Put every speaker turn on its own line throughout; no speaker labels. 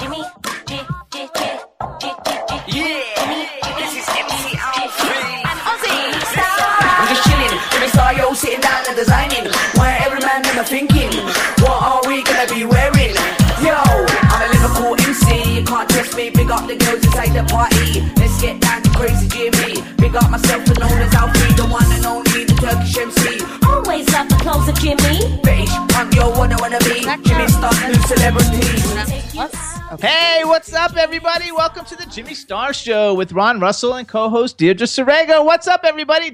Jimmy, J, J, J, J, J, J. Yeah, this is MC Alfie. I'm Ozzy.
I'm just chilling, every star yo sitting down and designing. Why every man in the thinking, what are we gonna be wearing? Yo, I'm a Liverpool MC, you can't test me. Big up the girls inside the party. Let's get down to crazy Jimmy. Big up myself and known as Alfie, the one and only, the Turkish MC.
Always love the clothes of Jimmy.
Bitch, I'm yo, what I wanna be. Jimmy Star, new celebrity.
Hey, what's up, everybody? Welcome to the Jimmy Star Show with Ron Russell and co-host Deirdre Sorego. What's up, everybody?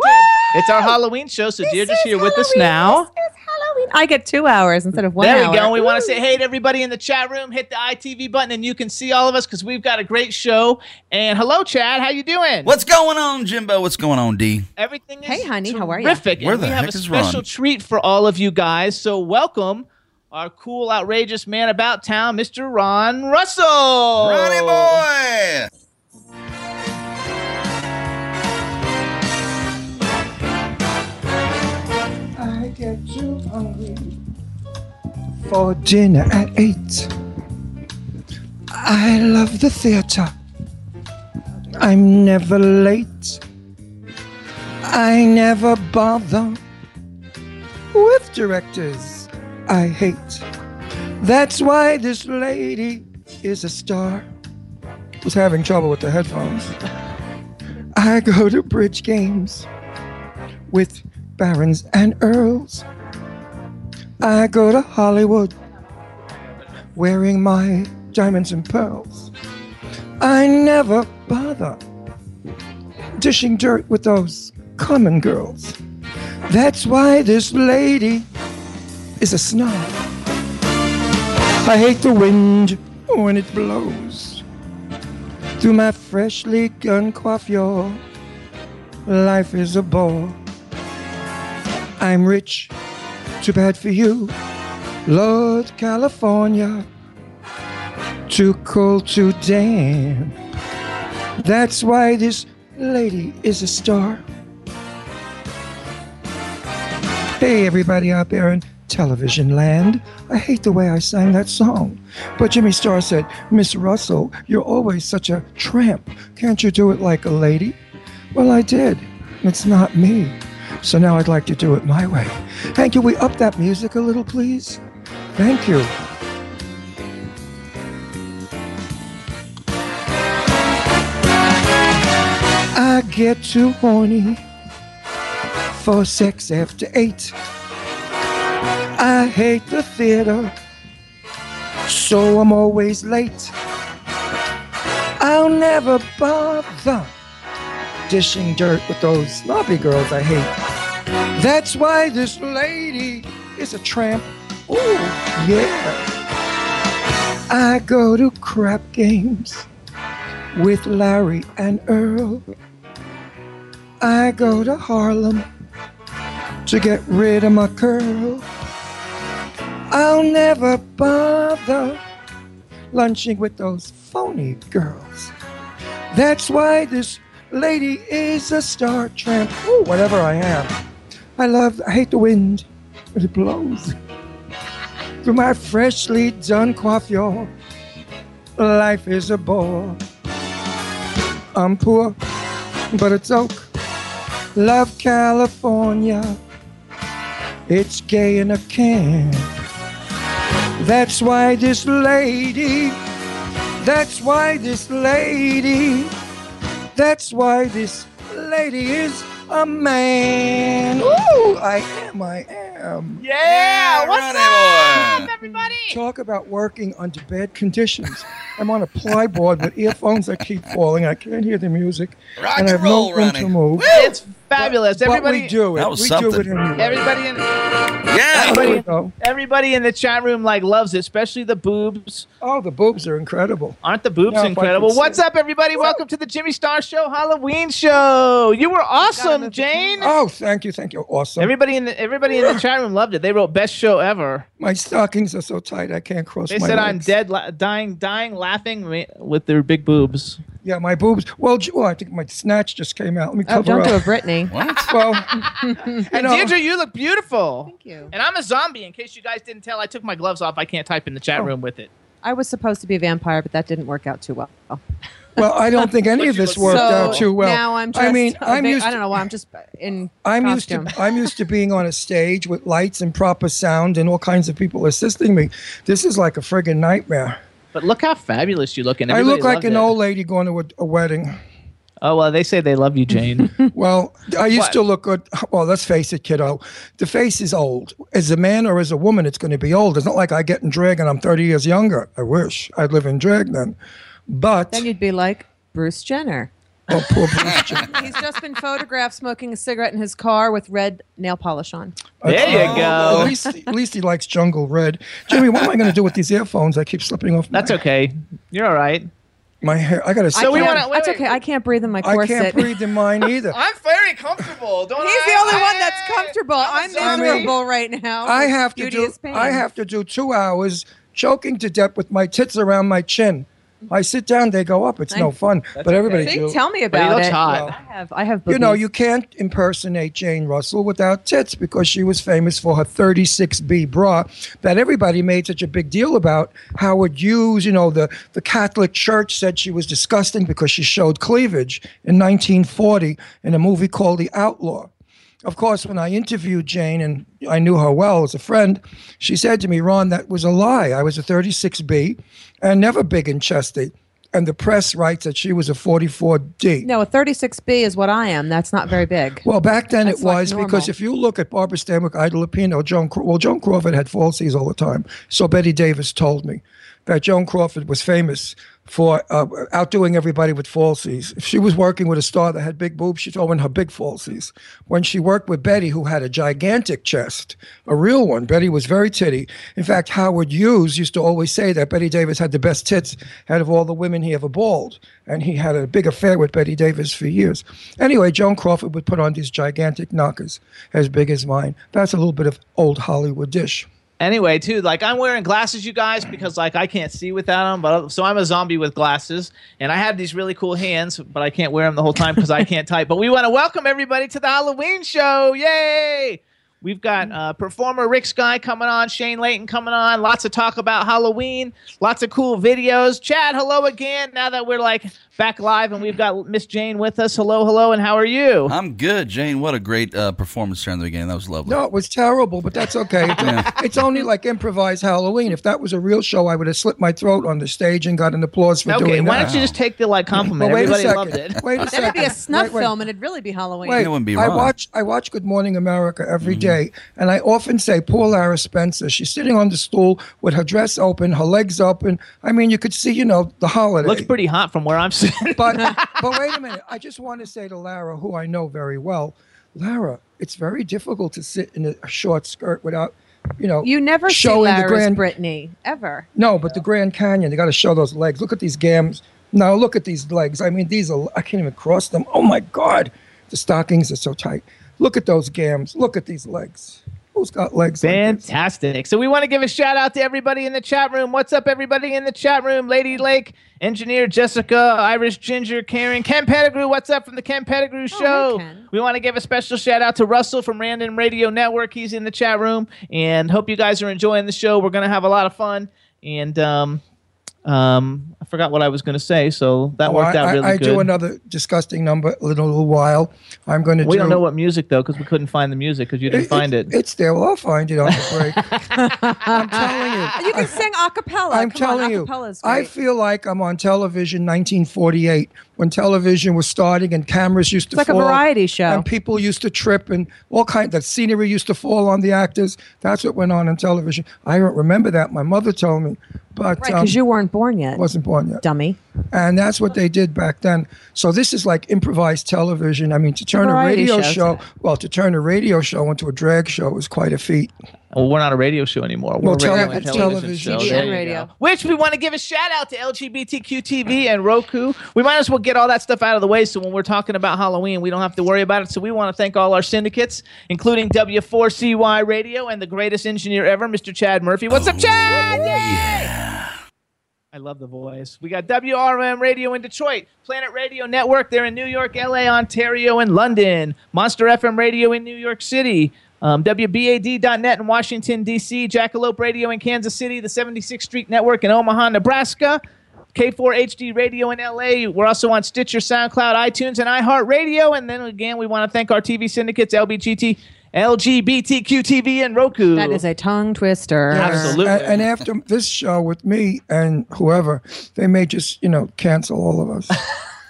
It's
Oh,
our Halloween show, so Deirdre's here with us now.
It's Halloween. I get two hours instead of one
There
hour.
we go. And we want to say hey to everybody in the chat room. Hit the ITV button, and you can see all of us because we've got a great show. And hello, Chad. How you doing?
What's going on, Jimbo? What's going on, D?
Everything is
Hey, honey, how are ya?
terrific.
Where
and
the
we have
heck
a
is Ron?
special treat for all of you guys. So welcome our cool, outrageous man about town, Mr. Ron Russell.
Ronnie boy!
I get you hungry for dinner at eight. I love the theater. I'm never late. I never bother with directors I hate. That's why this lady is a star. Was having trouble with the headphones. I go to bridge games with barons and earls. I go to Hollywood wearing my diamonds and pearls. I never bother dishing dirt with those common girls. That's why this lady is a snob. I hate the wind when it blows through my freshly gun coiffure. Life is a bore. I'm rich, too bad for you. Lord California, too cold to damn. That's why this lady is a star. Hey, everybody out there in television land. I hate the way I sang that song. But Jimmy Starr said, Miss Russell, you're always such a tramp. Can't you do it like a lady? Well, I did. It's not me. So now I'd like to do it my way. Hank, can we up that music a little, please? Thank you. I get too horny for sex after eight. I hate the theater, so I'm always late. I'll never bother dishing dirt with those snobby girls I hate. That's why this lady is a tramp. Ooh, yeah. I go to crap games with Larry and Earl. I go to Harlem to get rid of my curl. I'll never bother lunching with those phony girls. That's why this lady is a star tramp. Ooh, whatever I am. I love, I hate the wind, but it blows through my freshly done coiffure. Life is a bore. I'm poor, but it's oak. Love California. It's gay in a can. That's why this lady, that's why this lady that's why this lady is a man. Ooh, I am, I am.
Yeah, what's
Ronnie
up,
boy!
everybody?
Talk about working under bad conditions. I'm on a plyboard with earphones that keep falling. I can't hear the music.
Rock
and I
and
have
roll,
no room
Ronnie.
to move.
It's Fabulous.
But
Everybody,
we do it.
That was
we do
something.
it anyway.
Everybody in
Yeah.
There we go.
everybody in the chat room like loves it, especially the boobs.
Oh, the boobs are incredible.
Aren't the boobs
No, if I could
incredible?
see
What's
it.
up, everybody? Welcome to the Jimmy Star Show Halloween Show. You were awesome, Jane.
Oh, thank you, thank you. Awesome.
Everybody in the everybody in the chat room loved it. They wrote best show ever.
my stockings are so tight I can't cross
They
my
said I'm
legs.
dead, la- dying, dying, laughing ma- with their big boobs.
Yeah, my boobs. Well, j- well, I think my snatch just came out. Let me
Oh,
cover
don't do a
up.
Britney.
What?
well,
And
know-
Deirdre, you look beautiful. Thank
you.
And I'm a zombie. In case you guys didn't tell, I took my gloves off. I can't type in the
Oh.
chat room with it.
I was supposed to be a vampire, but that didn't work out too well.
well, I don't think any of this worked out too well.
Now I'm just,
I mean, I'm used.
I don't know why. I'm just in
I'm
costume.
used to I'm used to being on a stage with lights and proper sound and all kinds of people assisting me. This is like a friggin' nightmare.
But look how fabulous you look. And
I look
everybody
like
loved
an
it.
old lady going to a, a wedding.
Oh well, they say they love you, Jane.
Well, I used
What?
to look good. Well, let's face it, kiddo. The face is old. As a man or as a woman, it's going to be old. It's not like I get in drag and I'm 30 years younger. I wish I'd live in drag then. But
Then you'd be like Bruce Jenner.
oh, poor Bruce Jenner.
He's just been photographed smoking a cigarette in his car with red nail polish on.
there you
Oh, At
go.
least, at least he likes Jungle Red. Jimmy, what am I going to do with these earphones? I keep slipping off.
That's
my,
okay. You're all right.
My hair. I got to.
I
we
can't-
wanna- wait,
That's
wait.
okay. I can't breathe in my
I
corset.
can't breathe in mine either.
I'm very comfortable. Don't
He's the only one that's comfortable. I'm
zombie.
miserable right now.
I have to
Oh, Beauty
do.
is pain.
I have to do two hours choking to death with my tits around my chin. I sit down, they go up. It's no fun. But everybody
Big,
do.
tell me
But he
about
looks
it.
hot.
I have. I have.
You know,
boobies.
you can't impersonate Jane Russell without tits because she was famous for her 36B bra that everybody made such a big deal about. Howard Hughes, you know, the, the Catholic Church said she was disgusting because she showed cleavage in 1940 in a movie called The Outlaw. Of course, when I interviewed Jane and I knew her well as a friend, she said to me, Ron, that was a lie. I was a 36B and never big and chesty. And the press writes that she was a 44D.
No, a 36B is what I am. That's not very big.
Well, back then it
like
was because
normal.
if you look at Barbara Stanwyck, Ida Lupino, Joan Crawford, well, Joan Crawford had falsies all the time. So Betty Davis told me that Joan Crawford was famous for uh, outdoing everybody with falsies. If she was working with a star that had big boobs, she told in her big falsies. When she worked with Betty, who had a gigantic chest, a real one, Betty was very titty. In fact, Howard Hughes used to always say that Betty Davis had the best tits out of all the women he ever balled. And he had a big affair with Betty Davis for years. Anyway, Joan Crawford would put on these gigantic knockers as big as mine. That's a little bit of old Hollywood dish.
Anyway, too, like I'm wearing glasses, you guys, because like I can't see without them. But so I'm a zombie with glasses, and I have these really cool hands, but I can't wear them the whole time because I can't type. But we want to welcome everybody to the Halloween show! Yay! We've got uh, performer Rick Sky coming on, Shane Layton coming on. Lots of talk about Halloween, lots of cool videos. Chad, hello again. Now that we're like back live, and we've got Miss Jane with us. Hello, hello, and how are you?
I'm good, Jane. What a great uh, performance during the beginning. That was lovely.
No, it was terrible, but that's okay. It's, it's only like improvised Halloween. If that was a real show, I would have slit my throat on the stage and got an applause for
Okay,
doing
why
that.
don't you just take the like compliment?
Well, wait
Everybody
a second.
loved it.
Wait a second.
That'd be a snuff
Wait, wait.
film, and it'd really be Halloween.
Wait,
It wouldn't be
I
wrong. Mm-hmm.
watch I watch Good Morning America every day, and I often say poor Lara Spencer. She's sitting on the stool with her dress open, her legs open. I mean, you could see, you know, the holiday.
Looks pretty hot from where I'm sitting.
But uh, but wait a minute. I just want to say to Lara, who I know very well, Lara, it's very difficult to sit in a short skirt without, you know,
You never see
showing
Larry's
the grand
Britney ever.
no, but the Grand Canyon, they got to show those legs. Look at these gams. Now look at these legs. I mean, these are I can't even cross them. Oh my God, the stockings are so tight. Look at those gams. Look at these legs. Who's got legs? Like this?
Fantastic. So we want to give a shout out to everybody in the chat room. What's up, everybody in the chat room? Lady Lake, Engineer Jessica, Irish Ginger, Karen, Ken Pettigrew. What's up from the Ken Pettigrew Show?
Ken.
we want to give a special shout out to Russell from Random Radio Network. He's in the chat room, and hope you guys are enjoying the show. We're gonna have a lot of fun, and um, um, I forgot what I was gonna say, so that
Well,
worked out
Oh, I,
really
I, I
good.
do another disgusting number in a little while. I'm going to.
we
do,
don't know what music though, because we couldn't find the music because you didn't find it.
It's there. Well, I'll find it on the break. I'm telling you.
You can sing a cappella.
I'm
Come on,
telling you,
acapella's
I
great.
feel like I'm on television 1948 when television was starting and cameras used to
like a
fall
variety show.
and people used to trip and all kind that scenery used to fall on the actors. That's what went on in television. I don't remember that. My mother told me, but
Right,
um,
because you weren't born yet.
wasn't born yet.
Dummy.
And that's what they did back then. So this is like improvised television. I mean, to turn a
Variety
radio
shows.
show, well, to turn a radio show into a drag show is quite a feat.
Well, we're not a radio show anymore.
Well,
We're a radio
tele-
and
uh,
television,
television.
show.
TV
There
and
you
radio.
go. Which we want to give a shout out to LGBTQ TV and Roku. We might as well get all that stuff out of the way so when we're talking about Halloween, we don't have to worry about it. So we want to thank all our syndicates, including W4CY Radio and the greatest engineer ever, Mr. Chad Murphy. What's up, Chad? I love the voice. We got WRM Radio in Detroit, Planet Radio Network. They're in New York, LA, Ontario, and London. Monster FM Radio in New York City. Um, WBAD.net in Washington, D.C. Jackalope Radio in Kansas City. The 76th Street Network in Omaha, Nebraska. K4HD Radio in LA. We're also on Stitcher, SoundCloud, iTunes, and iHeartRadio. And then again, we want to thank our TV syndicates, LBGT, LGBTQ TV, and Roku.
That is a tongue twister.
Absolutely.
A- And, after this show with me and whoever, they may just, you know, cancel all of us.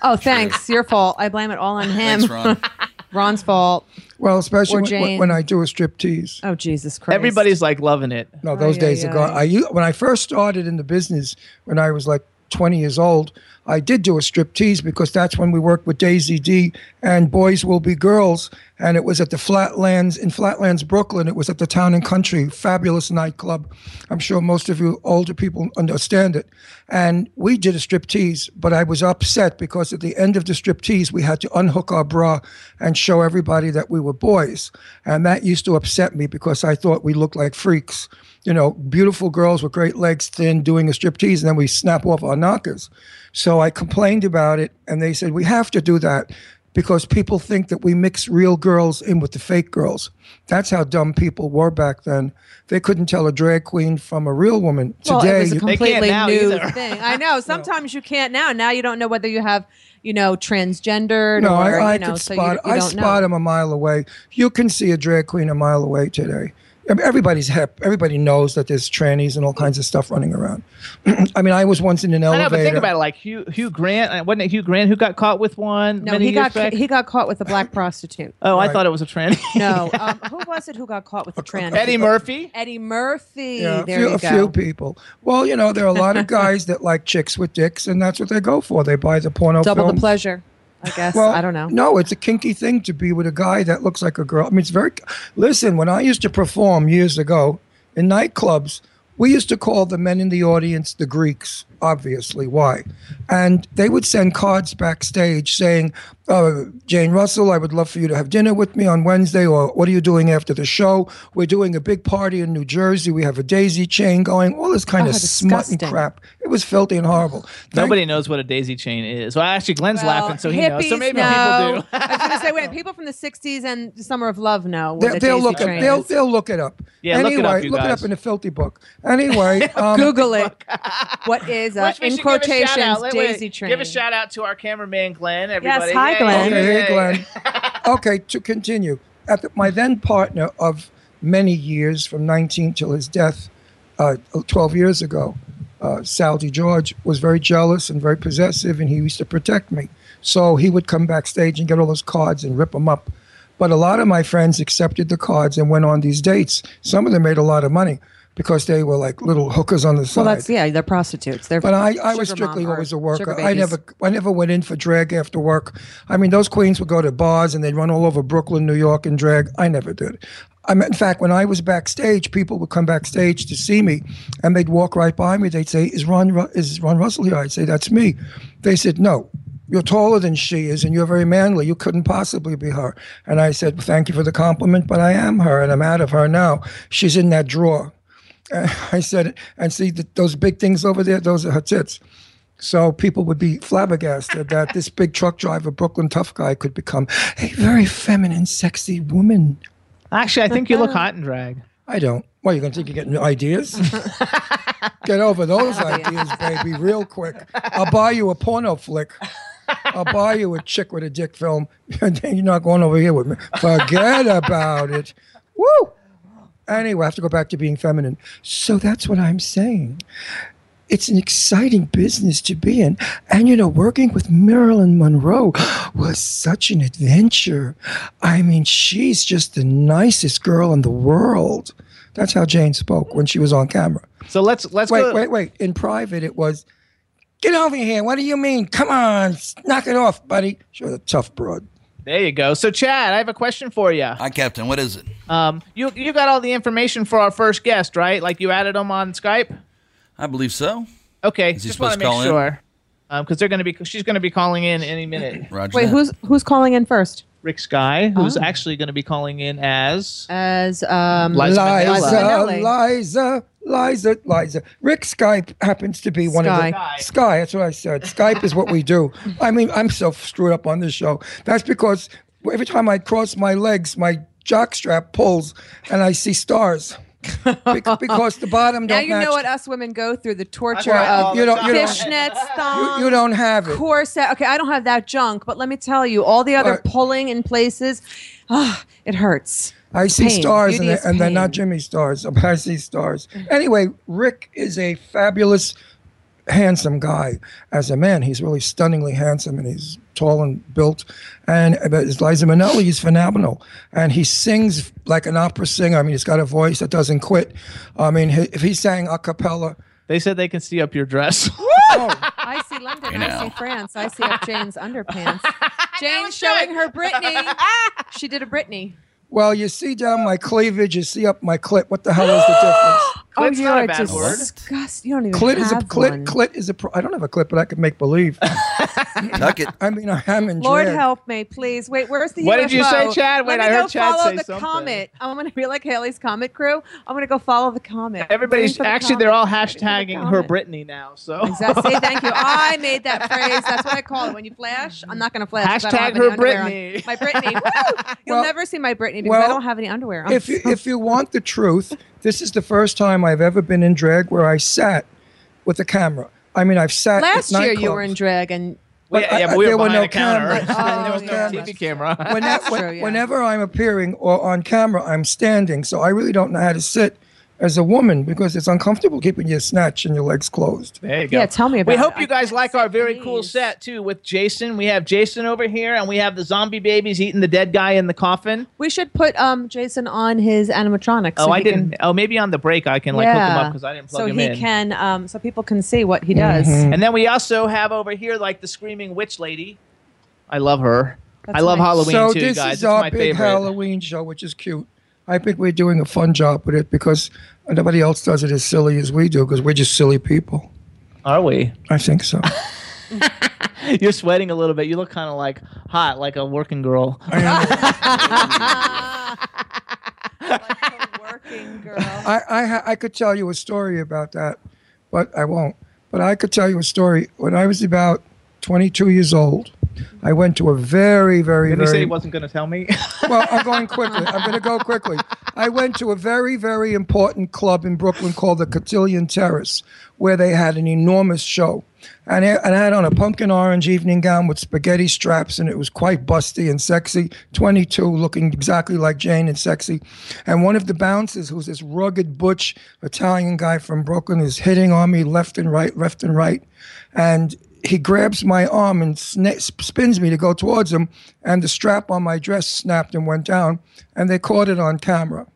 Oh, thanks. Your fault. I blame it all on him.
Thanks, Ron.
Ron's fault.
Well,
Or
especially
Jane.
when, when I do a strip tease.
Oh, Jesus Christ.
Everybody's like loving it.
No, those
Ay,
days
ay,
are gone.
ay.
I u- when I first started in the business, when I was like 20 years old, I did do a strip tease because that's when we worked with Daisy D and Boys Will Be Girls, and it was at the Flatlands in Flatlands, Brooklyn. It was at the Town and Country, fabulous nightclub. I'm sure most of you older people understand it. And we did a strip tease, but I was upset because at the end of the strip tease, we had to unhook our bra and show everybody that we were boys, and that used to upset me because I thought we looked like freaks you know, beautiful girls with great legs, thin, doing a striptease, and then we snap off our knockers. So I complained about it, and they said we have to do that because people think that we mix real girls in with the fake girls. That's how dumb people were back then. They couldn't tell a drag queen from a real woman.
Well,
Today,
it was a
you-
can't
completely
now
new
either.
thing. I know. Sometimes you can't now. Now you don't know whether you have, you know, transgendered
no,
or,
I, I
you know,
could
so you,
spot.
you
I
don't
spot
know.
them a mile away. You can see a drag queen a mile away today. I mean, Everybody's hip. Everybody knows that there's trannies and all kinds of stuff running around. I mean, I was once in an
I
elevator.
know, but think about it. Like Hugh, Hugh Grant, uh, wasn't it Hugh Grant who got caught with one?
No,
many
he
years
got
back?
he got caught with a black prostitute.
oh, I
Right.
thought it was a tranny.
No, um, who was it who got caught with a trans?
Eddie Murphy.
Eddie Murphy.
Yeah, a
there
few,
you
a
go.
few people. Well, you know, there are a lot of guys that like chicks with dicks, and that's what they go for. They buy the porno
Double
film.
the pleasure, I guess.
Well,
I don't know.
No, it's a kinky thing to be with a guy that looks like a girl. I mean, it's very. Listen, when I used to perform years ago in nightclubs, we used to call the men in the audience the Greeks. Obviously, why? And they would send cards backstage saying, uh, "Jane Russell, I would love for you to have dinner with me on Wednesday, or what are you doing after the show? We're doing a big party in New Jersey. We have a daisy chain going. All this kind
Oh,
of smut and
disgusting.
crap. It was filthy and horrible. Thank
Nobody knows what a daisy chain is. Well, actually, Glenn's
Well,
laughing, so he
hippies
knows. So maybe
know.
people do.
I was going to say, wait, people from the '60s and the Summer of Love know. what
They,
the
they'll
Daisy
look
Chain
it. They'll
is.
they'll look it up.
Yeah, look
anyway,
it up, you guys.
in a filthy book. Anyway, um,
Google it. what is uh,
Which we
in
should give a shout out.
quotations
Wait, wait,
Daisy Train?
Give a shout out to our cameraman Glenn. Everybody.
hi,
Yay.
Glenn.
Okay, hey,
Yay.
Glenn. okay, to continue, at the, my then partner of many years, from 19 till his death, uh, 12 years ago, uh, Sal D. George was very jealous and very possessive, and he used to protect me. So he would come backstage and get all those cards and rip them up. But a lot of my friends accepted the cards and went on these dates. Some of them made a lot of money because they were like little hookers on the side.
Well, that's yeah, they're prostitutes. They're
But I, I was
sugar mom
strictly
or
always a
sugar
worker. I
babies.
never I never went in for drag after work. I mean, those queens would go to bars and they'd run all over Brooklyn, New York, and drag. I never did. I mean, in fact, when I was backstage, people would come backstage to see me, and they'd walk right by me. They'd say, "Is Ron Ru- is Ron Russell here?" I'd say, "That's me." They said, "No." You're taller than she is, and you're very manly. You couldn't possibly be her. And I said, Thank you for the compliment, but I am her, and I'm out of her now. She's in that drawer. I said, and see th those big things over there, those are her tits. So people would be flabbergasted that this big truck driver, Brooklyn tough guy, could become a very feminine, sexy woman.
Actually, I think you look hot in drag.
I don't. Well, you're gonna think you're getting ideas? Get over those ideas, baby, real quick. I'll buy you a porno flick. I'll buy you a chick with a dick film. and then you're not going over here with me. Forget about it. Woo! Anyway, I have to go back to being feminine. So that's what I'm saying. It's an exciting business to be in. And, you know, working with Marilyn Monroe was such an adventure. I mean, she's just the nicest girl in the world. That's how Jane spoke when she was on camera.
So let's let's
Wait,
go.
wait, wait. In private, it was Get over here. What do you mean? Come on. s- Knock it off, buddy. She was a tough broad.
There you go. So, Chad, I have a question for you.
Hi, Captain. What is it?
Um, you you got all the information for our first guest, right? Like you added them on Skype.
I believe so.
Okay,
he
just want
supposed
to
to call
make
in?
sure, because they're going to be she's going to be calling in any minute.
Roger.
Wait,
that.
who's who's calling in first?
Rick Sky, who's actually going to be calling in as
As um,
Liza
Liza,
Minnelli.
Liza, Liza, Liza. Rick Skype happens to be one of
Sky.
the Sky. That's what I said. Skype is what we do. I mean, I'm so screwed up on this show. That's because every time I cross my legs, my jock strap pulls, and I see stars. Bec- because the bottom
now
don't
you know
match.
what us women go through the torture
That's right.
of
You
don't- you don't-
fishnets,
you,
thongs,
you don't have it.
corset. Okay, I don't have that junk, but let me tell you, all the other
All right.
pulling in places, ah, it hurts.
I see
Pain.
stars, and,
Beauty
they,
is
and they're not
pain. Mm.
Jimmy stars. but I see stars. Anyway, Rick is a fabulous, handsome guy. As a man, he's really stunningly handsome, and he's tall and built. And but as Liza Minnelli is phenomenal, and he sings like an opera singer. I mean, he's got a voice that doesn't quit. I mean, he- if he sang a cappella,
They said they can see up your dress.
Oh.
I see London. I
know.
see France. I see up Jane's underpants. Jane's showing her Britney. she did a Britney.
well, you see down my cleavage, you see up my clit. What the hell is the difference?
Clit's
oh,
not
you're
a bad word.
disgust. You don't even
Clit
have
is a
one.
clit. Clit is a. Pro- I don't have a clit, but I could make believe.
Tuck it.
I mean, I am in
Lord
dread.
help me, please. Wait, where's the
What
UFO?
did you say, Chad? Wait,
Let me
I heard
go
Chad
follow
say
the
something.
comet. I'm gonna be like Haley's Comet Crew. I'm gonna go follow the comet. Waiting
Everybody's
for the
actually
comet.
they're all
Waiting for the
hashtagging her
comet.
Brittany now. So
Exactly. See, thank you. I made that phrase. That's what I call it. When you flash, I'm not going to flash. 'cause I
Hashtag
don't have any
her
underwear on.
Britney.
My Britney. Woo! You'll
Well-
never see my Britney because I
well,
don't have any underwear. Um, on.
if you, if you want the truth, this is the first time I've ever been in drag where I sat with a camera. I mean, I've sat at
Last year you were in
nightclubs.
drag and
Well,
I-
yeah, yeah,
I-
but we were
there were
behind
no
a counter.
cameras.
Oh,
there was no
yeah.
TV camera.
When-
That's
when-
true, yeah.
Whenever I'm appearing or on camera, I'm standing, so I really don't know how to sit as a woman because it's uncomfortable keeping your snatch and your legs closed.
There you go.
Yeah, tell me about
We
it.
hope you
I
guys
can't
like
say
our very cool
please.
set too with Jason. We have Jason over here, and we have the zombie babies eating the dead guy in the coffin.
we should put um Jason on his animatronics.
Oh,
so
I
he can-
didn't. oh, maybe on the break I can like hook him up because I didn't plug
so
him
he
in.
can, um, so people can see what he does.
Mm-hmm.
And then we also have over here like the screaming witch lady. I love her.
That's
I love
nice.
Halloween
so
too,
this
guys.
is
it's
our
my
big
favorite.
Halloween show, which is cute. I think we're doing a fun job with it because nobody else does it as silly as we do because we're just silly people.
Are we?
I think so.
You're sweating a little bit. You look kind of like hot, like a working girl.
I am-
Like a working girl.
I, I, ha- I could tell you a story about that, but I won't. But I could tell you a story. When I was about 22 years old, I went to a very, very,
Didn't he say
very.
he wasn't going to tell me?
well, I'm going quickly. I'm going to go quickly. I went to a very, very important club in Brooklyn called the Cotillion Terrace, where they had an enormous show. And I, and I had on a pumpkin orange evening gown with spaghetti straps, and it was quite busty and sexy. 22, looking exactly like Jane and sexy. And one of the bouncers, who's this rugged butch Italian guy from Brooklyn, is hitting on me left and right, left and right. And he grabs my arm and sna- spins me to go towards him, and the strap on my dress snapped and went down, and they caught it on camera.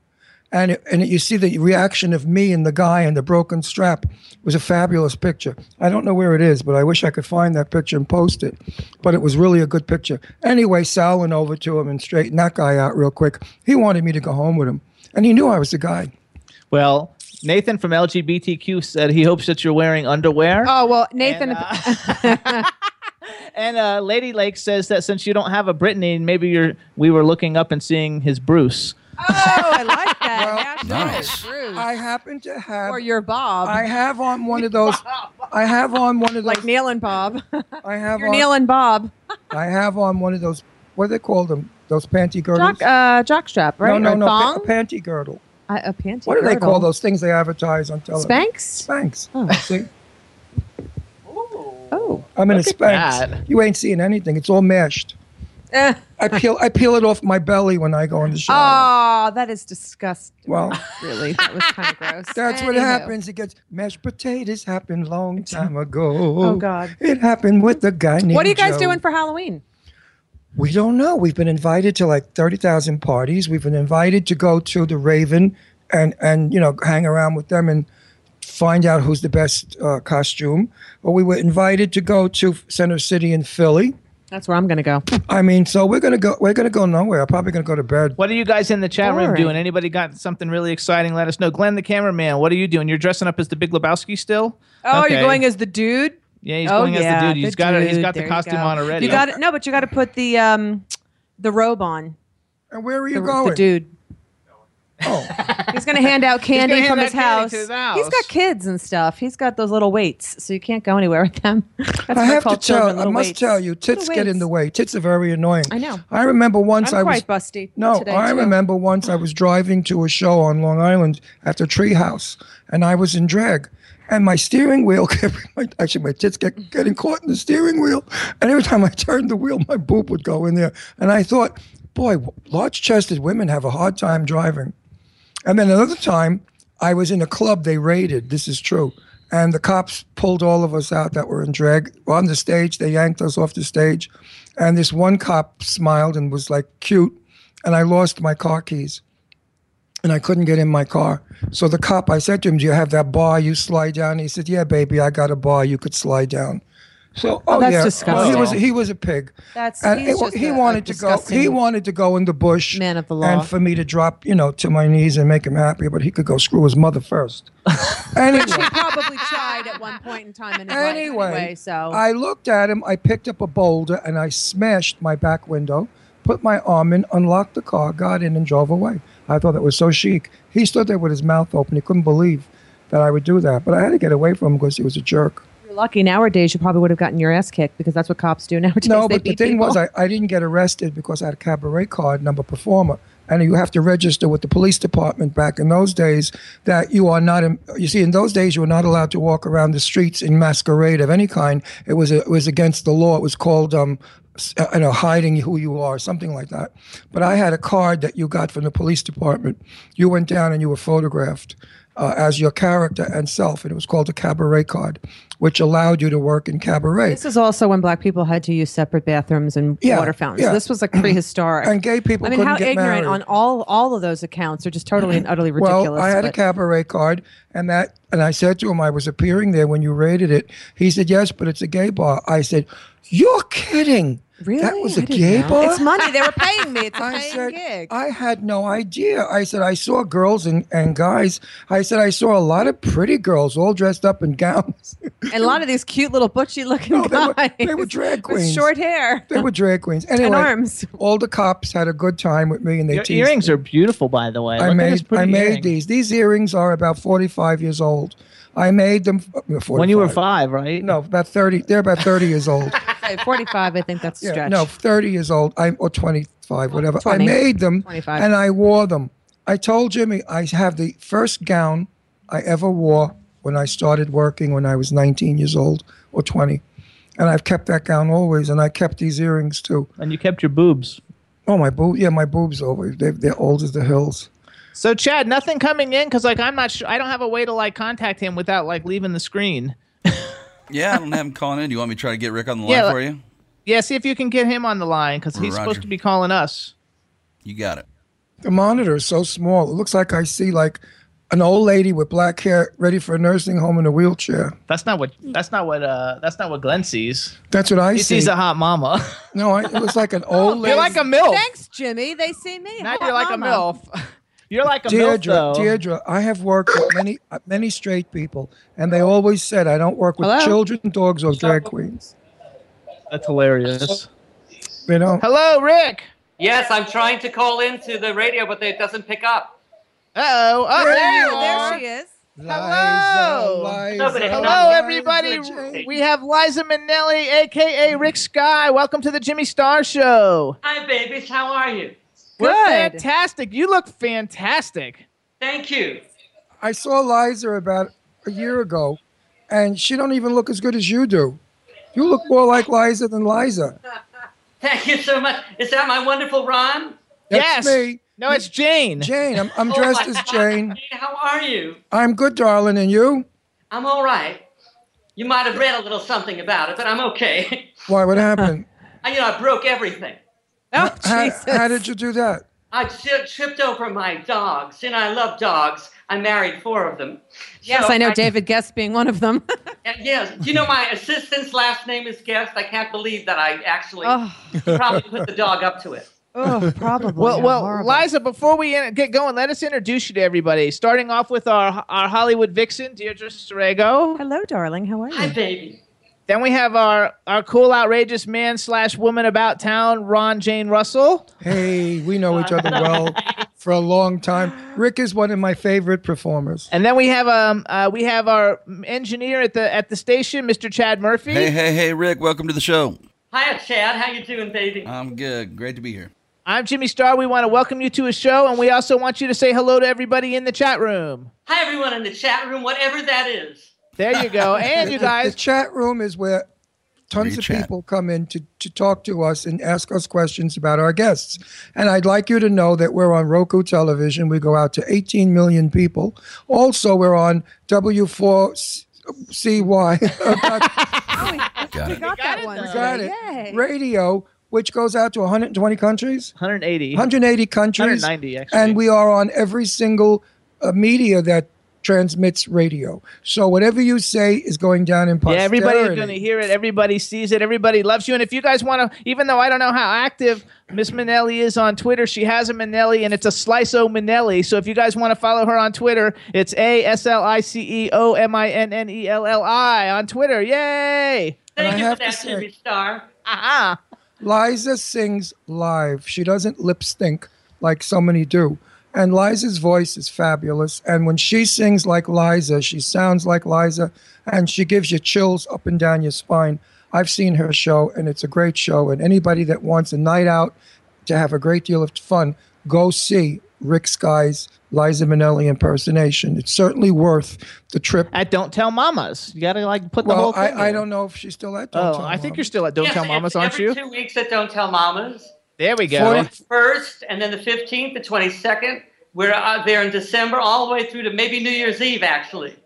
And, it, and you see the reaction of me and the guy and the broken strap It was a fabulous picture. I don't know where it is, but I wish I could find that picture and post it. But it was really a good picture. Anyway, Sal went over to him and straightened that guy out real quick. He wanted me to go home with him, and he knew I was the guy.
well, Nathan from LGBTQ said he hopes that you're wearing underwear.
Oh well, Nathan.
uh, And uh, Lady Lake says that since you don't have a Brittany, maybe you're. We were looking up and seeing his Bruce.
oh, I like that.
nice.
Bruce.
I happen to have
or your Bob,
I have on one of those. I have on one of those.
like Neil and Bob.
I have
You're
on.
Neil and Bob.
I have on one of those. What do they call them? Those panty girdles?
Jock, uh, jockstrap, right?
No, no,
or
no. pa-
Thong?
a panty girdle.
I- a panty.
What do they
girdle.
call those things they advertise on television?
Spanx?
Spanks.
Oh.
See,
Oh.
I'm in a
Look at
Spanx.
that.
You ain't seeing anything. It's all meshed.
Eh.
I peel. I peel it off my belly when I go in the shower.
Oh, that is disgusting.
Well,
Really, that was kind of gross.
that's what
Anywho.
happens. It gets mashed potatoes happened long time ago.
Oh, God.
It happened with the guy named.
What are you guys
Joe.
doing for Halloween?
We don't know. We've been invited to like 30,000 parties. We've been invited to go to the Raven and, and you know, hang around with them and find out who's the best uh, costume. But we were invited to go to Center City in Philly.
That's where I'm going to go.
I mean, so we're gonna go. We're gonna go nowhere. I'm probably gonna go to bed.
What are you guys in the chat room
Boring.
doing? Anybody got something really exciting? Let us know. Glenn, the cameraman, what are you doing? You're dressing up as the Big Lebowski still?
Oh, you're
Okay.
going as the dude?
Yeah, he's
oh,
going
yeah,
as the dude. He's got it. He's
dude.
got the
There you
costume
go.
on already.
You got it. No, but you got to put the um, the robe on.
And where are you
The,
going?
the dude.
Oh,
He's gonna hand out candy
hand
from
out
his
candy
house.
to his
He's
house.
got kids and stuff. He's got those little weights, so you can't go anywhere with them. That's what
I have to
called children,
tell. I
little
must
weights.
tell you,
Little
tits get in
weights.
the way. Tits are very annoying.
I know.
I remember once
I'm
I was
quite busty.
No,
today,
I
too.
remember once I was driving to a show on Long Island at the Treehouse, and I was in drag, and my steering wheel kept my, actually my tits get getting caught in the steering wheel, and every time I turned the wheel, my boob would go in there, and I thought, boy, large-chested women have a hard time driving. And then another time, I was in a club they raided. This is true. And the cops pulled all of us out that were in drag on the stage. They yanked us off the stage. And this one cop smiled and was like, cute. And I lost my car keys. And I couldn't get in my car. So the cop, I said to him, Do you have that bar you slide down? He said, Yeah, baby, I got a bar you could slide down. So, oh,
that's
yeah.
disgusting.
Well, he was he was a pig.
That's-
and
he's
it wa-
just
he
a- a
wanted to go. He
disgusting-
wanted to go in the bush.
Man of the law.
And for me to drop, you know, to my knees and make him happy, but he could go screw his mother first. anyway,
He probably tried at one point in time in his life
anyway,
anyway. So
I looked at him. I picked up a boulder and I smashed my back window. Put my arm in, unlocked the car, got in, and drove away. I thought that was so chic. He stood there with his mouth open. He couldn't believe that I would do that. But I had to get away from him because he was a jerk.
you're lucky nowadays. You probably would have gotten your ass kicked because that's what cops do nowadays.
No,
They
but the
beat
thing was,
people.
I, I didn't get arrested because I had a cabaret card and I'm a performer. And you have to register with the police department back in those days that you are not, in, you see, in those days, you were not allowed to walk around the streets in masquerade of any kind. It was, it was against the law. It was called, um, s- uh, you know, hiding who you are, something like that. But I had a card that you got from the police department. You went down and you were photographed uh, as your character and self. And it was called a cabaret card, which allowed you to work in cabaret.
This is also when black people had to use separate bathrooms and
Yeah,
water fountains.
yeah.
This was like prehistoric.
And gay people
I mean,
couldn't
how
get
ignorant
married.
on all all of those accounts are just totally and utterly ridiculous.
Well, I had a
but-
cabaret card, and that, and I said to him, I was appearing there when you raided it. He said, "Yes, but it's a gay bar." I said, "You're kidding?
Really?
That was
I
a
didn't
gay
know.
bar?"
It's money. They were paying me. It's a
I
paying
said,
gig.
I had no idea. I said, I saw girls and, and guys. I said, I saw a lot of pretty girls all dressed up in gowns.
and a lot of these cute little butchy looking
No, they were-
guys.
they were drag
With
queens.
short hair.
they were drag queens. Anyway,
arms.
all the cops had a good time with me, and they
Your
teased
earrings are beautiful, by the way. Look
I
at this
made
pretty
I made
earring.
these. These earrings are about 45 years old. I made them uh, 45.
when you were five, right?
No, about 30. They're about 30 years old.
Hey, 45, I think that's a
Yeah,
stretch.
no, 30 years old. I'm or
Oh,
25, whatever.
20.
I made them
25.
and I wore them. I told Jimmy I have the first gown I ever wore when I started working when I was 19 years old or 20. And I've kept that gown always and I kept these earrings too.
And you kept your boobs.
Oh, my boob. Yeah, my boobs always. They, they're old as the hills.
So Chad, nothing coming in because like I'm not sure. I don't have a way to like contact him without like leaving the screen.
Yeah, I don't have him calling in. Do you want me to try to get Rick on the line
Yeah,
for you?
Yeah, see if you can get him on the line because he's
Roger.
supposed to be calling us.
You got it.
The monitor is so small. It looks like I see like an old lady with black hair ready for a nursing home in a wheelchair.
That's not what. That's not what. Uh, that's not what Glenn sees.
That's what I
He
see.
sees a hot mama.
no, I, it was like an old lady.
you're like a milf.
Thanks, Jimmy. They see me.
Now
Hot
you're like
mama.
a milf. You're like a
Deirdre,
milf though.
Deirdre, I have worked with many uh, many straight people, and they always said I don't work with
Hello?
children, dogs, or drag queens.
That's hilarious.
You know,
Hello, Rick.
Yes, I'm trying to call into the radio, but it doesn't pick up.
Uh-oh. Oh, there you
Oh, there
are.
she is.
Hello.
Liza,
Nobody-
Liza,
Hello,
Liza
everybody.
Jane.
We have Liza Minnelli, aka Rick Sky. Welcome to the Jimmy Star Show.
Hi, babies. How are you?
We're
Good.
fantastic. You look fantastic.
Thank you.
I saw Liza about a year ago, and she don't even look as good as you do. You look more like Liza than Liza.
Thank you so much. Is that my wonderful Ron?
That's
yes.
me.
No, it's Jane.
Jane, I'm, I'm
Oh,
dressed
my
as
God.
Jane.
Jane, How are you?
I'm good, darling, and you?
I'm all right. You might have read a little something about it, but I'm okay.
Why? What happened?
I, you know, I broke everything.
Oh,
how,
Jesus.
how did you do that?
I tri- tripped over my dogs, and I love dogs. I married four of them.
Yes,
So
I know David Guest being one of them.
Uh, Yes. Do you know my assistant's last name is Guest? I can't believe that I actually
oh,
probably put the dog up to it.
oh, probably.
Well,
Yeah,
well,
horrible.
Liza, before we in- get going, let us introduce you to everybody. Starting off with our our Hollywood vixen, Deirdre Strego.
Hello, darling. How are you?
Hi, baby.
Then we have our our cool, outrageous man slash woman about town, Ron Jane Russell.
Hey, we know each other well for a long time. Rick is one of my favorite performers.
And then we have um uh, we have our engineer at the at the station, Mr. Chad Murphy.
Hey, hey, hey, Rick, welcome to the show.
Hiya, Chad. How you doing, baby?
I'm good. Great to be here.
I'm Jimmy Starr. We want to welcome you to a show, and we also want you to say hello to everybody in the chat room.
Hi, everyone in the chat room, whatever that is.
There you go. And you
The- the-
guys,
The chat room is where tons
Free
of
chat.
people come in to, to talk to us and ask us questions about our guests. And I'd like you to know that we're on Roku television. We go out to 18 million people. Also, we're on W4CY
Got
We
it.
got that
it,
one.
though.
today.
got it.
Yay.
radio, which goes out to 120 countries,
180,
180 countries.
190 actually.
and we are on every single uh, media that transmits radio. So whatever you say is going down in
Yeah,
posterity.
everybody's going to hear it. Everybody sees it. Everybody loves you. And if you guys want to, even though I don't know how active Miss Minnelli is on Twitter, she has a Minnelli and it's a Slice-O Minnelli. So if you guys want to follow her on Twitter, it's A S L I C E O M I N N E L L I on Twitter. Yay!
I
Thank you
have
for
to
that,
say-
Jimmy Star.
Aha!
Liza sings live. She doesn't lip sync like so many do. And Liza's voice is fabulous. And when she sings like Liza, she sounds like Liza and she gives you chills up and down your spine. I've seen her show and it's a great show. And anybody that wants a night out to have a great deal of fun, go see Rick Sky's Liza Minnelli impersonation. It's certainly worth the trip.
At Don't Tell Mamas. You got to like put the
Well,
whole thing
I, I
in.
don't know if she's still at Don't
Oh,
Tell
I think
Mom.
you're still at Don't
Yes,
Tell
it's
Mamas, aren't
every
you?
two weeks at Don't Tell Mamas.
There we go.
40
First, and then the 15th, the 22nd. We're out there in December, all the way through to maybe New Year's Eve, actually.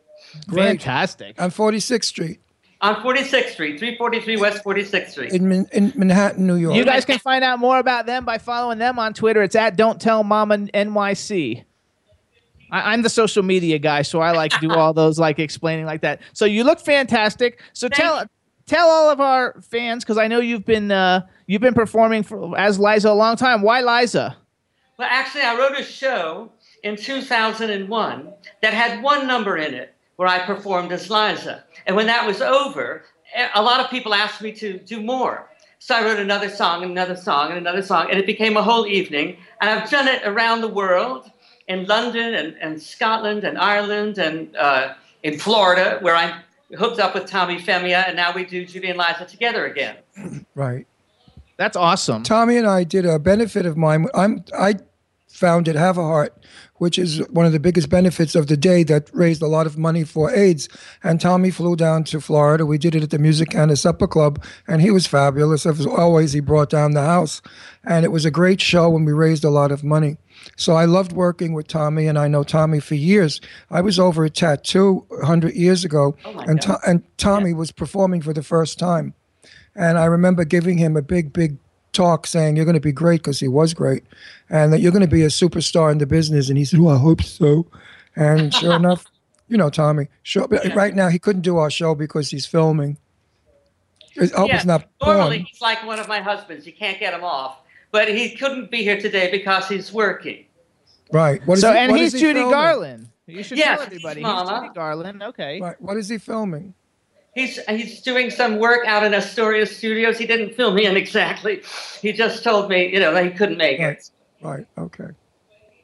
great.
Fantastic.
on 46th Street
On 46th Street, 343 West 46th Street.
in, Man- in Manhattan, New York.
You guys can find out more about them by following them on Twitter. It's at Don't Tell Mama NYC. I, I'm the social media guy, so I like to do all those like explaining like that. So you look fantastic. So tell tell all of our fans because I know you've been uh, you've been performing for, as Liza a long time. Why Liza?
Well, actually, I wrote a show in 2001 that had one number in it where I performed as Liza. And when that was over, a- a lot of people asked me to do more. So I wrote another song and another song and another song, and it became a whole evening. And I've done it around the world in London and, and Scotland and Ireland and uh, in Florida, where I hooked up with Tommy Femia, and now we do Judy and Liza together again.
Right.
That's awesome.
Tommy and I did a benefit of mine. I'm I founded Have a Heart, which is one of the biggest benefits of the day that raised a lot of money for AIDS. And Tommy flew down to Florida. We did it at the Music and a Supper Club, and he was fabulous. As always, he brought down the house, and it was a great show, and we raised a lot of money. So I loved working with Tommy, and I know Tommy for years. I was over at Tattoo 100 years ago,
Oh
and, to- and Tommy was performing for the first time. And I remember giving him a big, big talk saying, You're going to be great because he was great, and that you're going to be a superstar in the business. And he said, Oh, I hope so. And sure enough, you know, Tommy, sure, but right now he couldn't do our show because he's filming. I hope
Yeah,
it's not
Normally,
porn.
he's like one of my husbands. You can't get him off. But he couldn't be here today because he's working.
Right. What is
So
he-
and
what
he's
is he
Judy
filming?
Garland. You should
Yes,
tell
he's
everybody he's
Mama.
Judy Garland. Okay.
Right. What is he filming?
He's he's doing some work out in Astoria Studios. He didn't fill me in exactly. He just told me, you know, that he couldn't make it.
Right. Right. Okay.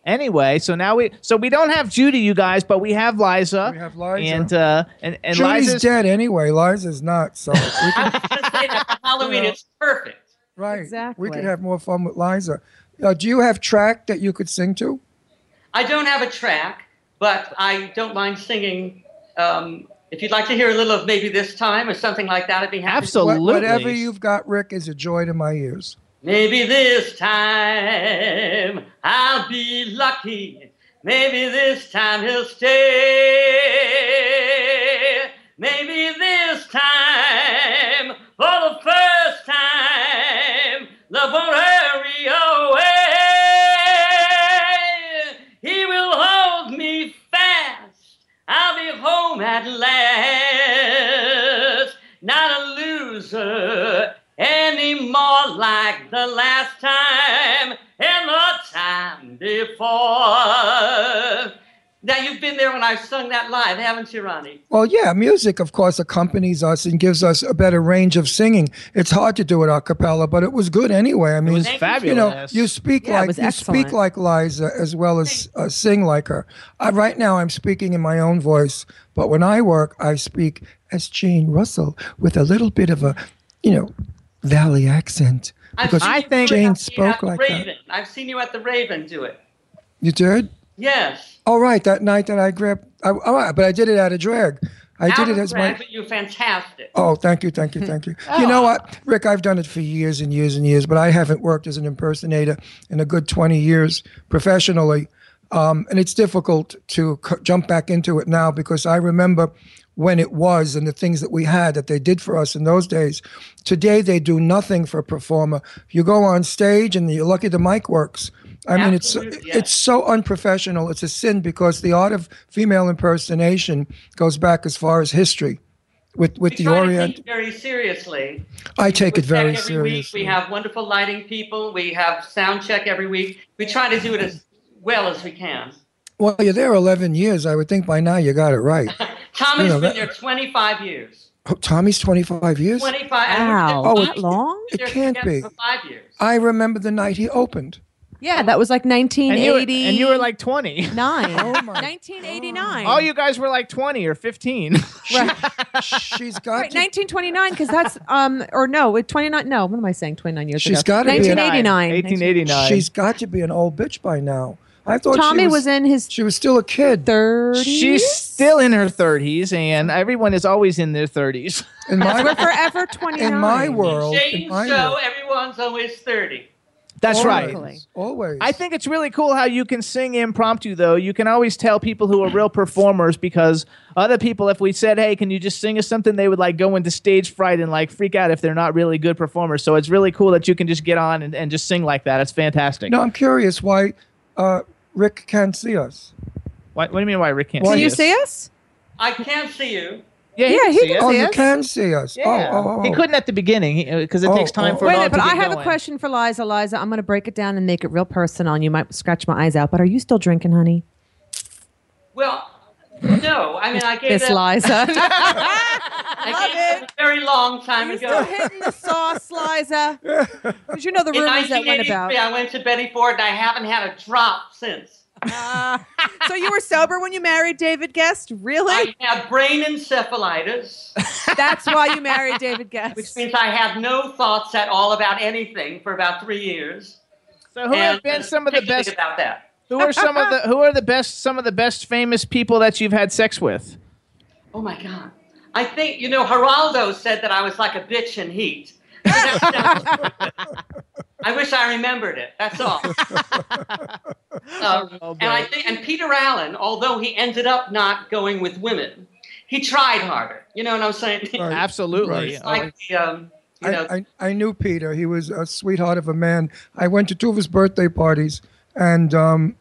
Anyway, so now we so we don't have Judy, you guys, but we have Liza.
We have Liza.
and uh, and and
Judy's
Liza's
dead anyway. Liza's not. So, we
I
can,
was going to say that for Halloween it's perfect.
right.
Exactly.
We could have more fun with Liza. Uh, do you have track that you could sing to?
I don't have a track, but I don't mind singing. Um, if you'd like to hear a little of maybe this time or something like that, I'd be happy.
Absolutely.
Wha- whatever you've got, Rick, is a joy to my ears.
Maybe this time I'll be lucky. Maybe this time he'll stay. Maybe this time, for the first time, love won't hurry away. He will hold me fast. like the last time and the time before. Now you've been there when I've sung that live, haven't you, Ronnie?
Well, yeah, music, of course, accompanies us and gives us a better range of singing. It's hard to do it a cappella, but it was good anyway. I mean,
was
You know,
fabulous.
you speak
Yeah, it
like
was
you speak like
excellent.
Liza as well as uh, sing like her. I, right now, I'm speaking in my own voice, but when I work, I speak as Jane Russell with a little bit of a, you know, valley accent because
seen
I
you do
think-
it at
Jane
the- at
spoke
the
like
Raven.
that.
I've seen you at the Raven do it.
You did.
Yes.
All right, that night that I grabbed, I, all right, but I did it out of drag. I did it as my.
You're fantastic.
Oh, thank you, thank you, thank you. You know what, Rick? I've done it for years and years and years, but I haven't worked as an impersonator in a good 20 years professionally. Um, and it's difficult to c- jump back into it now because I remember when it was and the things that we had that they did for us in those days. Today, they do nothing for a performer. You go on stage and you're lucky the mic works. I mean, it's
Absolutely, yes.
it's so unprofessional. It's a sin because the art of female impersonation goes back as far as history with with
We
the
try to
Orient.
take it very seriously.
I take it
We
very
check every
seriously.
Week. We have wonderful lighting people. We have sound check every week. We try to do it as well as we can.
well, you're there 11 years. I would think by now you got it right.
Tommy's
You know,
been
that-
there 25 years.
Oh, Tommy's 25 years.
25.
Wow.
Oh,
that long?
it can't be.
For five years.
I remember the night he opened.
Yeah, that was like
And you, were,
1980.
and you were like 20.
nine.
Oh my Oh,
1989.
All you guys were like 20 or 15.
She's got
Right,
to,
1929, because that's um or no, with 29. No, what am I saying? 29 years
She's
ago.
gotta be an-
1989.
1889.
she's got to be an old bitch by now. I thought
Tommy
she
was, in his
She was still a kid.
30s.
She's still in her 30s, and everyone is always in their 30s.
In
We're
my
forever 29.
in my world, in
Shane's
my
show,
world,
everyone's always 30.
That's
always,
right.
Always.
I think it's really cool how you can sing impromptu, though. You can always tell people who are real performers because other people, if we said, hey, can you just sing us something, they would like go into stage fright and like freak out if they're not really good performers. So it's really cool that you can just get on and, and just sing like that. It's fantastic.
No, I'm curious why uh, Rick can't see us.
Why, what do you mean, why Rick can't
Why
Can
see
you
us?
see us?
I can't see you.
Yeah, he
Yeah,
can
he
see
can
us.
Oh,
see
you
us?
can see us.
Yeah.
Oh, oh, oh.
He couldn't at the beginning because it
Oh,
takes time
oh,
for
oh.
it
Wait a
all
minute,
to
but I
get
have a
going.
question for Liza. Liza, I'm going to break it down and make it real personal, and you might scratch my eyes out. But are you still drinking, honey?
Well, no. I mean, I gave
Miss
that
Liza.
I gave that a very long time
You're
ago.
still hitting the sauce, Liza. Because you know the
In
rumors that went
1983,
about.
I went to Betty Ford, and I haven't had a drop since.
So you were sober when you married David Guest?
I
Really?
had brain encephalitis,
That's why you married David
which
Guest.
means I had no thoughts at all about anything for about three years.
So who
And
have been some of the
particularly
best?
about that?
Who are some of the who are the best? Some of the best famous people that you've had sex with?
Oh my God! I think you know. Geraldo said that I was like a bitch in heat. I wish I remembered it. That's all.
Oh,
Um,
Oh,
and I think, and Peter Allen, although he ended up not going with women, he tried harder. You know what I'm saying?
Right.
Absolutely.
Right.
like the, um, you know,
I, I, I knew Peter. He was a sweetheart of a man. I went to two of his birthday parties, and um,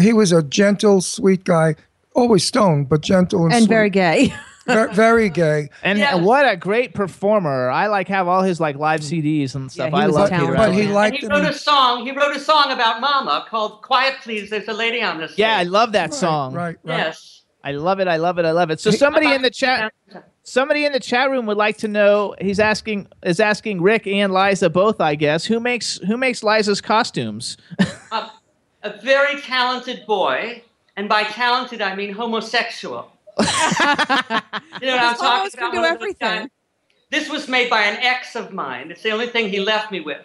he was a gentle, sweet guy. Always stoned, but gentle and,
And
sweet.
very gay.
Ver- very gay.
And
Yeah.
what a great performer! I like have all his like live CDs and stuff.
he
I
was
love Peter
talented.
But he
Allen.
and
liked
he
them.
wrote a song. He wrote a song about Mama called "Quiet Please." There's a lady on this.
yeah, I
stage.
love that
Right,
song.
Right, right.
Yes.
I love it. I love it. I love it. So somebody in the chat, somebody in the chat room would like to know. He's asking is asking Rick and Liza both, I guess. Who makes who makes Liza's costumes?
a, a very talented boy, and by talented I mean homosexual. you know what I'm
Because
talking
homos can
about? One
do
of those
everything.
guys- This was made by an ex of mine. It's the only thing he left me with.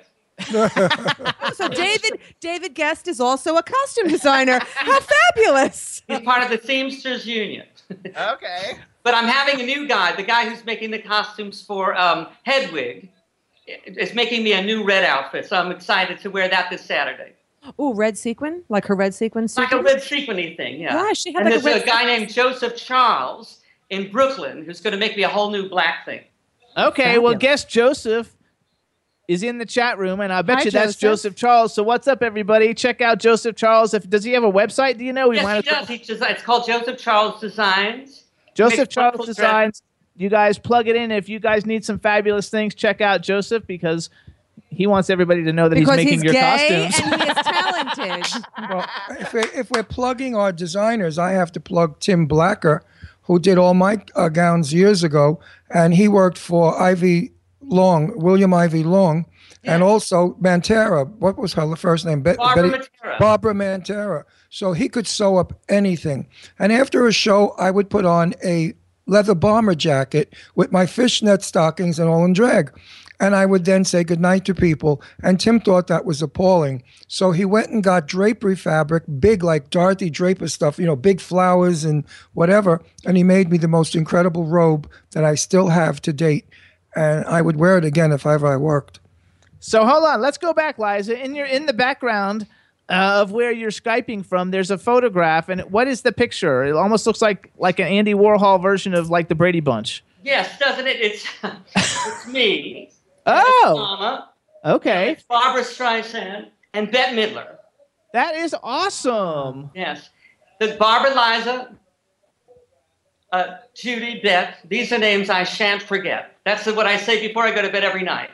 So David David Guest is also a costume designer. How fabulous.
He's part of the Teamsters Union.
Okay.
but I'm having a new guy. The guy who's making the costumes for um, Hedwig is making me a new red outfit, so I'm excited to wear that this Saturday.
Ooh, red sequin? Like her red sequin suit?
Like a red sequiny thing, yeah.
Yeah, she had
and
like a
there's
red
a guy named Joseph Charles in Brooklyn who's going to make me a whole new black thing.
Okay, well,
Fabulous.
guess Joseph is in the chat room, and I bet
Hi,
you that's
Joseph.
Joseph Charles. So what's up, everybody? Check out Joseph Charles. If does he have a website? Do you know? We
yes,
might
he
as well-
does. He desi- it's called Joseph Charles Designs.
Joseph
Makes
Charles
wonderful dresses.
Designs. You guys plug it in. If you guys need some fabulous things, check out Joseph because He wants everybody to know that
because
he's making
he's
your
gay
costumes.
and he is talented.
Well, if, we're, if we're plugging our designers, I have to plug Tim Blacker, who did all my uh, gowns years ago, and he worked for Ivy Long, William Ivy Long, and also Mantera. What was her first name? Be-
Barbara Matera.
Barbara Mantera. So he could sew up anything. And after a show, I would put on a leather bomber jacket with my fishnet stockings and all in drag. And I would then say goodnight to people. And Tim thought that was appalling. So he went and got drapery fabric, big like Dorothy Draper stuff, you know, big flowers and whatever. And he made me the most incredible robe that I still have to date. And I would wear it again if ever I worked.
So hold on, let's go back, Liza. In your in the background uh, of where you're skyping from, there's a photograph, and what is the picture? It almost looks like like an Andy Warhol version of like the Brady Bunch.
Yes, doesn't it? It's it's me,
Oh,
Mama,
okay,
Barbara Streisand, and Bette Midler.
that is
Um,
awesome.
Yes, there's Barbara Liza, uh, Judy, Bette. These are names I shan't forget. That's what I say before I go to bed every night.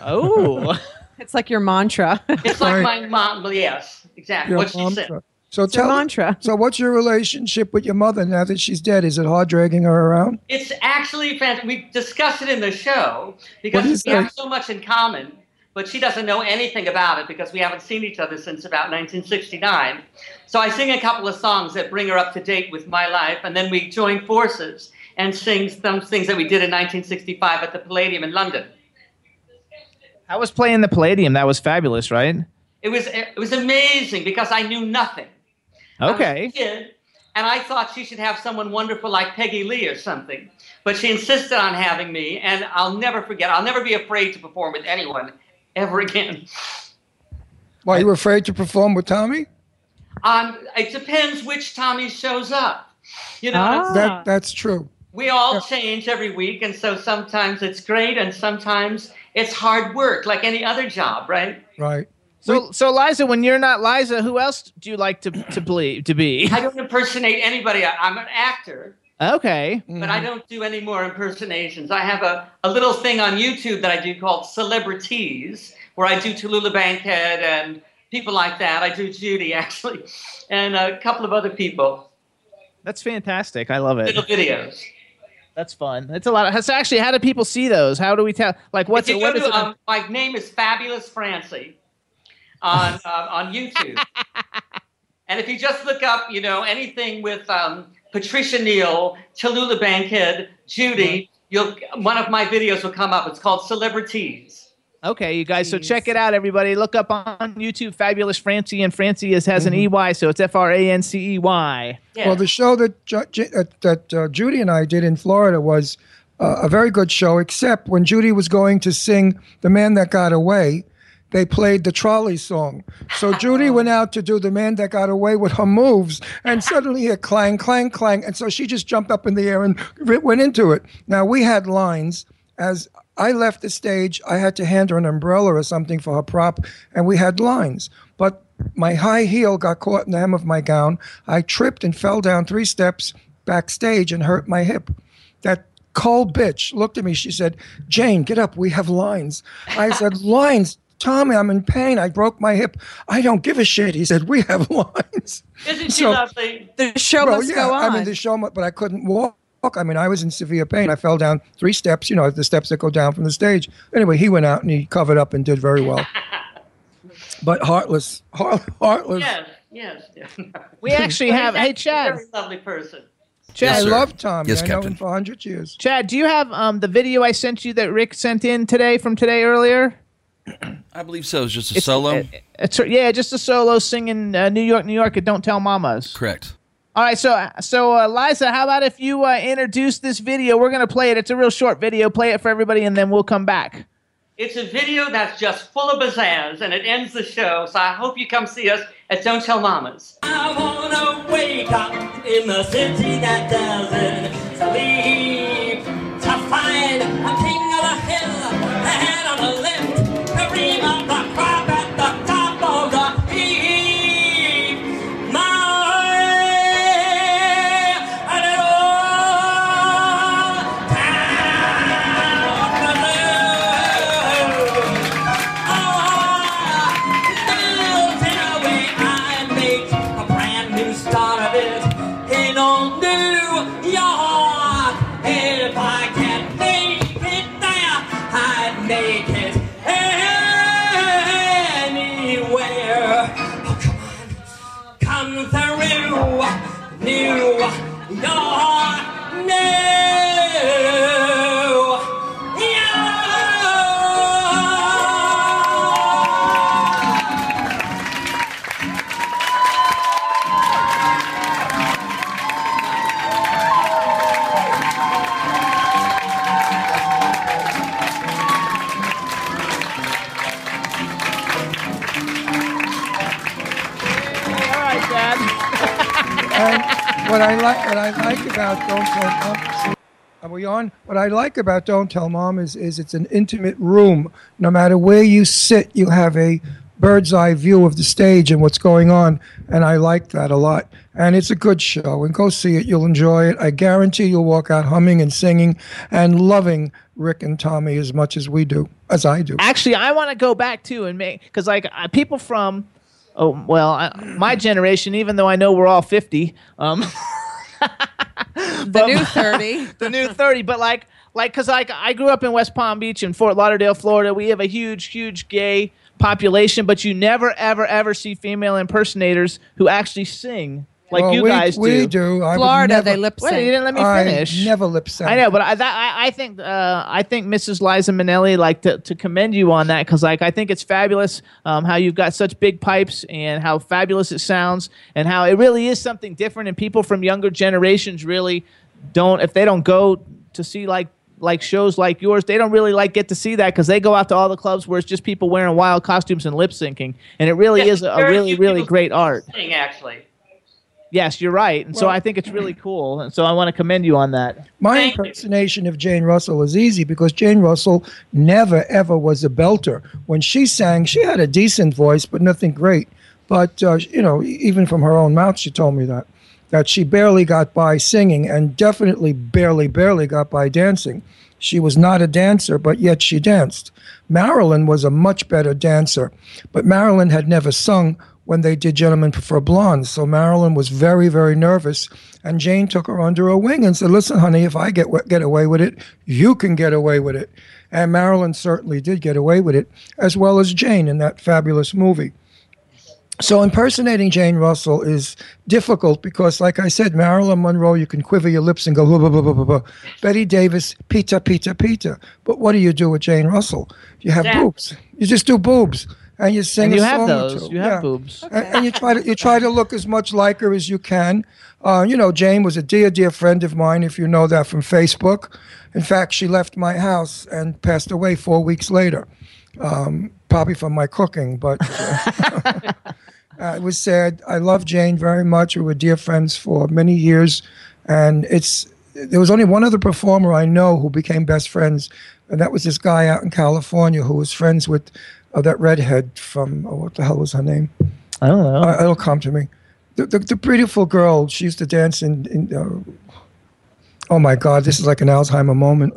Oh,
It's like your mantra.
It's like
Right.
my mom. Yes, exactly.
Your
What she
mom-
said.
So
It's your
tell
mantra.
So, what's your relationship with your mother now that she's dead? Is it hard dragging her around?
It's actually fantastic. We discussed it in the show because
What
we
is
have
that?
so much in common, but she doesn't know anything about it because we haven't seen each other since about 1969. So I sing a couple of songs that bring her up to date with my life, and then we join forces and sing some things that we did in 1965 at the Palladium in London.
I was playing the Palladium. That was fabulous, right?
It was it was amazing because I knew nothing. I was
Okay.
a kid, and I thought she should have someone wonderful like Peggy Lee or something. But she insisted on having me, and I'll never forget. I'll never be afraid to perform with anyone ever again.
Why you were afraid to perform with Tommy?
Um, it depends which Tommy shows up. You know,
Ah.
That that's true.
we all change every week, and so sometimes it's great, and sometimes it's hard work, like any other job, right?
Right.
So so Liza, when you're not Liza, who else do you like to to ble- to be?
I don't impersonate anybody. I, I'm an actor.
Okay.
but I don't do any more impersonations. I have a, a little thing on YouTube that I do called Celebrities, where I do Tallulah Bankhead and people like that. I do Judy, actually, and a couple of other people,
That's fantastic. I love it.
little videos.
That's fun. That's a lot. Of, so actually, how do people see those? How do we tell? Like, what's
if
it?
you
What
go
is
to,
it?
um, my name is Fabulous Francie on uh, on YouTube, and if you just look up, you know, anything with um, Patricia Neal, Tallulah Bankhead,
Mm-hmm.
Judy, you'll one of my videos will come up. It's called Celebrities.
Okay, you guys. So check it out, everybody. Look up on YouTube, Fabulous Francie, and Francie is, has an EY, so it's F R A N C E Y.
Yeah.
Mm-hmm. Well, the show that Ju- Ju- uh, that uh, Judy and I did in Florida was uh, a very good show, except when Judy was going to sing "The Man That Got Away." They played the trolley song. So Judy
Oh.
went out to do the man that got away with her moves, and suddenly a clang, clang, clang. And so she just jumped up in the air and r- went into it. Now, we had lines. As I left the stage, I had to hand her an umbrella or something for her prop, and we had lines. But my high heel got caught in the hem of my gown. I tripped and fell down three steps backstage and hurt my hip. That cold bitch looked at me. She said, Jane, get up. We have lines. I said, Lines? Tommy, I'm in pain. I broke my hip. I don't give a shit. He said, We have lines.
Isn't she
So-
lovely?
The show
Well,
must go on.
I mean, the show, mu- but I couldn't walk. I mean, I was in severe pain. I fell down three steps, you know, the steps that go down from the stage. Anyway, he went out and he covered up and did very well. but heartless, heart, heartless.
Yes, yes. yes.
We actually have. Hey, Chad.
Very lovely person.
Chad,
I
Yes, sir.
love Tommy.
Yes,
I know
Captain.
him for 100 years.
Chad, do you have um, the video I sent you that Rick sent in today from today earlier?
I believe so. It's just a solo.
Uh, it's- yeah, just a solo singing uh, "New York, New York" at "Don't Tell Mamas."
Correct.
All right, so so uh, Liza, how about if you uh, introduce this video? We're gonna play it. It's a real short video. Play it for everybody, and then we'll come back.
It's a video that's just full of pizzazz, and it ends the show. So I hope you come see us at Don't Tell Mamas.
I wanna wake up in the city that doesn't sleep. To find a king of the hill, a head on a lift, the ream of the crop at the top of the heap. My little town to live. I take it anywhere. Oh, come on, come through, new your new.
All right, Dad.
And what I like, what I like about Don't Tell Mom, are we on? What I like about Don't Tell Mom is, is it's an intimate room. No matter where you sit, you have a bird's eye view of the stage and what's going on, and I like that a lot. And it's a good show. And go see it; you'll enjoy it. I guarantee you'll walk out humming and singing and loving Rick and Tommy as much as we do, as I do.
Actually, I want to go back too and make because like I, people from, oh well, I, my generation. Even though I know we're all fifty, um,
The new 30.
the new 30 but like like because like i grew up in west palm beach and fort lauderdale florida we have a huge huge gay population but you never ever ever see female impersonators who actually sing like
Well,
you
we,
guys
we
do
do. I would
Florida,
never-
they lip
Wait, you
sync.
didn't let me
I
finish
never lip sync.
I know, but I, that, I, I think uh, I think Mrs. Liza Minnelli like to, to commend you on that because like I think it's fabulous um, how you've got such big pipes and how fabulous it sounds and how it really is something different and people from younger generations really don't if they don't go to see like like shows like yours they don't really like get to see that because they go out to all the clubs where it's just people wearing wild costumes and lip syncing and it really
Yeah,
is a, a
very
really
few
really
people
great art
Thing, actually.
yes you're right and so i think it's really cool and so i want to commend you on that
My
Thank you.
impersonation of Jane Russell is easy because Jane Russell never ever was a belter. When she sang, she had a decent voice, but nothing great. But uh, you know, even from her own mouth, she told me that that she barely got by singing and definitely barely barely got by dancing. She was not a dancer, but yet she danced. Marilyn was a much better dancer, but Marilyn had never sung when they did Gentlemen Prefer Blondes. So Marilyn was very, very nervous. And Jane took her under her wing and said, Listen, honey, if I get, wa- get away with it, you can get away with it. And Marilyn certainly did get away with it, as well as Jane in that fabulous movie. So impersonating Jane Russell is difficult because, like I said, Marilyn Monroe, you can quiver your lips and go, blah, blah, blah, blah, blah, blah. Betty Davis, Peter, Peter, Peter. But what do you do with Jane Russell? You have
Exactly.
boobs. You just do boobs. And you sing
and you
a
have
song or
those
two.
you have
Yeah.
boobs
And, and you try to you try to look as much like her as you can. Uh, you know, Jane was a dear, dear friend of mine. If you know that from Facebook, in fact, she left my house and passed away four weeks later, um, probably from my cooking. But uh, uh, it was sad. I love Jane very much. We were dear friends for many years, and it's there was only one other performer I know who became best friends, and that was this guy out in California who was friends with. Uh, that redhead from oh, what the hell was her name?
i don't know
Uh, it'll come to me. The, the, the beautiful girl, she used to dance in. in uh, oh my God, this is like an Alzheimer moment.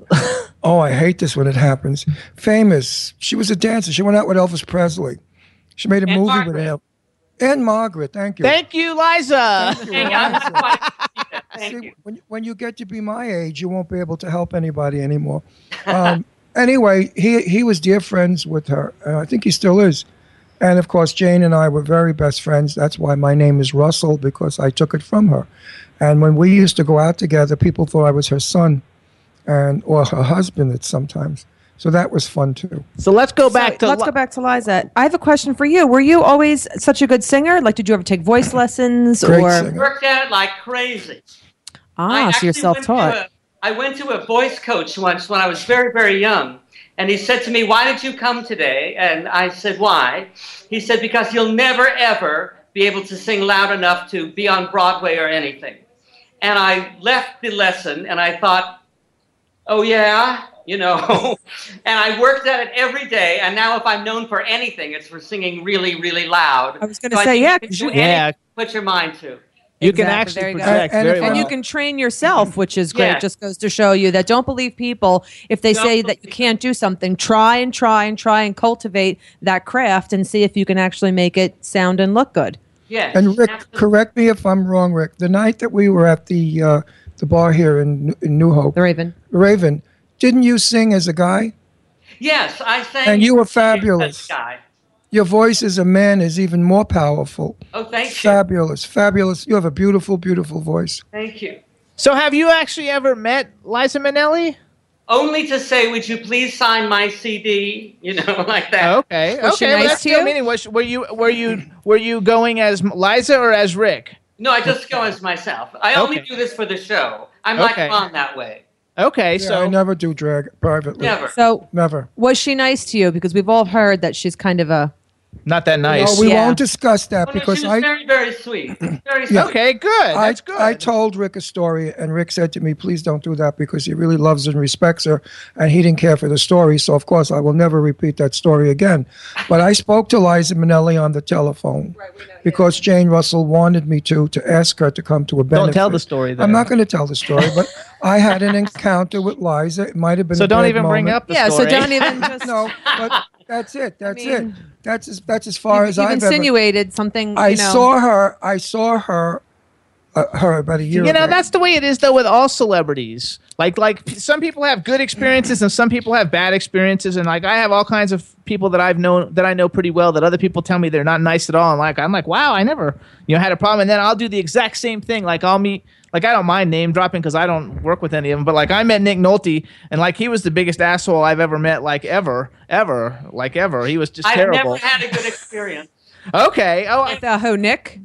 oh, I hate this when it happens. Famous. She was a dancer. She went out with Elvis Presley. She made a
And
movie
Margaret.
with him. And Margaret, thank you.
Thank you, Liza.
Hey, I'm
Eliza.
quite- Thank
See,
you.
When, when you get to be my age, you won't be able to help anybody anymore. Um, anyway, he, he was dear friends with her. and I think he still is. And of course, Jane and I were very best friends. That's why my name is Russell, because I took it from her. And when we used to go out together, people thought I was her son and or her husband at sometimes. So that was fun too.
So let's go back
So,
to
let's
Li-
go back to Liza. I have a question for you. Were you always such a good singer? Like, did you ever take voice lessons
Great
or
singer.
Worked at it like crazy.
ah?
actually
So you're
went to
self-taught.
a- I went to a voice coach once when I was very, very young. And he said to me, Why did you come today? And I said, Why? He said, Because you'll never, ever be able to sing loud enough to be on Broadway or anything. And I left the lesson and I thought, Oh, yeah, you know. and I worked at it every day. And now, if I'm known for anything, it's for singing really, really loud.
I was gonna
So think
say, yeah,
you can
'cause
do
you-
anything
Yeah.
you Put your mind to.
you can
Exactly, there
actually
you go.
project
And-
very
and-
well.
And you can train yourself, which is great.
Yeah.
It just goes to show you that don't believe people if they
Don't
say that you
believe
can't do something. Try and try and try and cultivate that craft and see if you can actually make it sound and look good.
Yeah.
And Rick,
absolutely.
correct me if I'm wrong, Rick. The night that we were at the uh, the bar here in, in New Hope,
The Raven.
Raven, didn't you sing as a guy?
Yes, I sang.
And you were
Touch
fabulous.
Guy.
Your voice as a man is even more powerful.
Oh, thank you.
Fabulous, fabulous. You have a beautiful, beautiful voice.
Thank you.
So, have you actually ever met Liza Minnelli?
Only to say, would you please sign my CD? You know, like that.
Oh,
Okay,
Was she
okay.
nice
well, that's
to
still
you?
meaning. Was, were you were you were you going as Liza or as Rick?
No, I just go as myself. I only
Okay.
do this for the show. I'm
Okay.
like Ron that way.
Okay,
Yeah,
so
I never do drag privately.
Never.
So
Never.
was she nice to you? Because we've all heard that she's kind of a
not that nice.
No, we
Yeah.
won't discuss that
Oh, no,
because
she was
I,
very, very sweet. Very sweet.
Yeah.
okay, good.
I,
That's good.
I told Rick a story, and Rick said to me, "Please don't do that because he really loves and respects her, and he didn't care for the story. So of course, I will never repeat that story again." But I spoke to Liza Minnelli on the telephone because Jane Russell wanted me to to ask her to come to a benefit.
don't tell the story. Then.
I'm not going to tell the story, but I had an encounter with Liza. It might have been
So
a
don't
bad
even bring
moment.
up the
yeah.
story.
So don't even just
No, but that's it. That's
mean,
it. That's as that's as far as
you've
I've ever.
insinuated something.
I
you know,
saw her. I saw her. Uh, her about a year
You know,
ago.
that's the way it is though with all celebrities. Like like p- some people have good experiences and some people have bad experiences and like I have all kinds of people that I've known that I know pretty well that other people tell me they're not nice at all and like I'm like, "Wow, I never, you know, had a problem." And then I'll do the exact same thing. Like I'll meet like I don't mind name dropping because I don't work with any of them, but like I met Nick Nolte and like he was the biggest asshole I've ever met like ever, ever, like ever. He was just
I've
terrible.
never had a good experience.
okay. Oh, I-
with uh, Ho Nick.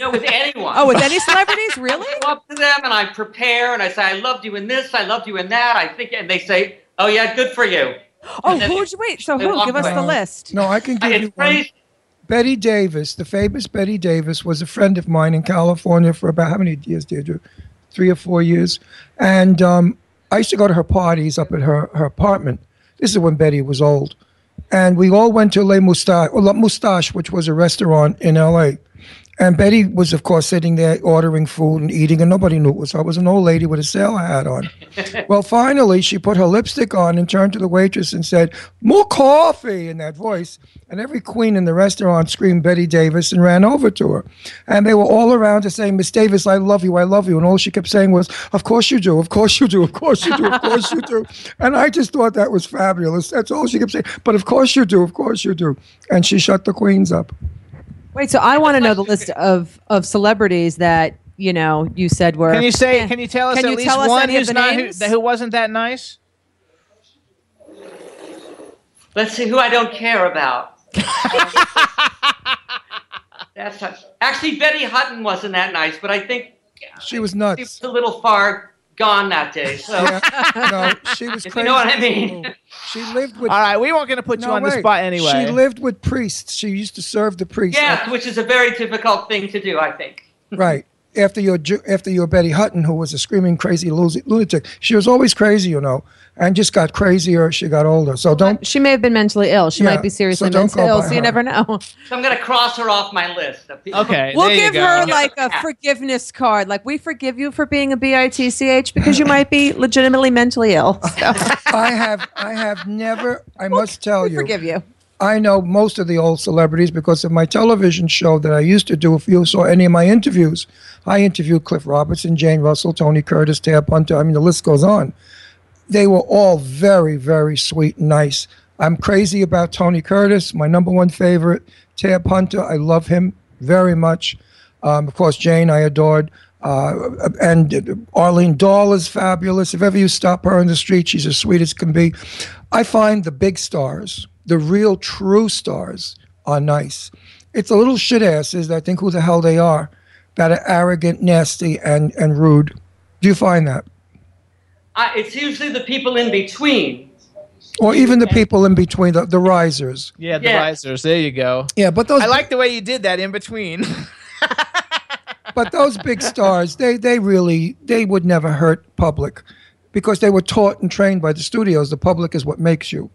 No, with anyone.
Oh, with any celebrities, really?
I go up to them and I prepare and I say, I loved you in this, I loved you in that. I think, and they say, Oh yeah, good for you.
Oh,
And then
who'd you wait? So
they
who?
walk
Give us the
Uh,
list.
No, I can give you
It's
one.
crazy.
Betty Davis, the famous Betty Davis, was a friend of mine in California for about how many years, Deirdre? Three or four years. And um, I used to go to her parties up at her, her apartment. This is when Betty was old. And we all went to Les Moustaches, or La Moustache, which was a restaurant in LA. And Betty was, of course, sitting there ordering food and eating, and nobody knew it was her. It was an old lady with a sailor hat on. well, finally, she put her lipstick on and turned to the waitress and said, More coffee in that voice. And every queen in the restaurant screamed Betty Davis and ran over to her. And they were all around her saying, Miss Davis, I love you, I love you. And all she kept saying was, Of course you do, of course you do, of course you do, of course you do. And I just thought that was fabulous. That's all she kept saying. But of course you do, of course you do. And she shut the queens up.
Wait. So I want to know the list of of celebrities that you know you said were.
can you say
Eh.
can you tell us
Can
at
you
least
tell us
one
any of
who's
the
not who,
names?
that- who wasn't that nice?
Let's see who I don't care about. That's not- actually Betty Hutton wasn't that nice, but I think
She was
she was
nuts.
a little far gone that day. So
no, she was
if
crazy.
you know what I mean.
She lived with
All right, we weren't going to put you
No,
on the
wait.
spot anyway.
She lived with priests. She used to serve the priests.
yes, which is a very difficult thing to do, I think.
Right. After your Ju- after your Betty Hutton, who was a screaming crazy lu- lunatic, she was always crazy, you know, and just got crazier as she got older. So don't.
She may have been mentally ill. She
Yeah,
might be
so
seriously
don't
mentally
go
ill.
by
So you
her.
never know.
So I'm gonna cross her off my list of people.
Okay,
We'll
there you
give
go.
her like a forgiveness card. Like we forgive you for being a bitch because you might be legitimately mentally ill. So
I have I have never. I must tell
we
you.
forgive you.
I know most of the old celebrities because of my television show that I used to do. If you saw any of my interviews, I interviewed Cliff Robertson, Jane Russell, Tony Curtis, Tab Hunter. I mean, the list goes on. They were all very, very sweet and nice. I'm crazy about Tony Curtis, my number one favorite. Tab Hunter, I love him very much. Um, of course, Jane, I adored. Uh, and Arlene Dahl is fabulous. If ever you stop her in the street, she's as sweet as can be. I find the big stars, the real true stars, are nice. It's the little shit asses that think who the hell they are that are arrogant, nasty, and, and rude. Do you find that?
I, it's usually the people in between.
Or even the people in between, the, the risers.
Yeah, the
Yeah.
risers. There you go.
Yeah, but those
I like the way you did that in between.
but those big stars, they they really they would never hurt public because they were taught and trained by the studios. The public is what makes you.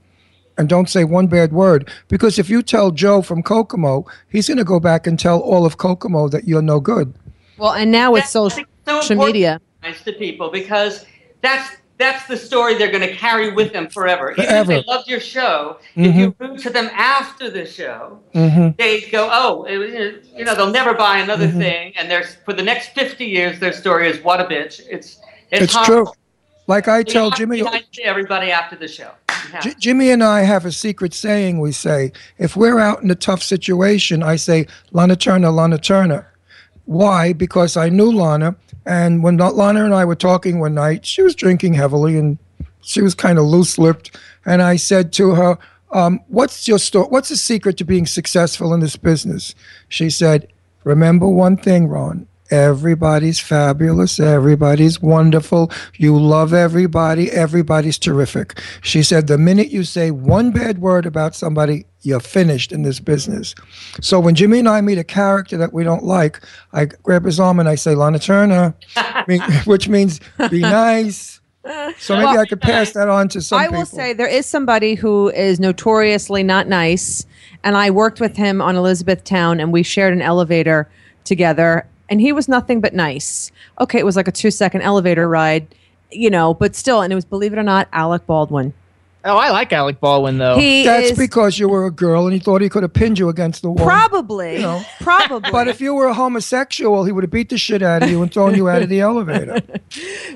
And don't say one bad word because if you tell Joe from Kokomo, he's going to go back and tell all of Kokomo that you're no good.
Well, and now with
That's so
social
important
media.
Nice to people because that's that's the story they're going to carry with them forever. Even if
Forever. Mm-hmm.
they loved your show, if you rude to them after the show, they go, "Oh, it was, you know, they'll never buy another
Mm-hmm.
thing." And there's for the next fifty years, their story is what a bitch. It's it's,
It's, true.
horrible.
Like I
You
tell
have to be
Jimmy,
nice to everybody after the show.
J- Jimmy and I have a secret saying we say. If we're out in a tough situation, I say, Lana Turner, Lana Turner. Why? Because I knew Lana, and when La- Lana and I were talking one night, she was drinking heavily and she was kind of loose lipped. And I said to her, um, What's your story? What's the secret to being successful in this business? She said, Remember one thing, Ron. Everybody's fabulous. Everybody's wonderful. You love everybody. Everybody's terrific. She said, the minute you say one bad word about somebody, you're finished in this business. So when Jimmy and I meet a character that we don't like, I grab his arm and I say, Lana Turner, me- which means be nice. So maybe
Well,
I could pass that on to some
I
people.
will say there is somebody who is notoriously not nice, and I worked with him on Elizabethtown, and we shared an elevator together, and he was nothing but nice. Okay, it was like a two-second elevator ride, you know, but still, and it was believe it or not, Alec Baldwin.
Oh, I like Alec Baldwin though.
He
That's
is
because you were a girl and he thought he could have pinned you against the wall.
probably, probably.
But if you were a homosexual, he would have beat the shit out of you and thrown you out of the elevator.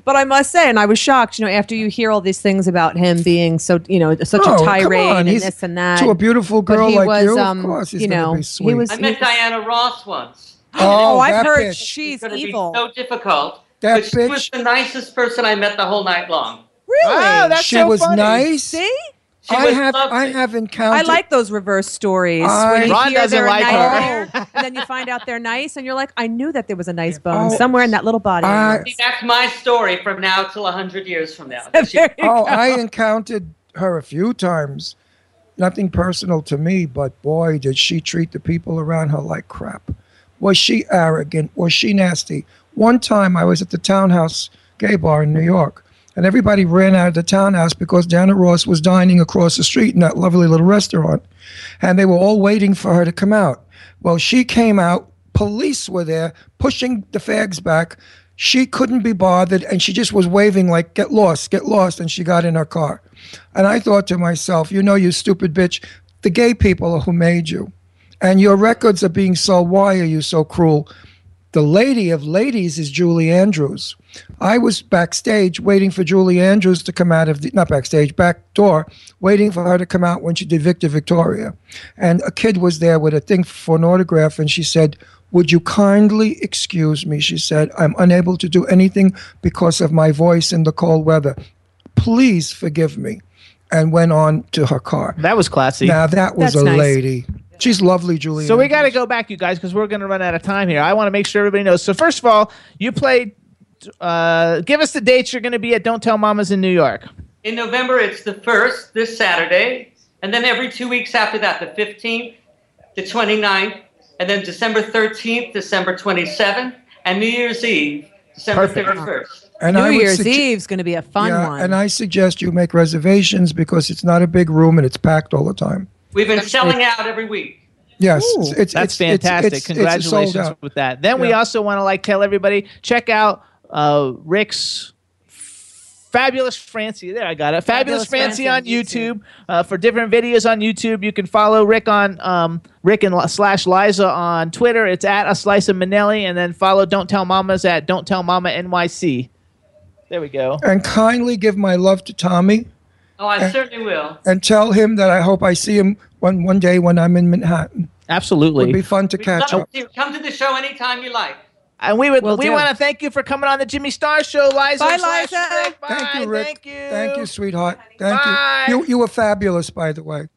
But I must say, and I was shocked, you know, after you hear all these things about him being so, you know, such
Oh,
a
come
tirade
on,
and
he's-
this and that.
to a beautiful
But
girl
he
like
was,
you,
um,
of course, he's
you
gonna
know,
be
he
sweet.
was-
I met Diana Ross once.
oh, I've
that
heard
bitch.
she's
It's gonna
evil.
Be so difficult.
That
but she was
bitch.
the nicest person I met the whole night long.
really?
Oh, that's
she
so
was
funny.
nice.
See,
She
I
was
have
lovely.
I have encountered.
I like those reverse stories.
I-
when you
Ron
hear
doesn't
they're
like
nice,
her.
and then you find out they're nice, and you're like, I knew that there was a nice bone
Oh.
somewhere in that little body. of
I-
yours."
See, that's my story from now till 100 years from now. She-
Uh, There you
Oh,
go.
I encountered her a few times. Nothing personal to me, but boy, did she treat the people around her like crap. Was she arrogant? Was she nasty? One time I was at the townhouse gay bar in New York, and everybody ran out of the townhouse because Dana Ross was dining across the street in that lovely little restaurant, and they were all waiting for her to come out. Well, she came out, police were there pushing the fags back. She couldn't be bothered, and she just was waving, like, get lost, get lost, and she got in her car. And I thought to myself, you know, you stupid bitch, the gay people are who made you, and your records are being sold. Why are you so cruel? The lady of ladies is Julie Andrews. I was backstage waiting for Julie Andrews to come out of the, not backstage, back door, waiting for her to come out when she did Victor Victoria. And a kid was there with a thing for an autograph, and she said, Would you kindly excuse me? She said, I'm unable to do anything because of my voice in the cold weather. Please forgive me. And went on to her car.
That was classy.
Now, that was
That's
a
nice.
lady. She's lovely, Julie.
So we got
Andrews.
to go back, you guys, because we're going to run out of time here. I want to make sure everybody knows. So first of all, you played. Uh, give us the dates you're going to be at. Don't tell Mamas in New York.
In November, it's the 1st, this Saturday. And then every two weeks after that, the 15th, the 29th, and then December 13th, December 27th, and New Year's Eve, December
Perfect.
31st.
And I
New
would
Year's
sugge-
Eve's going to be a fun
yeah,
one.
and I suggest you make reservations because it's not a big room and it's packed all the time.
We've been selling out every week.
Yes,
Ooh,
it's, it's it's-
That's
it's-
fantastic.
it's- it's
Congratulations
sold out.
with that. Then we
Yeah.
also want to like tell everybody check out uh, Rick's Fabulous Francie. There, I got it. Fabulous,
Fabulous
Francie
Francie
on
on
YouTube, Uh, for different videos on YouTube. You can follow Rick on um, Rick and Li- slash Liza on Twitter. It's at a slice of Manelli, and then follow Don't Tell Mamas at Don't Tell Mama NYC. There we go.
And kindly give my love to Tommy
Oh, I certainly will.
and tell him that I hope I see him one one day when I'm in Manhattan. It would be
Absolutely.
fun to
We'd
catch
love
up.
to see you. Come to the show anytime you like.
And we would
Will
we
do.
want to thank you for coming on the Jimmy Star Show, Liza.
Bye,
slash
Liza.
Rick. Bye.
Thank you, Rick.
Thank you.
Thank you, sweetheart. Thank
Bye.
you. You you were fabulous, by the way.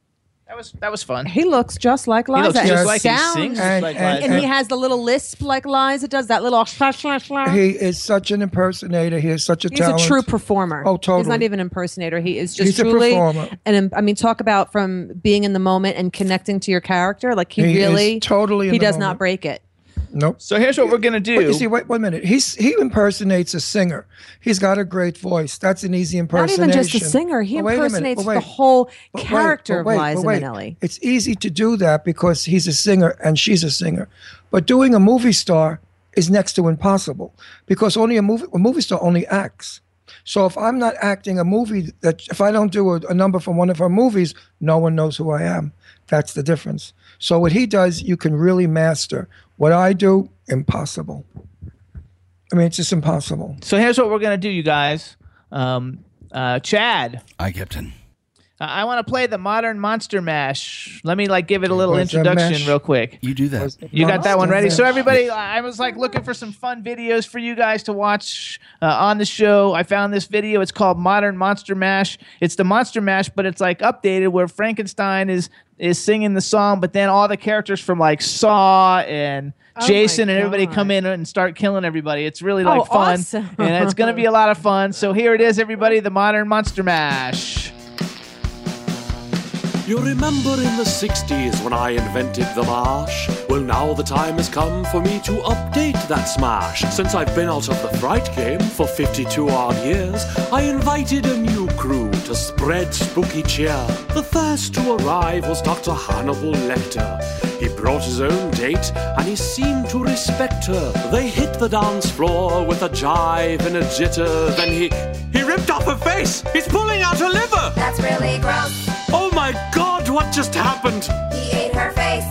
That was that was fun.
he looks just like Liza.
looks
and
just
like he
sounds-
sings
And-
like
and-
and
Liza.
he has the little lisp like Liza does. That little.
He is such an impersonator. He is such a
He's
talent.
a true performer.
Oh,
He's not
totally.
even an impersonator. He is just
He's a
truly
performer.
And I mean, talk about from being in the moment and connecting to your character. Like he,
He is
really
totally in
he
the
does
moment.
not break it.
Nope.
So here's what we're gonna do.
But you see, wait one minute. He's he impersonates a singer. He's got a great voice. That's an easy
Not
impersonation.
even just a singer. He
But wait a minute,
impersonates
but wait.
the whole
But wait, but
character
wait,
of Liza
but wait.
Minnelli.
It's easy to do that because he's a singer and she's a singer. But doing a movie star is next to impossible because only a movie a movie star only acts. So if I'm not acting a movie that if I don't do a, a number from one of her movies, no one knows who I am. That's the difference. So what he does, you can really master. What I do, impossible. I mean, it's just impossible.
so here's what we're gonna do, you guys. Um, uh, Chad,
I, Captain.
Uh, I want to play the modern Monster Mash. Let me like give it a little
Monster
introduction
Mash.
real quick.
You do that.
You got that one
Monster
ready. So
Mash.
everybody, I was like looking for some fun videos for you guys to watch uh, on the show. I found this video. It's called Modern Monster Mash. It's the Monster Mash, but it's like updated where Frankenstein is is singing the song, but then all the characters from like Saw and
Oh my
Jason and everybody
God.
come in and start killing everybody. It's really like
Oh,
fun,
awesome.
and it's gonna be a lot of fun. So here it is, everybody. The Modern Monster Mash.
You remember in the 60s when I invented the marsh? Well, now the time has come for me to update that smash. Since I've been out of the fright game for 52 odd years, I invited a new crew to spread spooky cheer. The first to arrive was Dr. Hannibal Lecter. He brought his own date and he seemed to respect her. They hit the dance floor with a jive and a jitter. Then he. He ripped off her face! He's pulling out her liver!
That's really gross.
Oh my god, what just happened?
He ate her face.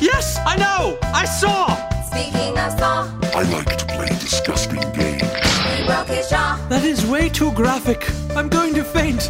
Yes, I know! I saw!
Speaking of saw,
I like to play disgusting games.
he broke his jaw.
That is way too graphic. I'm going to faint.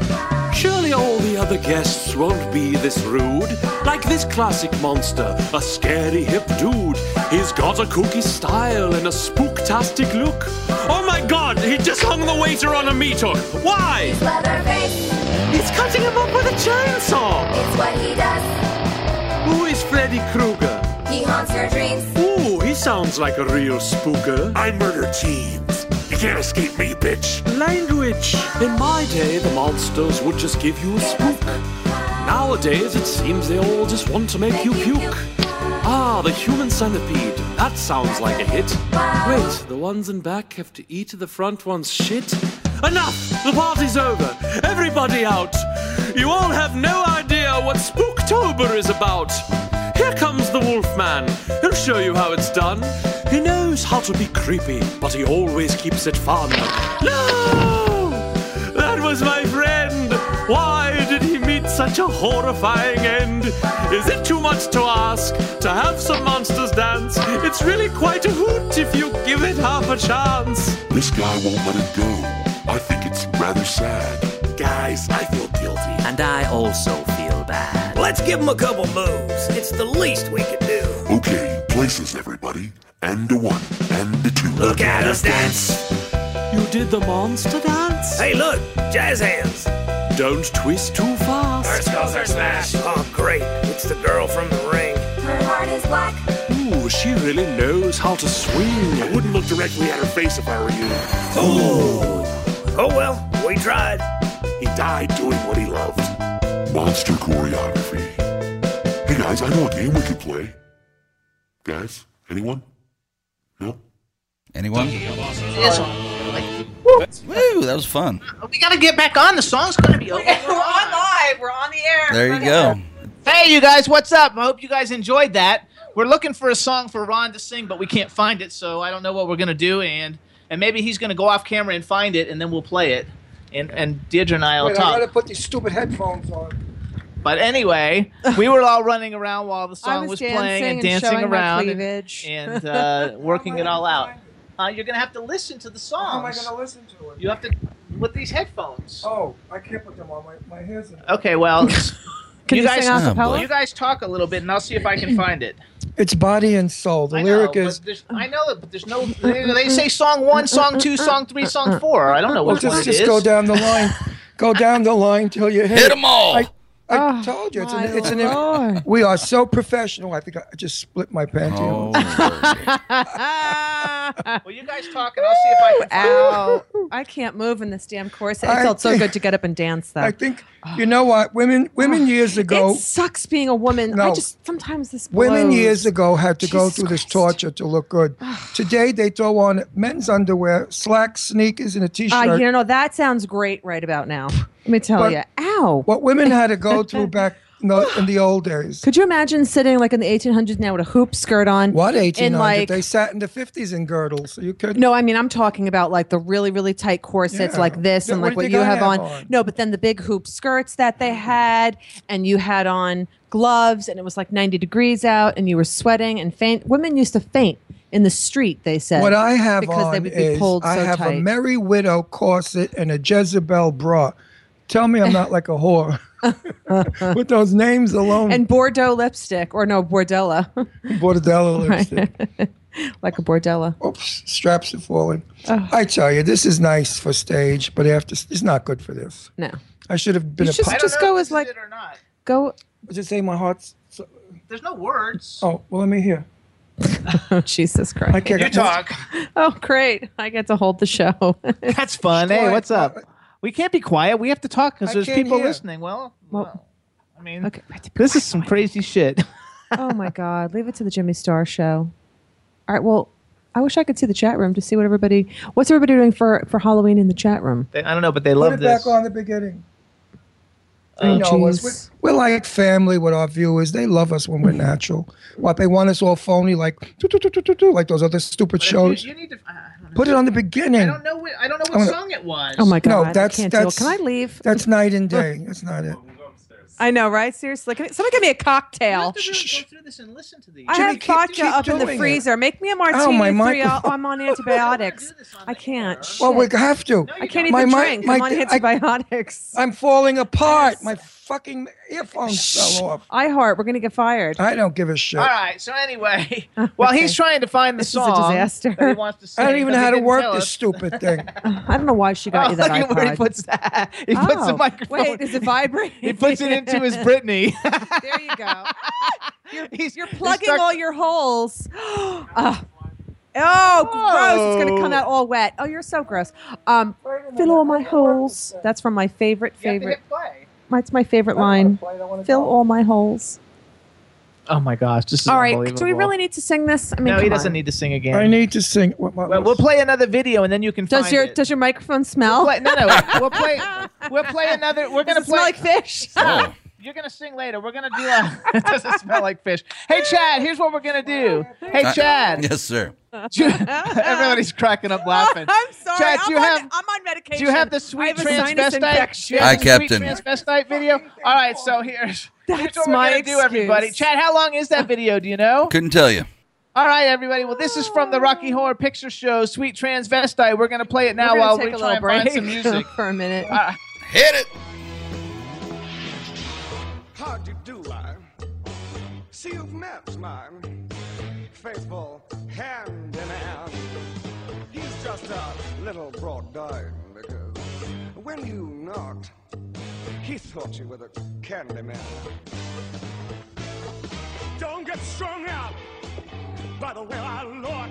Surely all the other guests won't be this rude. Like this classic monster, a scary hip dude. He's got a kooky style and a spooktastic look. Oh my god, he just hung the waiter on a meat hook. Why?
Leather face.
He's cutting him up with a chainsaw.
It's what he does.
Who is Freddy Krueger?
He haunts your dreams.
Ooh, he sounds like a real spooker. I murder teens. You can't escape me, bitch. Language. In my day, the monsters would just give you a spook. Nowadays, it seems they all just want to make you puke. Ah, the human centipede. That sounds like a hit. Wait, the ones in back have to eat the front one's shit? Enough! The party's over. Everybody out. You all have no idea what Spooktober is about. Here comes the Wolfman. He'll show you how it's done. He knows how to be creepy, but he always keeps it fun. No! That was my friend! Why did he meet such a horrifying end? Is it too much to ask to have some monsters dance? It's really quite a hoot if you give it half a chance.
This guy won't let it go. I think it's rather sad. Guys, I feel guilty.
And I also feel bad.
Let's give him a couple moves. It's the least we can do.
Okay, places, everybody. And a one, and a two.
Look at us dance.
You did the monster dance?
Hey, look, jazz hands.
Don't twist too
Our
fast.
skulls are smashed. Oh, great. It's the girl from the ring.
Her heart is black.
Ooh, she really knows how to swing.
I wouldn't look directly at her face if I were you.
Oh, well, we tried.
He died doing what he loved. Monster choreography. Hey guys, I know a game we could play. Guys, anyone? No?
Anyone?
This one.
Woo! That was fun.
We got to get back on. The song's gonna be over.
We're on live. We're on the air.
There you go.
Hey, you guys, what's up? I hope you guys enjoyed that. We're looking for a song for Ron to sing, but we can't find it, so I don't know what we're gonna do. And and maybe he's gonna go off camera and find it, and then we'll play it. And and Deirdre and I will
Wait, I
talk.
gotta put these stupid headphones on.
But anyway, we were all running around while the
I
song
was,
playing and dancing
showing my
around and,
cleavage.
and uh, working
How am
it
I
all out.
gonna find-
Uh, you're gonna have to listen to the
How am I
songs.
gonna listen to it?
You have to with these headphones.
Oh, I can't put them on. My, my hair's in
Okay, well,
Can
you
you,
guys-
sing
Oh,
acapella?
boy.
you guys talk a little bit, and I'll see if I can find it.
It's body and soul. The
I
lyric
know,
is
But there's- I know, but there's no. They, they say song one, song two, song three, song four. I don't know
Well,
what
just
one it
just
is.
go down the line, go down the line till you hit.
Hit them all. Ah,
I, I
Oh,
told you, it's
my
an, it's an.
Lord.
We are so professional. I think I just split my panty.
Oh,
Oh.
Lord.
Well, you guys talk, and I'll see if I can. find it.
Ow. I can't move in this damn corset. It
I
felt so
think-
good to get up and dance, though. Ah,
I think you know what women women years ago
It sucks being a woman. I
No.
just sometimes this
women
blows.
years ago had to go
Jesus
through this
Christ. Ah.
torture to look good. Today they throw on men's underwear, slacks, sneakers, and a
Uh,
t-shirt.
you know that sounds great right about now. Let me tell
But-
you. Ow.
what women had to go through back in the, in the old days.
Could you imagine sitting like in the 1800s now with a hoop skirt on?
What eighteen
And
hundred?
like
they sat in the fifties in girdles, so you could.
No, I mean I'm talking about like the really really tight corsets
Yeah.
like this
Yeah,
and
what
like
did
what
they
you
have
have on.
on? Mm-hmm.
No, but then the big hoop skirts that they had and you had on gloves and it was like 90 degrees out and you were sweating and faint. Women used to faint in the street, they said.
What I have
because
on
they would be
is
pulled
I
so
have a
tight.
Merry Widow corset and a Jezebel bra. Tell me I'm not like a whore. With those names alone.
and Bordeaux lipstick, or no, Bordella,
Bordadella lipstick.
like a Bordella.
Oops, straps are falling. I tell you, this is nice for stage, but after it's not good for this.
No.
I should have been
You
a
should
pop-
just go as like go.
Just say my heart's.
There's no words.
Oh well, let me hear.
Oh, Jesus Christ!
I can't- You talk.
Oh, great! I get to hold the show.
That's fun. Hey, what's
uh,
up? We can't be quiet. We have to talk because
I
there's
can't
people
hear.
listening. Well, well, I mean,
okay.
this is some crazy shit.
oh my God! Leave it to the Jimmy Star show. All right. Well, I wish I could see the chat room to see what everybody. What's everybody doing for for Halloween in the chat room?
They- I don't know, but they
Put
love
it
this.
back on the beginning.
Oh,
You know us.
jeez.
We're, we're like family with our viewers. They love us when we're natural. What they want us all phony, like "Doo, doo, doo, doo, doo, doo," like those other stupid shows.
You need to. uh,
Put it on the beginning.
I don't know. What, I don't know
I
what
wanna-
song it was.
Oh
No, that's that's.
leave?
That's night and day. That's not it.
I know, right? Seriously, Can- somebody give me a cocktail.
Go through this and listen to these.
I have vodka up in the
doing it. Oh,
freezer. Make me a martini.
my
three. I'll-
microphone.
I'm on antibiotics. I can't.
Oh,
Well, we
Shit.
have to.
I can't even
mi-
drink. I'm on
I-
antibiotics.
I'm falling apart. My fucking earphones fell off.
iHeart, we're gonna get fired.
I don't give a shit.
All right. So anyway, while he's trying to find the
This is a
song,
disaster.
that he wants to sing,
I don't even know how to work this
this.
stupid thing.
I don't know why she got
Oh,
you that
look at where he
iPod.
puts that. He puts the
Oh,
microphone.
Wait, does it vibrate?
He puts it into his Britney.
there you go. You're, you're plugging
stuck-
all your holes. Ah. Oh, gross! It's gonna come out all wet. Oh, you're so gross. Um, fill all my holes. That's from my favorite favorite. That's my favorite line. Fill all my holes.
oh my gosh, this is
All right.
unbelievable.
Do we really need to sing this? I mean,
no, he
come
doesn't
on.
need to sing again.
I need to sing. What, what,
Well, we'll play another video and then you can
Does
find
your
it.
does your microphone smell?
Play- no, no, we'll play. We'll play another. We're
Does
gonna
it smell
play.
like fish?
Stop. Oh, You're gonna sing later. We're gonna do a. it doesn't smell like fish. Hey Chad, here's what we're gonna do. Hey
I-
Chad.
yes, sir.
Everybody's cracking up laughing.
I'm sorry.
Chad,
I'm
do you
on,
have-
I'm on medication.
Do you have the
I
sweet
have a sinus
transvestite?
infection.
Do you have
I,
the sweet
Captain.
transvestite video. All right, so here's here's
That's
what we're
my
gonna do, everybody.
excuse.
Chad, how long is that video? Do you know?
Couldn't tell you.
All right, everybody. Well, this is from
Oh.
the Rocky Horror Picture Show, Sweet Transvestite. We're gonna play it now
We're gonna
while
take
we
a
try
little
and
break
find some music.
for a minute.
Uh,
Hit it.
How do do I? See you've met my faithful hand in hand. He's just a little brought down because when you knocked, he thought you were the candy man.
Don't get strung out by the way I look.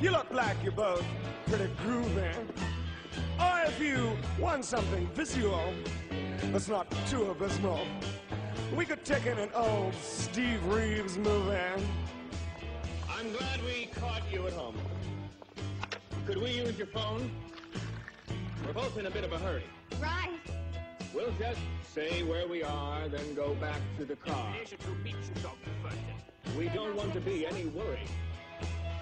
You look like you're both pretty groovy. Or if you want something visual that's not too abysmal, we could take in an old Steve Reeves movie.
I'm glad we caught you at home. Could we use your phone? We're both in a bit of a hurry.
Right.
We'll just say where we are, then go back to the car. We don't want to be any worry.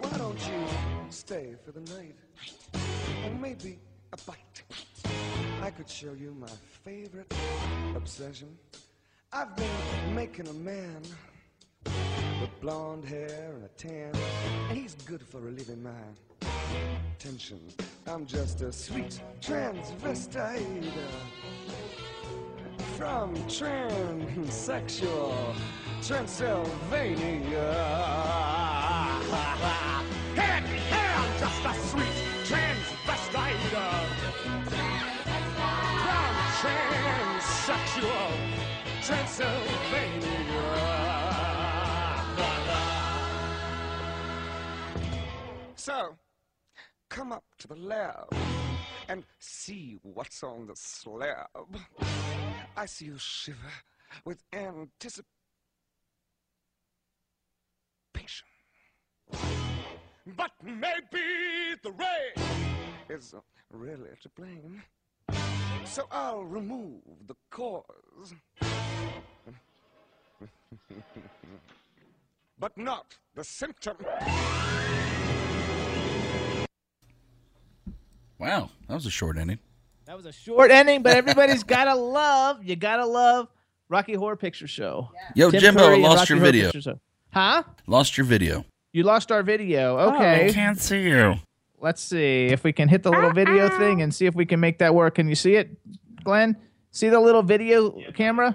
Why don't you stay for the night? Or maybe a bite. I could show you my favorite obsession. I've been making a man with blonde hair and a tan, and he's good for relieving my tension. I'm just a sweet transvestite uh, from transsexual Transylvania.
Heck, hey, I'm just a sweet transvestite. From
sexual Transylvania.
So, come up to the lab and see what's on the slab. I see you shiver with anticipation. But maybe the rain is really to blame. So I'll remove the cause. but not the symptom.
Wow, that was a short ending.
That was a short ending, but everybody's gotta love. You gotta love Rocky Horror Picture Show.
Yo,
Tim
Jimbo,
Curry and
lost
Rocky
your
Horror
video.
Picture Show. Huh?
Lost your video.
You lost our video.
Oh,
Okay.
I can't see you.
Let's see if we can hit the little video thing and see if we can make that work. Can you see it, Glenn? See the little video camera?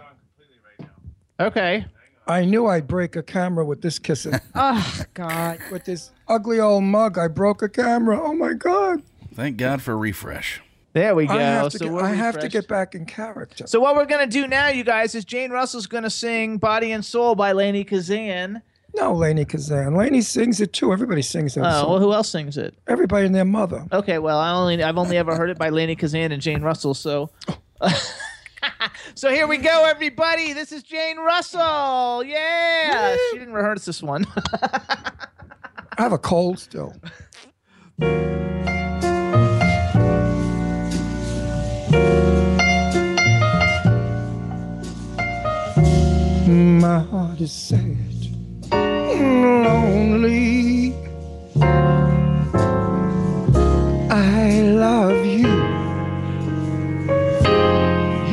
Okay.
I knew I'd break a camera with this kissing.
oh, God.
With this ugly old mug, I broke a camera. Oh my God.
Thank God for a refresh.
There we
I have, to,
so
get,
we're
I have to
refreshed.
get back in character.
So what we're gonna do now, you guys, is Jane Russell's gonna sing "Body and Soul" by Lainey Kazan.
No, Laney Kazan. Laney sings it too. Everybody sings
Oh,
that song.
well, who else sings it?
Everybody and their mother.
Okay, well, I only I've only ever heard it by Lainey Kazan and Jane Russell. So, so here we go, everybody. This is Jane Russell. Oh, Yeah, she didn't rehearse this one.
I have a cold still. My heart is sad, lonely. I love you.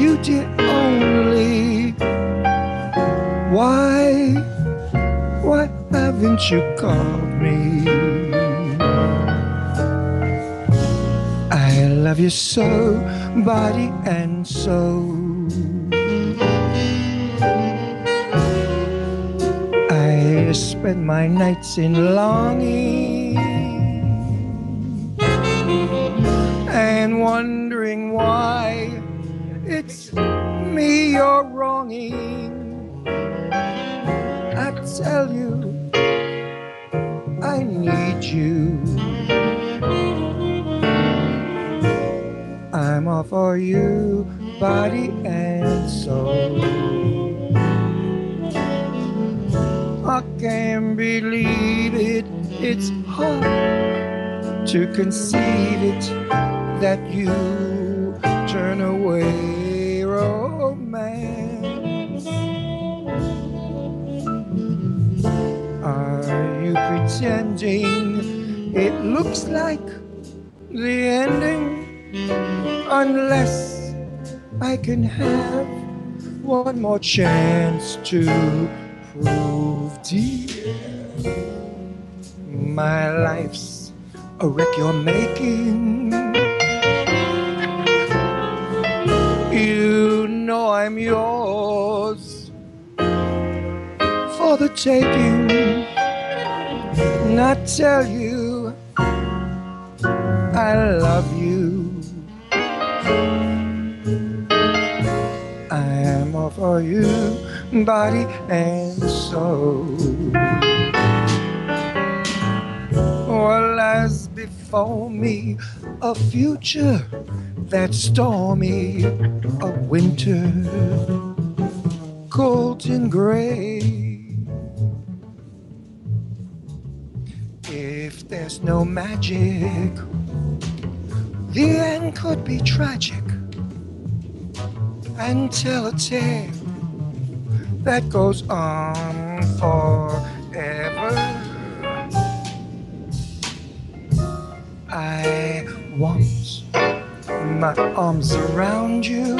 You did only. Why? Why haven't you called me? I love you so, body and soul. I spend my nights in longing and wondering why it's me you're wronging. I tell you, I need you. I'm all for you, body and soul. I can't believe it, it's hard to conceive it that you turn away romance. Are you pretending it looks like the ending? Unless I can have one more chance to prove, dear, my life's a wreck you're making. You know I'm yours for the taking. And I tell you, I love you. I'm all for you, body and soul. What lies before me? A future that's stormy, a winter cold and gray. If there's no magic, the end could be tragic and tell a tale that goes on forever. I want my arms around you.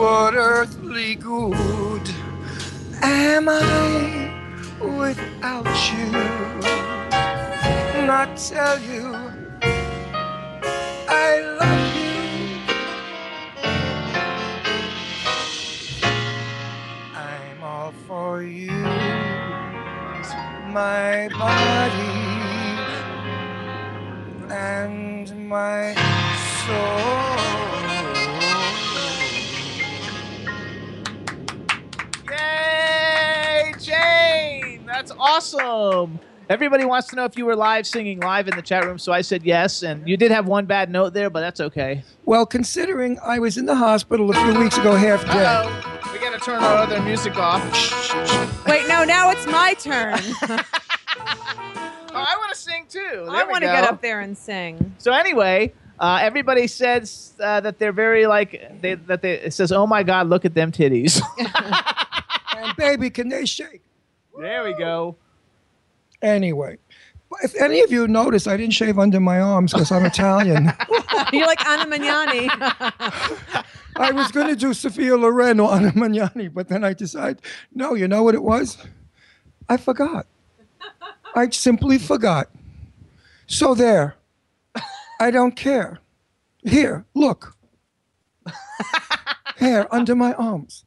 What earthly good am I without you? And I tell you, I love you. I'm all for you, my body and my soul.
awesome. Everybody wants to know if you were live singing live in the chat room, so I said yes. And you did have one bad note there, but that's okay.
Well, considering I was in the hospital a few weeks ago, half dead.
Uh-oh. We gotta turn our other music off. Oh,
Wait, no, now it's my turn.
I want to sing too.
I
There we
want to
go.
get up there and sing.
So anyway, uh, everybody says uh, that they're very like they, that. They it says, "Oh my God, look at them titties."
and baby, can they shake?
There we go.
Anyway, if any of you notice, I didn't shave under my arms because I'm Italian.
You're like Anna Magnani.
I was going to do Sophia Loren or Anna Magnani, but then I decided, no, you know what it was? I forgot. I simply forgot. So there. I don't care. Here, look. Hair under my arms.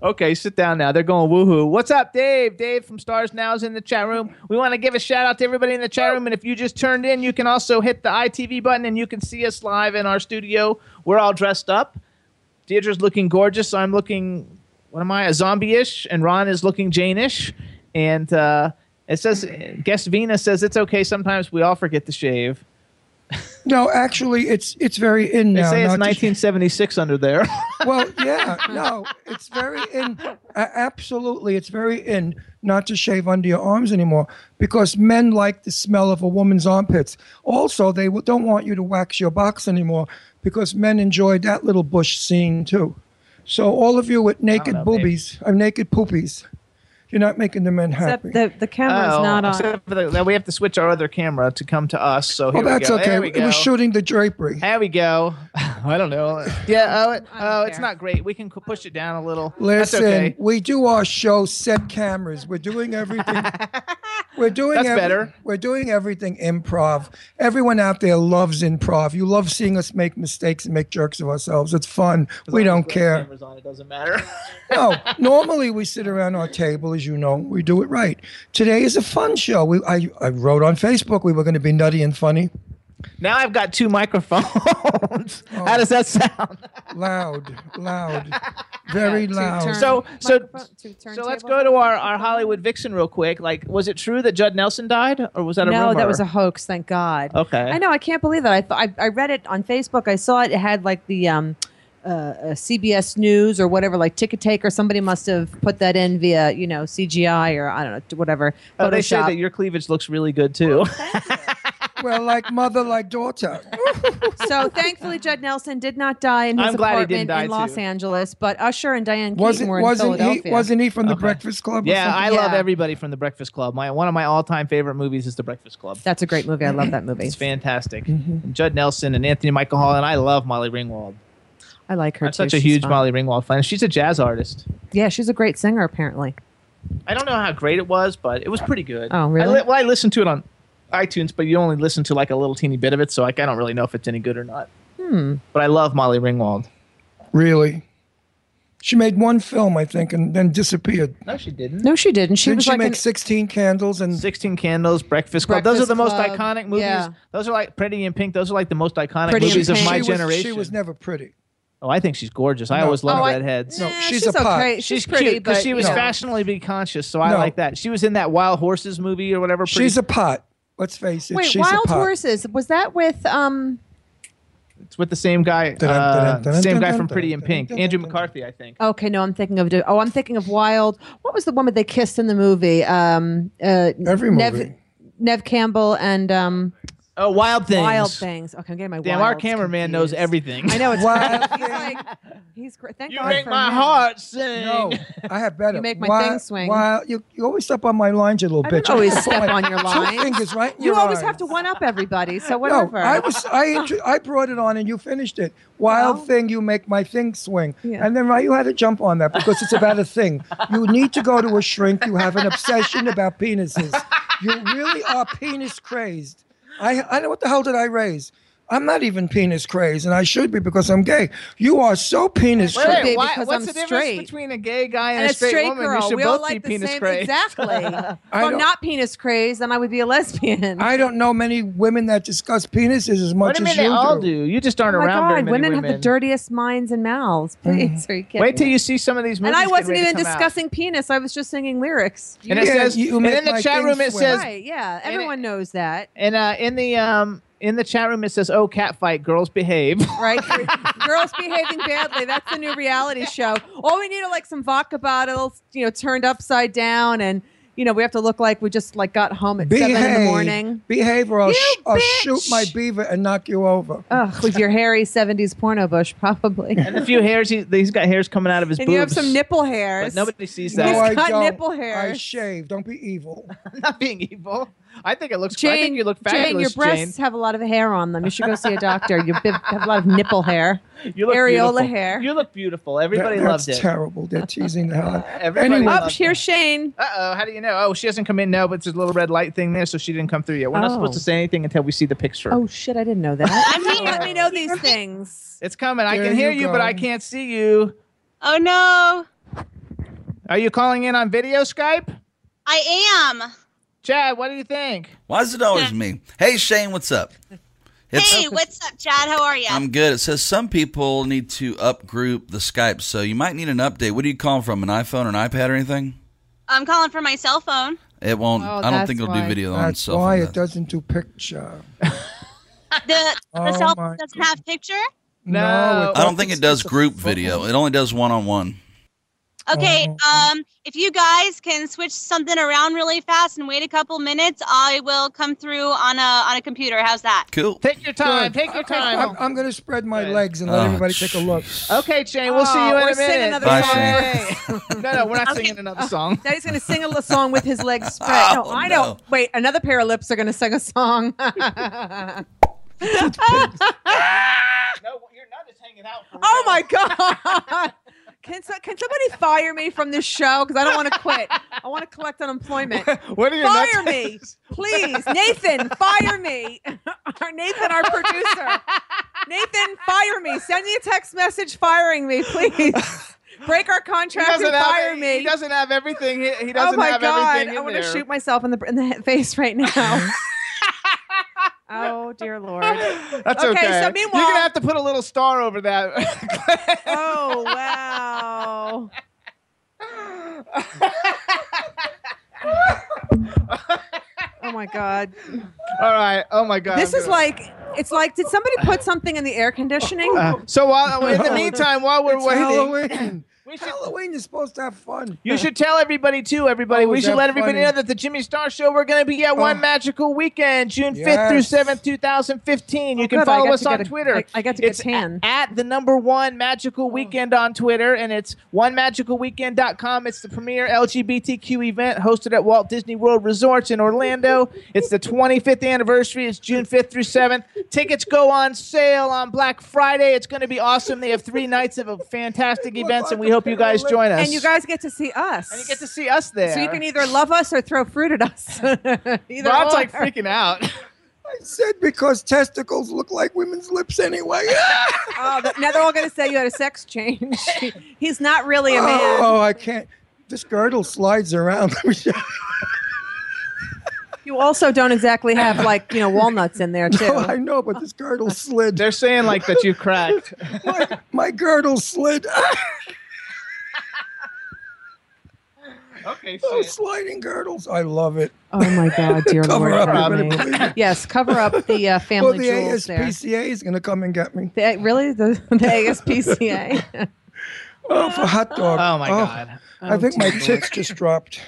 Okay, sit down now. They're going woohoo. What's up, Dave? Dave from Stars Now is in the chat room. We want to give a shout out to everybody in the chat room. And if you just turned in, you can also hit the ITV button and you can see us live in our studio. We're all dressed up. Deirdre's looking gorgeous. I'm looking, what am I, a zombie ish? And Ron is looking Jane ish. And uh, it says, guest Vina says, it's okay. Sometimes we all forget to shave.
No, actually, it's it's very in
They
now.
say it's
not to-
1976 under there.
well, yeah, no, it's very in. a- absolutely, it's very in not to shave under your arms anymore because men like the smell of a woman's armpits. Also, they w- don't want you to wax your box anymore because men enjoy that little bush scene too. So, all of you with naked
know, maybe.
boobies, or naked poopies, you're not making the men happy.
the
camera's not on.
Oh, except for the- now we have to switch our other camera to come to us. So here
oh, that's
we go.
okay.
There we
It was
go.
shooting the drapery.
There we go. I don't know. Yeah. Oh, it, oh it's not great. We can c- push it down a little.
Listen,
That's okay.
we do our show set cameras. We're doing everything. we're doing
That's better.
We're doing everything improv. Everyone out there loves improv. You love seeing us make mistakes and make jerks of ourselves. It's fun. We don't care.
Cameras on. It doesn't matter.
No, normally we sit around our table, as you know. We do it right. Today is a fun show. We, I, I wrote on Facebook we were going to be nutty and funny.
Now I've got two microphones. How does that sound?
Oh. Loud, loud, very loud.
So, so, so let's go to our, our Hollywood vixen real quick. Like, was it true that Judd Nelson died, or was that a
no,
rumor?
that was a hoax. Thank God.
Okay.
I know. I can't believe that. I, th- I I read it on Facebook. I saw it. It had like the um, uh, uh, CBS News or whatever, like Ticket Take, or somebody must have put that in via you know CGI or I don't know whatever.
Oh, they say
Photoshop.
that your cleavage looks really good too.
well, like mother, like daughter.
so thankfully, Judd Nelson did not die in his
I'm glad he
apartment
didn't
in
die, too.
Los Angeles. But Usher and Diane Keaton
Wasn't
were in
wasn't
Philadelphia.
he wasn't he from the Breakfast Club? or
yeah, I
something?
love everybody from The Breakfast Club. My one of my all time favorite movies is The Breakfast Club.
That's a great movie. I love that movie.
It's fantastic.
Mm-hmm.
And Judd Nelson and Anthony Michael Hall, and I love Molly Ringwald.
I like her
I'm
too.
such a
She's
huge
fun.
Molly Ringwald fan. She's a jazz artist.
Yeah, she's a great singer apparently.
I don't know how great it was, but it was pretty good.
Oh, really?
I li- well, I listened to it on iTunes, but you only listen to like a little teeny bit of it, so like I don't really know if it's any good or not.
Hmm.
But I love Molly Ringwald.
Really? She made one film, I think, and then disappeared.
No, she didn't.
No, she didn't. She
Didn't
was
she
like
make
an-
16 Candles and
16 Candles, Breakfast Club. Those are
Breakfast
the most
Club,
iconic movies.
yeah.
Those are like Pretty in Pink. Those are like the most iconic
Pretty in
movies of
Pink.
my
she Was,
generation.
she was never pretty.
oh, I think she's gorgeous. I
No.
always loved
Oh, I-
redheads.
No,
Eh,
she's, a pot.
okay. She's, pretty,
cute because
but
she was
you know.
fashionably conscious, so I
No.
like that. She was in that Wild Horses movie or whatever. pretty-
She's a pot. Let's face it.
Wait,
she's
Wild
a pot.
Horses was that with um?
It's with the same guy,
Dun,
uh,
dun, dun, dun,
same guy
dun,
from
dun,
Pretty in Pink, Andrew McCarthy, I think.
Okay, no, I'm thinking of. di- Oh, I'm thinking of Wild. What was the woman they kissed in the movie? Um, uh,
Every
Nev,
movie.
Nev Campbell and um,
Oh, Wild Things.
Wild Things. Okay, I'm getting my
Damn, our
wilds
cameraman knows everything.
confused. I know it's
Wild
he's like he's great. Thank
You
God
make
for
my
him.
heart sing.
No, I have better.
You make my
Wild-
thing swing.
Wild- you, you always step on my lines, you little
I
bitch.
don't always
put
step
my
on your
Two
lines.
fingers right in
You
your
always
eye.
have to one up everybody. So
No,
whatever.
I was I intro- I brought it on and you finished it. Wild
Well.
thing, you make my thing swing,
Yeah.
and then right, you had to jump on that because it's about a thing. You need to go to a shrink. You have an obsession about penises. You really are penis crazed. I I don't what the hell did I raise? I'm not even penis crazed, and I should be because I'm gay. You are so penis
Wait, wait,
crazed.
why- what's the difference between a gay guy and,
and a straight,
woman?
girl.
You should
we
both
all like
be
the
penis
same.
crazed.
Exactly. if I'm
don't-
not penis crazed, then I would be a lesbian.
I don't know many women that discuss penises as much
do you
as
mean they
you
all
do. You just aren't
oh my
around very
God,
many
women, have the
women.
dirtiest minds and mouths.
Mm-hmm.
Please, are you kidding
Wait till
me?
you see some of these movies.
And I
get
wasn't
ready to
even
come out.
discussing penis. I was just singing lyrics.
And it says, and in the chat room it says,
right, yeah, everyone knows that.
and uh, in the um, in the chat room it says, "Oh, cat fight, girls behave."
Right, girls behaving badly. That's the new reality show. All we need are like some vodka bottles, you know, turned upside down, and you know we have to look like we just like got home at seven in the morning.
Behave or I'll, sh- I'll shoot my beaver and knock you over.
Ugh, with your hairy '70s porno bush, probably.
and a few hairs. He, he's got hairs coming out of his
And
boobs.
you have some nipple hairs.
But nobody sees
No,
that.
I He's got don't. nipple
I
hairs.
shave. Don't be evil.
not being evil. I think it looks.
Jane,
I think you look
Jane, your
fabulous,
breasts have a lot of hair on them. You should go see a doctor. You bi- have a lot of nipple hair,
You look
areola
beautiful.
hair.
You look beautiful. Everybody
That-
loved
that's
it.
terrible. They're teasing the hell out.
Everybody
Anyway.
loved
Oh,
Here's Shane.
Uh oh, how do you know? Oh, she hasn't come in. No, but there's a little red light thing there, so she didn't come through yet. We're not
Oh.
supposed to say anything until we see the picture.
Oh shit! I didn't know that.
I mean,
let me know these things.
It's coming. I
There
can hear
you
you, but
go.
I can't see you.
Oh no,
Are you calling in on video Skype?
I am.
Chad, what do you think?
Why is it always me? Hey, Shane, what's up? It's,
Hey, what's up, Chad? How are you?
I'm good. It says some people need to upgroup the Skype, so you might need an update. What do you call from? An iPhone, an iPad, or anything?
I'm calling from my cell phone.
It won't.
Oh,
I don't
that's
think it'll do
why.
video on
That's
cell
why
phone.
it doesn't do picture.
The,
Oh,
the cell
my
phone doesn't have picture.
No,
I don't think it does group video. It only does one on one.
Okay,
Oh.
um, if you guys can switch something around really fast and wait a couple minutes, I will come through on a on a computer. How's that?
Cool.
Take your time.
Good.
Take your
Okay,
time.
I'm, I'm going to spread my legs and let
Oh,
everybody take a look.
Okay, Shane, we'll see
Oh,
you in
we're
a
singing
minute.
another
Bye,
no, no, we're not singing another song.
Daddy's gonna sing a song with his legs spread. No,
Oh,
I
no.
don't. Wait, another pair of lips are gonna sing a song. oh Oh my god! Can so, can somebody fire me from this show? Because I don't want to quit. I want to collect unemployment.
What are your
fire
next-
me, please, Nathan? Fire me, our Nathan, our producer. Nathan, fire me. Send me a text message firing me, please. Break our contract and
have
fire
it-
me.
He doesn't have everything. He, he doesn't
oh my
have
god!
everything.
I
in
want to
there.
shoot myself in the in the face right now. oh dear lord.
That's okay.
So
you're
meanwhile,
gonna have to put a little star over that.
oh wow. oh my god.
All right. Oh my god.
this
I'm
is
gonna-
like it's like did somebody put something in the air conditioning?
Uh, so while in the meantime, while we're
It's
waiting,
Halloween. Halloween is supposed to have fun.
You should tell everybody too, everybody.
Oh,
we
is
should
that
let everybody
funny? Ah.
know that the Jimmy Star Show we're going to be at one magical weekend, June fifth through
Yes.
seventh, two thousand fifteen. You
Oh,
can
good, I
follow
got
us
to
on
get a-
Twitter.
I- I got to get
it's a-
tan. Oh.
At, the number one magical weekend on Twitter, and it's onemagicalweekend.com. It's the premier LGBTQ event hosted at Walt Disney World Resorts in Orlando. It's the twenty fifth anniversary. It's June fifth through seventh. Tickets go on sale on Black Friday. It's going to be awesome. They have three nights of fantastic events, and we hope you guys join us.
And you guys get to see us. And you get
to see us there.
So you can either love us or throw fruit at us. either
Rob's
or.
like freaking out.
I said because testicles look like women's lips anyway.
Oh, th- now they're all going to say you had a sex change. He's not really a man.
Oh, I can't. This girdle slides around. Let me show you.
You also don't exactly have like you know walnuts in there too.
No, I know, but this girdle slid.
They're saying like that you cracked.
my, my girdle slid.
okay,
oh, sliding girdles. I love it.
Oh my God, dear
Cover up,
Lord, help
you're
me.
gonna believe it.
Yes, cover up the uh,
well,
family
the
jewels there.
ASPCA is going to come and get me.
The, really, the, the ASPCA.
Oh, for hot dog.
Oh, my God.
I
Oh,
think my
dear Lord.
tits just dropped.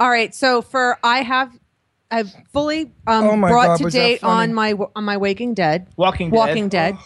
All right, so for I have, I've fully um,
Oh my
brought
God,
to
was that
date
funny? Oh.
on my on my Waking Dead,
Walking Dead.
Walking Dead.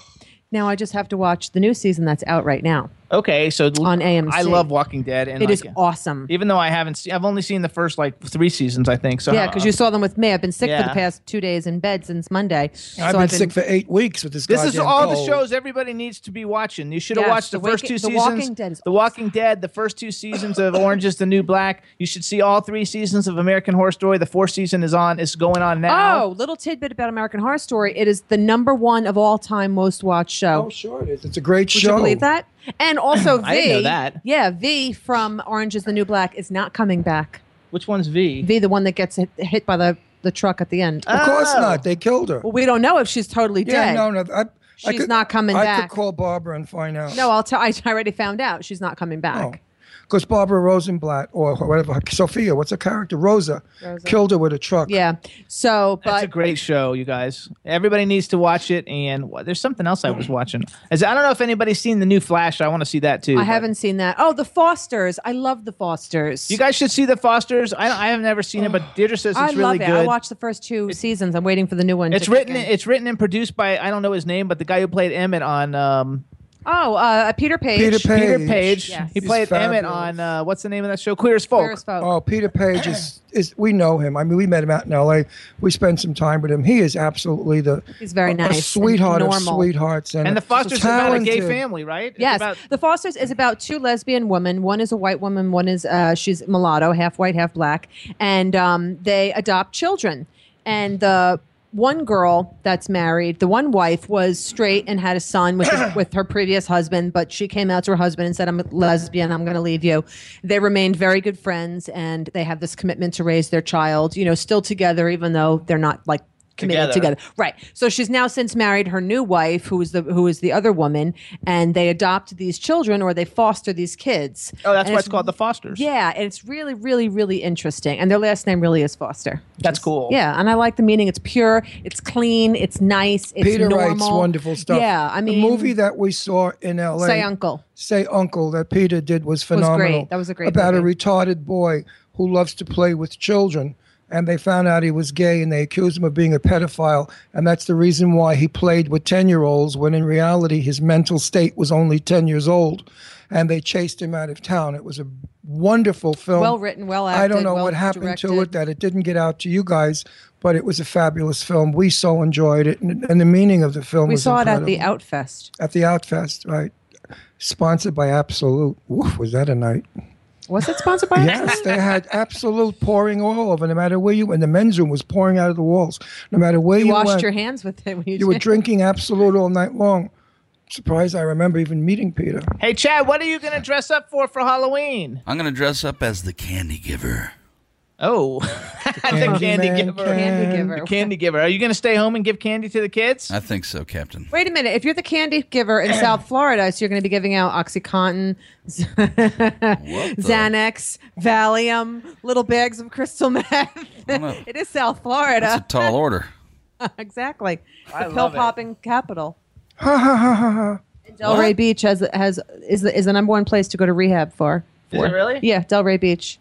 Now I just have to watch the new season that's out right now.
Okay, so
on AMC.
I love Walking Dead, and
It
like,
is awesome.
Even though I haven't, seen, I've only seen the first like three seasons, I think. So
yeah, because you saw them with me. I've been sick for
Yeah.
the past two days in bed since Monday. So
I've been, sick for eight weeks with this.
This is
goddamn
all
cold.
the shows everybody needs to be watching. You should have
Yes,
watched the,
The
first
Waking-
two
The
seasons.
Walking Dead is
The Walking Dead, the first two seasons of Orange is the New Black. You should see all three seasons of American Horror Story. The fourth season is on. It's going on now.
Oh, little tidbit about American Horror Story. It is the number one of all time most watched show. Oh,
sure it is. It's a great
Would
show.
you believe that? And also, V.
I didn't know that.
Yeah, V from Orange is the New Black is not coming back.
Which one's V?
V, the one that gets hit, hit by the, the truck at the end. Oh.
Of course
Oh.
not. They killed her.
Well, we don't know if she's totally
yeah,
dead.
no, no. I, I
She's
could-
not coming
I
back.
could call Barbara and find out.
No, I'll tell. I already found out she's not coming back.
Because Barbara Rosenblatt or whatever, Sophia, what's her character? Rosa,
Rosa.
killed her with a truck.
Yeah. So,
but it's a great show, you guys. Everybody needs to watch it. And what, there's something else I was watching. As I don't know if anybody's seen the new Flash. I want to see that too.
I haven't seen that. Oh, the Fosters. I love the Fosters.
You guys should see the Fosters. I, I have never seen it, but Deirdre says it's
I
really
love it. I
good.
watched the first two seasons. I'm waiting for the new one.
It's
to kick
written.
in.
It's written and produced by I don't know his name, but the guy who played Emmett on um,
Oh, uh, Peter Page.
Peter Page. He
He's
played Emmett
fabulous.
on uh, what's the name of that show? Queer as Folk.
Oh, Peter Page is, is we know him. I mean, we met him out in L.A. We spent some time with him. He is absolutely the
He's very
a- a
nice and
sweetheart of
normal.
sweethearts, and,
And the
so
Fosters is about a gay
talented.
family, right? It's
Yes,
about-
the Fosters is about two lesbian women. One is a white woman. One is uh, she's mulatto, half white, half black, and um, they adopt children. And the one girl that's married, the one wife, was straight and had a son with with her previous husband, but she came out to her husband and said, "I'm a lesbian. I'm going to leave you." They remained very good friends, and they have this commitment to raise their child. You know, still together, even though they're not like committed
Together.
together. Right. So she's now since married her new wife, who is the who is the other woman, and they adopt these children or they foster these kids.
Oh, that's
And
why it's called the Fosters.
Yeah, and it's really, really, really interesting. And their last name really is Foster.
That's cool.
Yeah, and I like the meaning. It's pure, it's clean, it's nice, it's
Peter
normal.
writes wonderful stuff.
Yeah, I mean,
the movie that we saw in L.A.
Say Uncle.
Say Uncle that Peter did was phenomenal.
That was a great
about
movie.
a retarded boy who loves to play with children. And they found out he was gay, and they accused him of being a pedophile, and that's the reason why he played with ten-year-olds when in reality his mental state was only ten years old. And they chased him out of town. It was a wonderful film,
Well written, well
I don't
acted,
know
well
what happened to it
directed.
that it didn't get out to you guys, but it was a fabulous film. We so enjoyed it, and, and the meaning of the film.
we
was
saw
incredible.
it at the Outfest.
At the Outfest, right? Sponsored by Absolute. Woof, was that a night?
Was it sponsored by
Yes, they had Absolute pouring all over. No matter where you and the men's room was pouring out of the walls. No matter where you,
You washed
went,
your hands with it when you,
You were
did.
drinking Absolute all night long. Surprised I remember even meeting Peter.
Hey, Chad, what are you going to dress up for for Halloween?
I'm gonna dress up as the candy giver.
Oh, the candy
man
giver.
Candy giver.
The candy giver. Are you going to stay home and give candy to the kids?
I think so, Captain.
Wait a minute. If you're the candy giver in South Florida, so you're going to be giving out OxyContin, Z- Xanax, Valium, little bags of crystal meth.
know.
it is South
That's
Florida.
a tall order.
exactly.
I
The pill
love it.
popping capital.
Ha ha ha ha ha.
Delray Beach has has is the, is the number one place to go to rehab for.
Is it
for.
really?
Yeah, Delray Beach.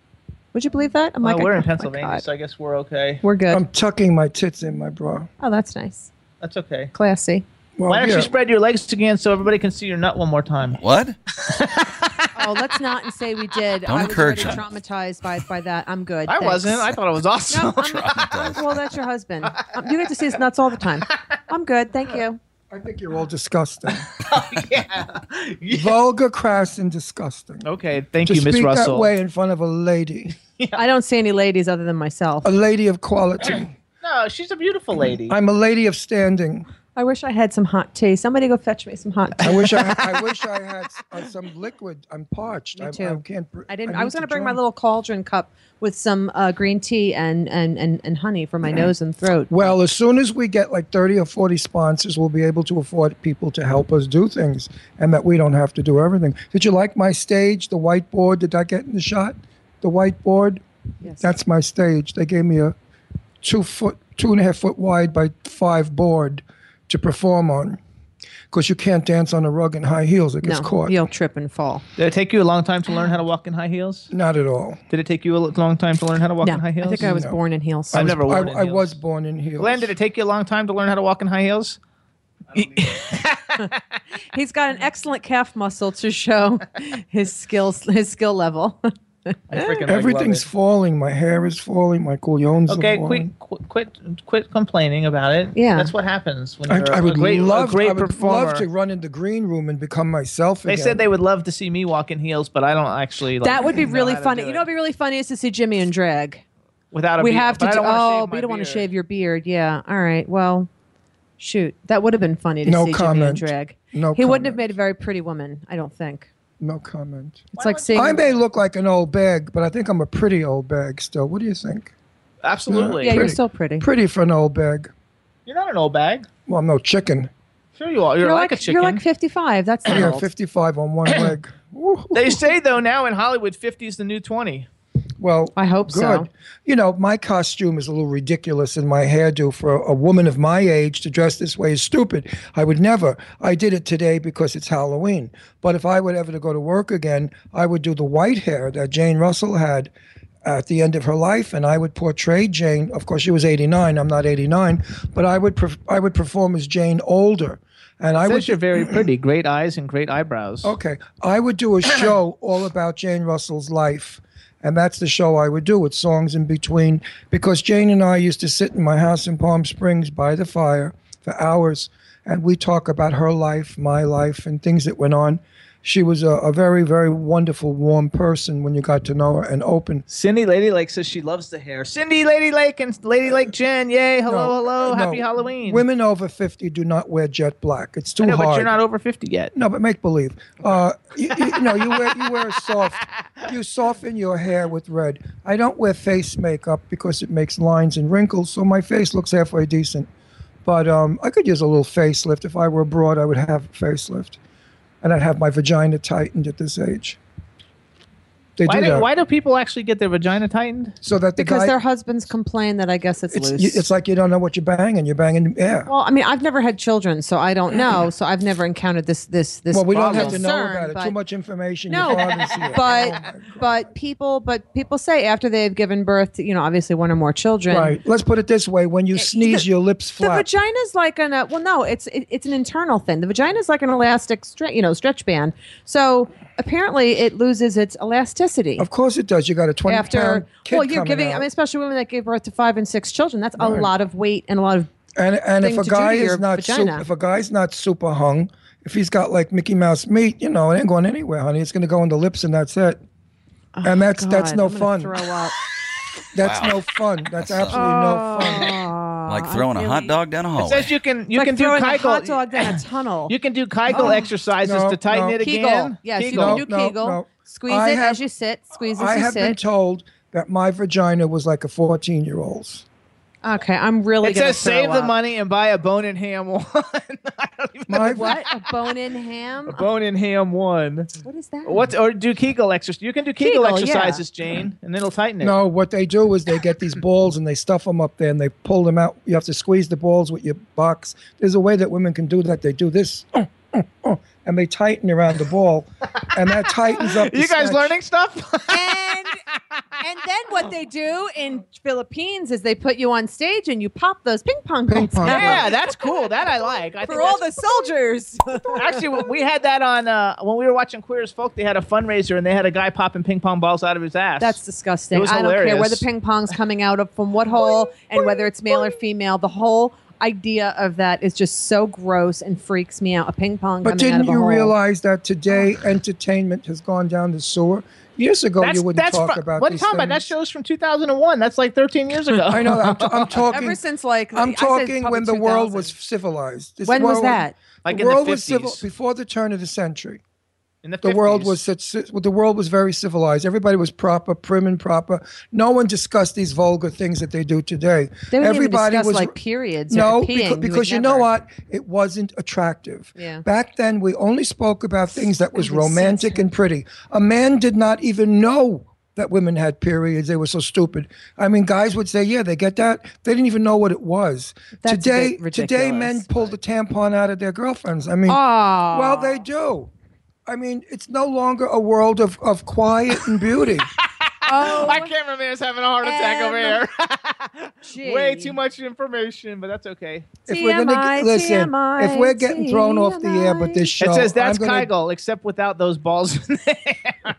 Would you believe that? I'm
Well,
like,
we're
oh
in
my
Pennsylvania,
God.
so I guess we're okay.
We're good.
I'm tucking my tits in my bra.
Oh, that's nice.
That's okay.
Classy.
Why don't
yeah.
you spread your legs again so everybody can see your nut one more time?
What?
Oh, let's not and say we did.
Don't
I was already
encourage him.
traumatized by by that. I'm good.
I
thanks.
wasn't. I thought it was awesome.
well, that's your husband. Um, you get to see his nuts all the time. I'm good. Thank you.
I think you're all disgusting.
Oh,
Vulgar, crass, and disgusting.
Okay, thank
to
you, Miss
speak
Russell.
that way in front of a lady,
I don't see any ladies other than myself.
a lady of quality.
No, she's a beautiful lady.
I'm a lady of standing.
I wish I had some hot tea. Somebody go fetch me some hot tea.
I wish I, I wish I had s- uh, some liquid. I'm parched.
Me
I,
too.
I can't. br-
I didn't.
I
I, was
need
going
to
to bring my
drink.
little cauldron cup with some uh, green tea and, and and and honey for my nose and throat.
Well, as soon as we get like 30 or 40 sponsors, we'll be able to afford people to help us do things, and that we don't have to do everything. Did you like my stage? The whiteboard? Did I get in the shot? The whiteboard.
Yes.
That's my stage. They gave me a two foot, two and a half foot wide by five board to perform on, because you can't dance on a rug in high heels. It gets
No,
caught.
you'll trip and fall.
Did it take you a long time to learn how to walk in high heels?
Not at all.
Did it take you a l- long time to learn how to walk
No,
in high
I
heels?
think I was born in heels.
I've never worn
I,
in
I
heels.
was born in heels.
Glenn, did it take you a long time to learn how to walk in high heels?
He's got an excellent calf muscle to show his skills, his skill level.
Everything's falling. My hair is falling. My colognes
Okay,
are falling.
quit, quit, quit, quit complaining about it.
Yeah.
that's what happens when
I,
you're
I
a
would
great, a
love.
great
I would
performer.
love to run in the green room and become myself.
They
again.
said they would love to see me walk in heels, but I don't actually. Like,
that would be
know
really
how to
funny.
do
You
it
know, it'd be really funny is to see Jimmy in drag.
without a
we
beard,
have to.
but I
do-
don't wanna shave
oh,
my
but you don't want to
beard.
shave your beard. Yeah. All right. Well, shoot, that would have been funny to
No
see Jimmy in
comment.
drag.
No
he wouldn't have made a very pretty woman. I don't think.
No comment.
It's like seeing.
I may look like an old bag, but I think I'm a pretty old bag still. What do you think?
Absolutely.
Yeah, you're
Pretty.
still pretty.
Pretty for an old bag.
You're not an old bag.
Well, I'm no chicken.
Sure you are. You're, like, a chicken.
You're like 55. That's not
Yeah,
old.
55 on one leg.
they say though now in Hollywood, 50 is the new 20.
Well,
I hope
good.
so.
You know, my costume is a little ridiculous, and my hairdo for a woman of my age to dress this way is stupid. I would never. I did it today because it's Halloween. But if I were ever to go to work again, I would do the white hair that Jane Russell had at the end of her life, and I would portray Jane. Of course, she was 89. I'm not 89, but I would perf- I would perform as Jane older, and I
Says
would
you're very pretty, great eyes and great eyebrows.
Okay. I would do a show all about Jane Russell's life. And that's the show I would do with songs in between because Jane and I used to sit in my house in Palm Springs by the fire for hours and we talk about her life, my life, and things that went on. She was a, a very, very wonderful, warm person when you got to know her and open.
Cindy Lady Lake says she loves the hair. Cindy Lady Lake and Lady Lake Jen, yay! Hello,
No,
hello,
no.
happy Halloween.
Women over 50 do not wear jet black. It's too
I know,
hard.
but you're not over 50 yet.
No, but make believe. Uh, you, you, you know, you wear you wear soft. You soften your hair with red. I don't wear face makeup because it makes lines and wrinkles, so my face looks halfway decent. But um, I could use a little facelift. If I were abroad, I would have a facelift, and I'd have my vagina tightened at this age. They
why
do
do
that.
why do people actually get their vagina tightened?
So that the
because
guy-
their husbands complain that I guess it's,
it's,
loose.
you- it's like you don't know what you're banging. You're banging air.
well, I mean, I've never had children, so I don't know. So I've never encountered this this this.
Well, we don't have to
concern,
know about it.
but-
Too much information. your
No,
father's here.
but but people but people say after they've given birth, to, you know, obviously one or more children,
Right. Let's put it this way: when you sneeze, your lips
Eh, The
flap.
vagina's like an uh, well, no, it's it, it's an internal thing. The vagina's like an elastic, stre- you know, stretch band. So apparently, it loses its elasticity.
Of course it does. You got a 20
after
pound kid
well, you're
coming
giving.
out.
I mean, especially women that gave birth to five and six children. That's a
Right.
lot of weight and a lot of
and and
thing
if
to
a
do
guy
to your
is not
vagina.
super, if a guy's not super hung, if he's got like Mickey Mouse meat, you know, it ain't going anywhere, honey. It's going to go in the lips and that's it. and that's that's
Oh, God,
no
I'm
fun.
gonna throw up. Oh,
That's
Wow.
no fun. That's absolutely no fun.
like throwing a hot dog down a
It
hallway.
says you can you
Like
can do
throwing a
Kegel.
hot dog down a tunnel.
You can do Kegel
Oh.
exercises
No,
to tighten
no.
it
Kegel.
again.
Yes,
Kegel.
you can do
No, no,
Kegel.
no.
Squeeze
I
it
have-
as you sit. Squeeze as
I
you
have been
sit.
told that my vagina was like a 14 year old's.
okay, I'm really.
It
gonna
says save
throw
the
up.
money and buy a bone and ham one.
My
What a bone in ham.
A bone and ham one.
What is that?
What or do Kegel exercises? You can do Kegel,
Kegel, yeah.
exercises, Jane, and it'll tighten it.
No, what they do is they get these balls and they stuff them up there and they pull them out. You have to squeeze the balls with your box. There's a way that women can do that. They do this, uh, uh, uh, and they tighten around the ball, and that tightens up. the
you guys
snatch.
learning stuff?
and and then what they do in Philippines is they put you on stage and you pop those ping pong
Oh,
balls out
yeah, that's cool. That I like. I
for
think
all the
that's-
soldiers.
Actually, when we had that on uh, when we were watching Queer as Folk. They had a fundraiser and they had a guy popping ping pong balls out of his ass.
That's disgusting.
It was
I don't care where the
hilarious.
ping pong's coming out of, from what hole, and whether it's male or female. The whole idea of that is just so gross and freaks me out. A ping pong.
But
coming out
didn't
of a
you
hole.
realize that today entertainment has gone down the sewer? Years ago,
that's,
you wouldn't
that's
talk
fro-
about
what are you
these
talking about? That
things.
show's from 2001. That's like 13 years ago.
I know. I'm, t- I'm talking.
Ever since like
I'm
I said
talking
probably
when the world
2000.
was civilized. This
When was
world-
that?
Like
the
in the
world was civil
50s.
before the turn of the century.
In the,
the world
50s.
was such, si- the world was very civilized. Everybody was proper, prim and proper. No one discussed these vulgar things that they do today.
They wouldn't even
Everybody
discuss,
was
like periods.
no,
or
becau-
peeing.
because,
would
you know
never.
what, it wasn't attractive.
Yeah.
Back then, we only spoke about things that was
It was
romantic and pretty. A man did not even know that women had periods. They were so stupid. I mean, guys would say, "Yeah, they get that." They didn't even know what it was.
That's a
today,
bit
today, men
ridiculous,
pull the tampon out of their girlfriends. I mean,
Aw.
well, they do. I mean, it's no longer a world of, of quiet and beauty.
Oh. Our cameraman is having a heart attack over here. Way too much information, but that's okay.
If we're gonna get, listen, if we're getting thrown off the air with this show,
it says that's
I'm gonna-
Kegel, except without those balls. in there.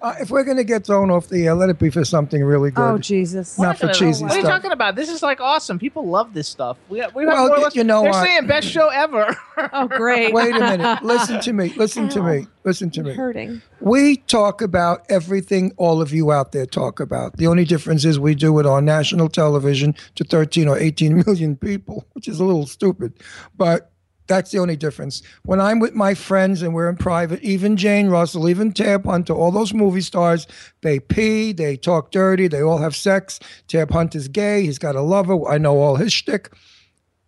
uh, if we're gonna get thrown off the air, let it be for something really good.
Oh,
Jesus!
Not for cheesy
What are you
stuff.
talking about? This is like awesome. People love this stuff. We, we have
Well,
more
y-
less-
you know
they're
what?
saying best show ever. oh,
great.
Wait a minute. Listen to me. Listen to me. Listen to me. We talk about everything all of you out there talk about. The only difference is we do it on national television to 13 or 18 million people, which is a little stupid, but that's the only difference. When I'm with my friends and we're in private, even Jane Russell, even Tab Hunter, all those movie stars, they pee, they talk dirty, they all have sex. Tab Hunter's gay, he's got a lover. I know all his shtick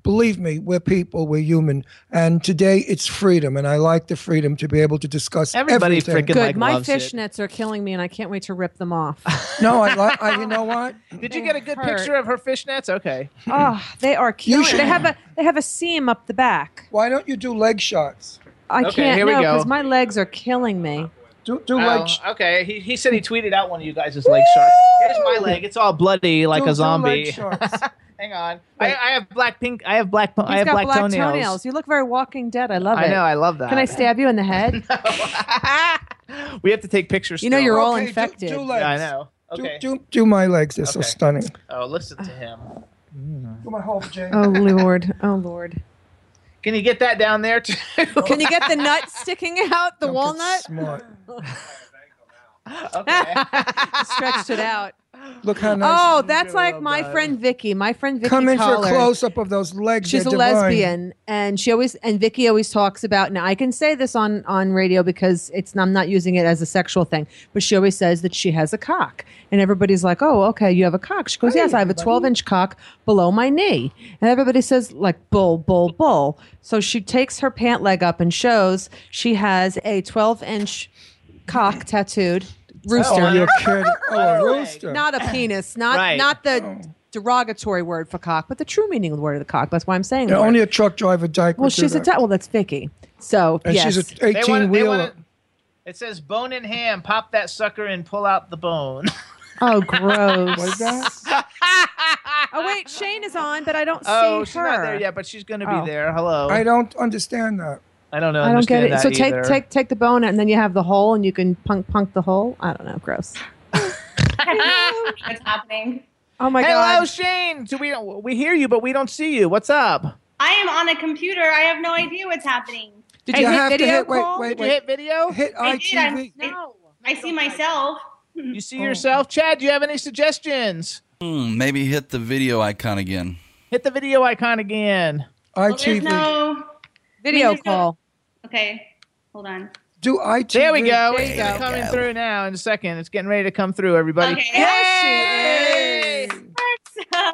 believe me, we're people, we're human, and today it's freedom, and I like the freedom to be able to discuss everything.
Good. My fishnets are killing me, and I can't wait to rip them off.
No, I like. I, you know what?
Did you get a good picture of her fishnets? Okay.
Oh, they are
You
killing.
should-
They have a they have a seam up the back.
Why don't you do leg shots?
I
Okay,
can't
here we go.
because my legs are killing me.
Do,
Oh, okay. He, he said he tweeted out one of you guys' leg sharks. Here's my leg. It's all bloody like a zombie. Hang on. I, I have black pink. I have black. I have
got
black,
black
toenails.
You look very Walking Dead. I love it.
I know. I love that.
Can I stab you in the head?
We have to take pictures.
You know
still.
you're all Okay, do- infected. do legs.
Yeah, I know. Okay.
Do, do, do my legs. They're so stunning.
Oh, listen to him.
Do my whole Jane.
Ah. oh Lord. Oh Lord.
Can you get that down there too?
Can you get the nut sticking out? The walnut.
Smart.
Stretched it out.
Look how nice.
oh, that's like my friend Vicky. My friend Vicky.
Come in for a
Collard.
close up of those legs.
She's a
they're divine.
lesbian, and she always and Vicky always talks about. Now I can say this on on radio because it's I'm not using it as a sexual thing, but she always says that she has a cock, and everybody's like, "Oh, okay, you have a cock." She goes, "Yes, I have a 12 inch cock below my knee," and everybody says like, "Bull, bull, bull." So she takes her pant leg up and shows she has a 12 inch cock tattooed rooster.
Oh, you're kidding. Oh, a rooster.
Not a penis. Not
Right.
not the
Oh.
derogatory word for cock, but the true meaning of the word of the cock. That's why I'm saying.
Yeah,
the word.
only a truck driver dyke.
well,
would do
she's a
that.
ta- well. That's Vicky. So
And
yes.
she's a 18 wheeler.
It says bone in hand. Pop that sucker and pull out the bone.
Oh, gross.
What is
that? oh wait, Shane is on, but I don't
Oh,
see
she's
her.
not there yet, but she's going to be
Oh.
there. Hello.
I don't understand that.
I don't know.
I don't get
understand
it. So
that
take
either.
take take the bone, out, and then you have the hole, and you can punk punk the hole. I don't know. Gross.
What's happening?
Oh my
Hello,
God.
Shane. Do we we hear you, but we don't see you. What's up?
I am on a computer. I have no idea what's happening.
Did Hey, you you have hit to video hit- wait, call?
Wait,
wait, Did you wait. hit
video?
Hit
I did. I'm, no. I see myself.
You
Oh.
see yourself, Chad. Do you have any suggestions?
Hmm, maybe hit the video icon again.
Hit the video icon again.
Well, there's no
Video
I mean, there's no-
call.
okay, hold on.
Do I?
There we go.
There
it's
you
gonna
go.
coming through now in a second. It's getting ready to come through, everybody.
Okay.
Yay!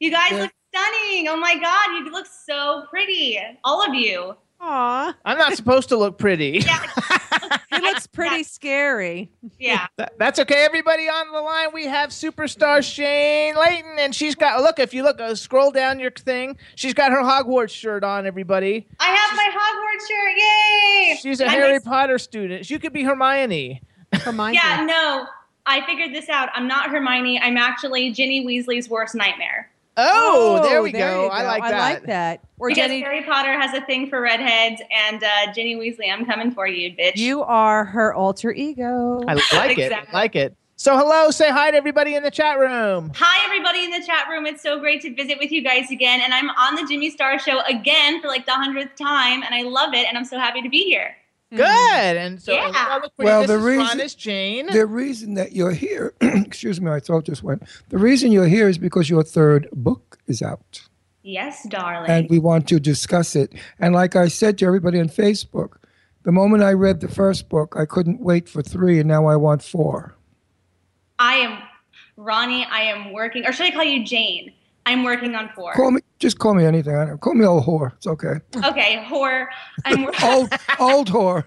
you guys
Yeah.
look stunning. Oh my god, you look so pretty, all of you.
Aw.
I'm not supposed to look pretty.
It looks pretty scary.
Yeah.
That- That's okay, everybody on the line. We have superstar Shane Layton, and she's got look. If you look, uh, scroll down your thing. She's got her Hogwarts shirt on, everybody.
I have my Hogwarts shirt. Yay!
She's a
I'm
Harry
ex-
Potter student. You could be Hermione.
Hermione.
Yeah, no. I figured this out. I'm not Hermione. I'm actually Ginny Weasley's worst nightmare.
Oh, there we go. I like that.
Or
because
Jenny-
Harry Potter has a thing for redheads, and uh, Ginny Weasley, I'm coming for you, bitch.
You are her alter ego.
I like it. I like it. So hello, say hi to everybody in the chat room.
Hi, everybody in the chat room. It's so great to visit with you guys again. And I'm on the Jimmy Star Show again for like the hundredth time, and I love it. And I'm so happy to be here.
Hmm.
Good. And so
Yeah.
I look for
Well,
you.
the
This is
reason-
Ron, this is Jane.
The reason that you're here, excuse me, my throat just went. The reason you're here is because your third book is out,
Yes, darling.
and we want to discuss it. And like I said to everybody on Facebook, the moment I read the first book, I couldn't wait for three, and now I want four.
I am Ronnie. I am working, or should I call you Jane? I'm working on four.
Call me, just call me anything. I don't, call me old whore. It's okay.
Okay, whore. I'm. wor-
old, old whore.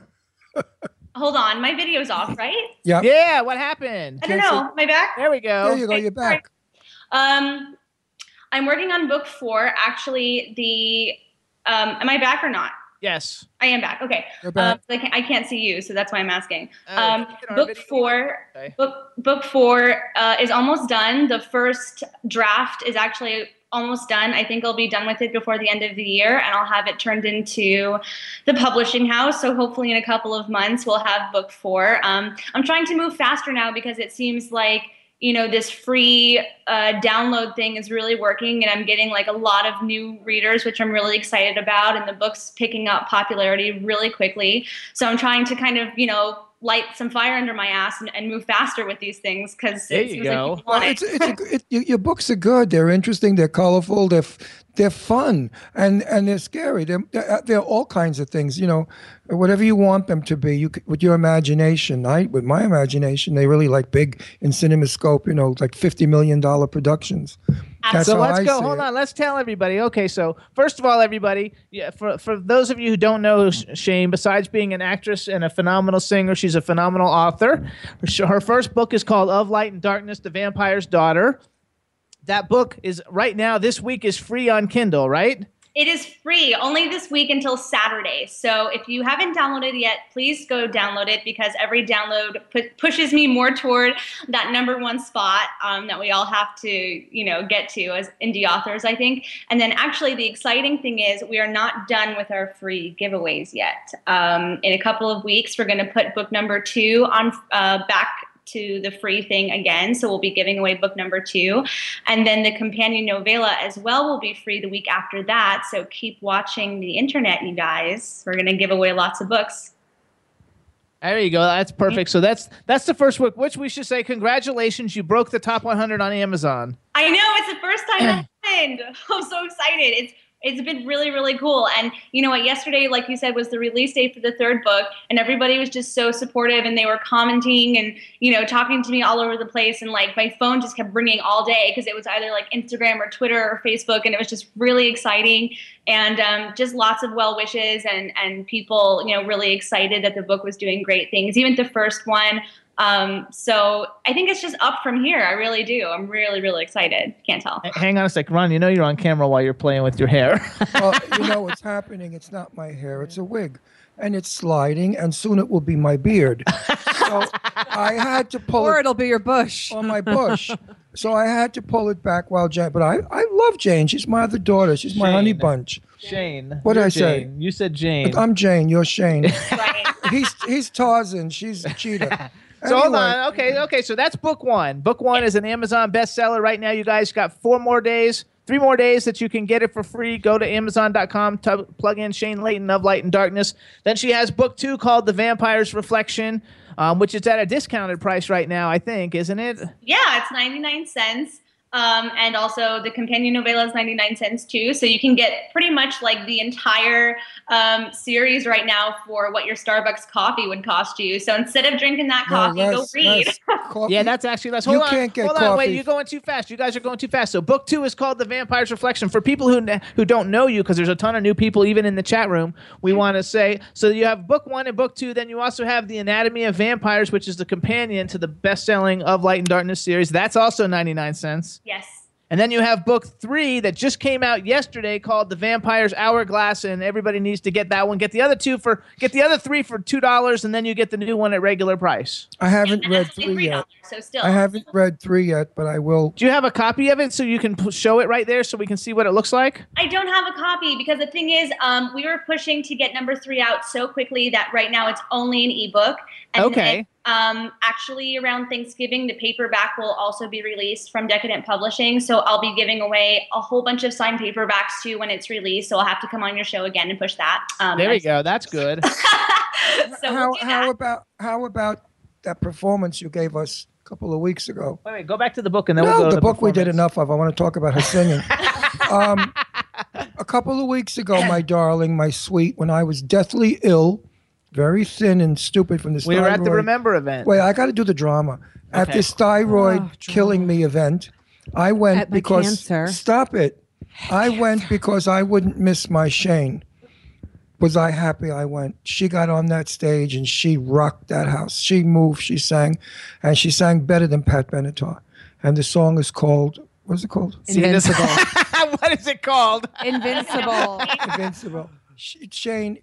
Hold on, my video's off, right?
Yeah.
Yeah. What happened?
I don't know. My back?
There we go.
There you go. You're back.
Um, I'm working on book four. Actually, the um, am I back or not?
Yes.
I am back. Okay.
You're
Um,
back.
I, can't, I can't see you, so that's why I'm asking.
Oh,
um,
is it our
book
video?
four.
Okay.
Book book four uh, is almost done. The first draft is actually almost done. I think I'll be done with it before the end of the year, and I'll have it turned into the publishing house. So hopefully, in a couple of months, we'll have book four. Um, I'm trying to move faster now because it seems like you know this free uh, download thing is really working and i'm getting like a lot of new readers which i'm really excited about and the book's picking up popularity really quickly so i'm trying to kind of you know light some fire under my ass and, and move faster with these things because
There
it
you
seems
go.
like people want
Well,
it.
it's-
it's a g- it, your, your books are good. They're interesting. They're colorful. They're f- they're fun and and they're scary. They're, they're uh, they're all kinds of things. You know, whatever you want them to be. You c- with your imagination. I with my imagination. They really like big in CinemaScope. You know, like fifty million dollar productions. That's
so
how
let's
I
go.
see
Hold
it.
on. Let's tell everybody. Okay, so first of all, everybody, yeah, for for those of you who don't know Sh- Shane, besides being an actress and a phenomenal singer, she's a phenomenal author. Sh- Her first book is called Of Light and Darkness: The Vampire's Daughter. That book is right now this week is free on Kindle, right?
It is free only this week until Saturday. So if you haven't downloaded it yet, please go download it because every download pu- pushes me more toward that number one spot um, that we all have to, you know, get to as indie authors, I think. And then actually, the exciting thing is we are not done with our free giveaways yet. Um, in a couple of weeks, we're going to put book number two on uh, back to the free thing again. So we'll be giving away book number two. And then the companion novella as well will be free the week after that. So keep watching the internet, you guys. We're going to give away lots of books.
There you go. That's perfect. So that's that's the first book, which we should say congratulations. You broke the top 100 on Amazon.
I know it's the first time that happened. I'm so excited. It's it's been really really cool. And you know what? Yesterday, like you said, was the release date for the third book, and everybody was just so supportive, and they were commenting and you know talking to me all over the place. And like my phone just kept ringing all day because it was either like Instagram or Twitter or Facebook, and it was just really exciting. And um, just lots of well wishes and and people you know really excited that the book was doing great things. Even the first one. Um, so I think it's just up from here. I really do. I'm really, really excited. Can't tell.
H- Hang on a sec, Ron. You know you're on camera while you're playing with your hair.
well, you know what's happening. It's not my hair. It's a wig, and it's sliding, and soon it will be my beard. So I had to pull. Or
it'll be your bush.
Or my bush. So I had to pull it back while Jane. But I, I love Jane. She's my other daughter. She's my honey bunch.
Shane.
What did
You're
I say?
Jane. You said Jane.
I'm Jane. You're Shane. he's he's Tarzan. She's Cheetah.
So hold
Anyway.
on. Okay, okay. So that's book one. Book one is an Amazon bestseller right now. You guys got four more days, three more days that you can get it for free. Go to Amazon.com, tu- plug in Shane Layton of Light and Darkness. Then she has book two called The Vampire's Reflection, um, which is at a discounted price right now, I think, isn't it?
Yeah, it's 99 cents. Um, and also the companion novella is 99 cents too. So you can get pretty much like the entire um, series right now for what your Starbucks coffee would cost you. So instead of drinking that
No,
coffee, go
less-
read.
less Yeah, that's actually less.
You
Hold on,
can't get
hold on. Wait,
coffee.
you're going too fast. You guys are going too fast. So, book two is called "The Vampire's Reflection." For people who ne- who don't know you, because there's a ton of new people even in the chat room, we want to say so. You have book one and book two. Then you also have "The Anatomy of Vampires," which is the companion to the best-selling "Of Light and Darkness" series. That's also 99 cents.
yes.
And then you have book three that just came out yesterday called The Vampire's Hourglass, and everybody needs to get that one. Get the other two for get the other three for two dollars, and then you get the new one at regular price.
I haven't read three yet.
So still.
I haven't read three yet, but I will.
Do you have a copy of it so you can p- show it right there so we can see what it looks like?
I don't have a copy because the thing is, um, we were pushing to get number three out so quickly that right now it's only an ebook. And Then,
Okay.
um, actually, around Thanksgiving, the paperback will also be released from Decadent Publishing. So I'll be giving away a whole bunch of signed paperbacks too when it's released. So I'll have to come on your show again and push that. Um,
there we
I-
go. That's good.
how how about how about that performance you gave us a couple of weeks ago?
Wait, wait, go back to the book and then
no,
we'll go
the,
to
book we did enough of. I want to talk about her singing. um, a couple of weeks ago, my darling, my sweet, when I was deathly ill, very thin and stupid from this.
We were at the
thyroid-
Remember event.
Wait, I got to do the drama. At
Okay.
this thyroid killing me event, I went
Oh, At my
because
cancer.
stop it. I went because I wouldn't miss my Shane. Was I happy I went? She got on that stage and she rocked that house. She moved, she sang, and she sang better than Pat Benatar. And the song is called what is it called?
Invincible. what is it called?
Invincible.
Invincible. Sh- Shane,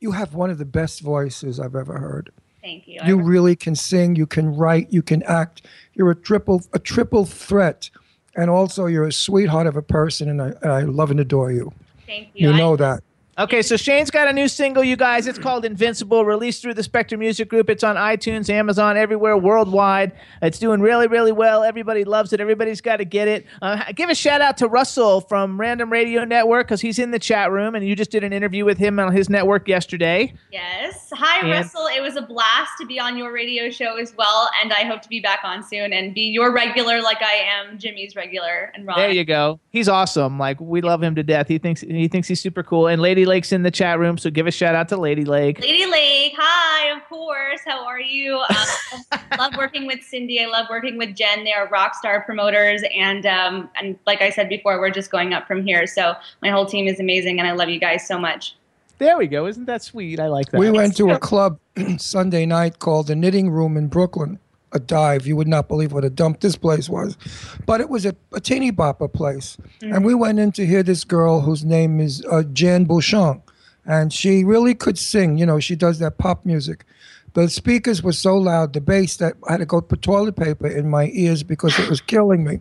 you have one of the best voices I've ever heard.
Thank you.
You really can sing, you can write, you can act. You're a triple a triple threat, and also you're a sweetheart of a person, and I, and I love and adore you.
Thank
You know that.
Okay, so Shane's got a new single, you guys. It's called Invincible, released through the Spectre Music Group. It's on iTunes, Amazon, everywhere worldwide. It's doing really, really well. Everybody loves it. Everybody's got to get it. Uh, give a shout out to Russell from Random Radio Network because he's in the chat room, and you just did an interview with him on his network yesterday.
Yes. Hi,
And-
Russell. It was a blast to be on your radio show as well, and I hope to be back on soon and be your regular like I am Jimmy's regular and Ron.
There you go. He's awesome. Like we love him to death. He thinks he thinks he's super cool. And Lady Lake's in the chat room, so give a shout out to Lady Lake.
Lady Lake, hi, of course. How are you? Um, love working with Cindy. I love working with Jen. They are rock star promoters, and um, and like I said before, we're just going up from here. So my whole team is amazing, and I love you guys so much.
There we go. Isn't that sweet? I like that.
We went to a club Sunday night called the Knitting Room in Brooklyn, a dive. You would not believe what a dump this place was. But it was a, a teeny bopper place.
Mm.
And we went in to hear this girl whose name is uh, Jan Bouchon. And she really could sing. You know, she does that pop music. The speakers were so loud, the bass, that I had to go put toilet paper in my ears because it was killing me.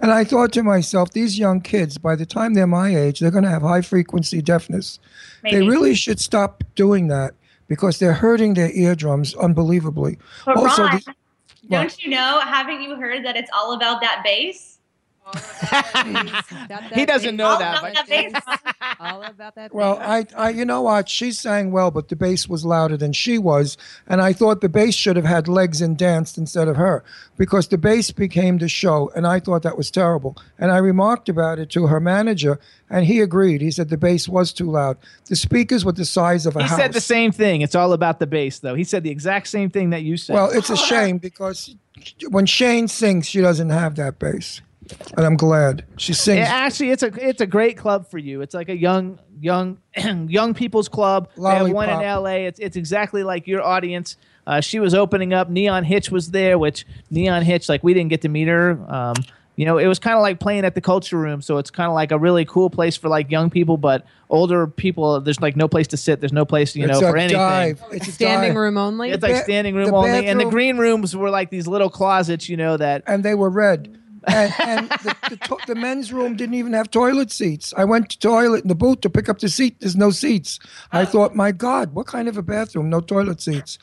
And I thought to myself, these young kids, by the time they're my age, they're going to have high frequency deafness. They
Maybe.
really should stop doing that because they're hurting their eardrums unbelievably.
But Ron,
the-
don't you know? Haven't you heard that it's all about that bass?
he doesn't know
All
that.
about that bass.
all about that.
well, I, I, you know what? She sang well, but the bass was louder than she was, and I thought the bass should have had legs and danced instead of her because the bass became the show, and I thought that was terrible. And I remarked about it to her manager, and he agreed. He said the bass was too loud. The speakers were the size of a
He
house.
said the same thing. It's all about the bass, though. He said the exact same thing that you said.
Well, it's a shame because when Shane sings, she doesn't have that bass, and I'm glad she
It-
sings.
actually, it's a it's a great club for you. It's like a young young young people's club. They have one in
Lollipop.
L.A. It's it's exactly like your audience. Uh, she was opening up. Neon Hitch was there, which Neon Hitch, like we didn't get to meet her. Um, you know, it was kind of like playing at the Culture Room, so it's kind of like a really cool place for like young people, but older people. There's like no place to sit. There's no place, you
It's
know,
a
for anything.
dive. It's a
standing
dive.
room only.
It's like standing room only, and the
bathroom-
green rooms were like these little closets, you know that.
And they were red. and, and the, the, to- the men's room didn't even have toilet seats. I went to toilet in the booth to pick up the seat. There's no seats. I thought, my God, what kind of a bathroom? No toilet seats.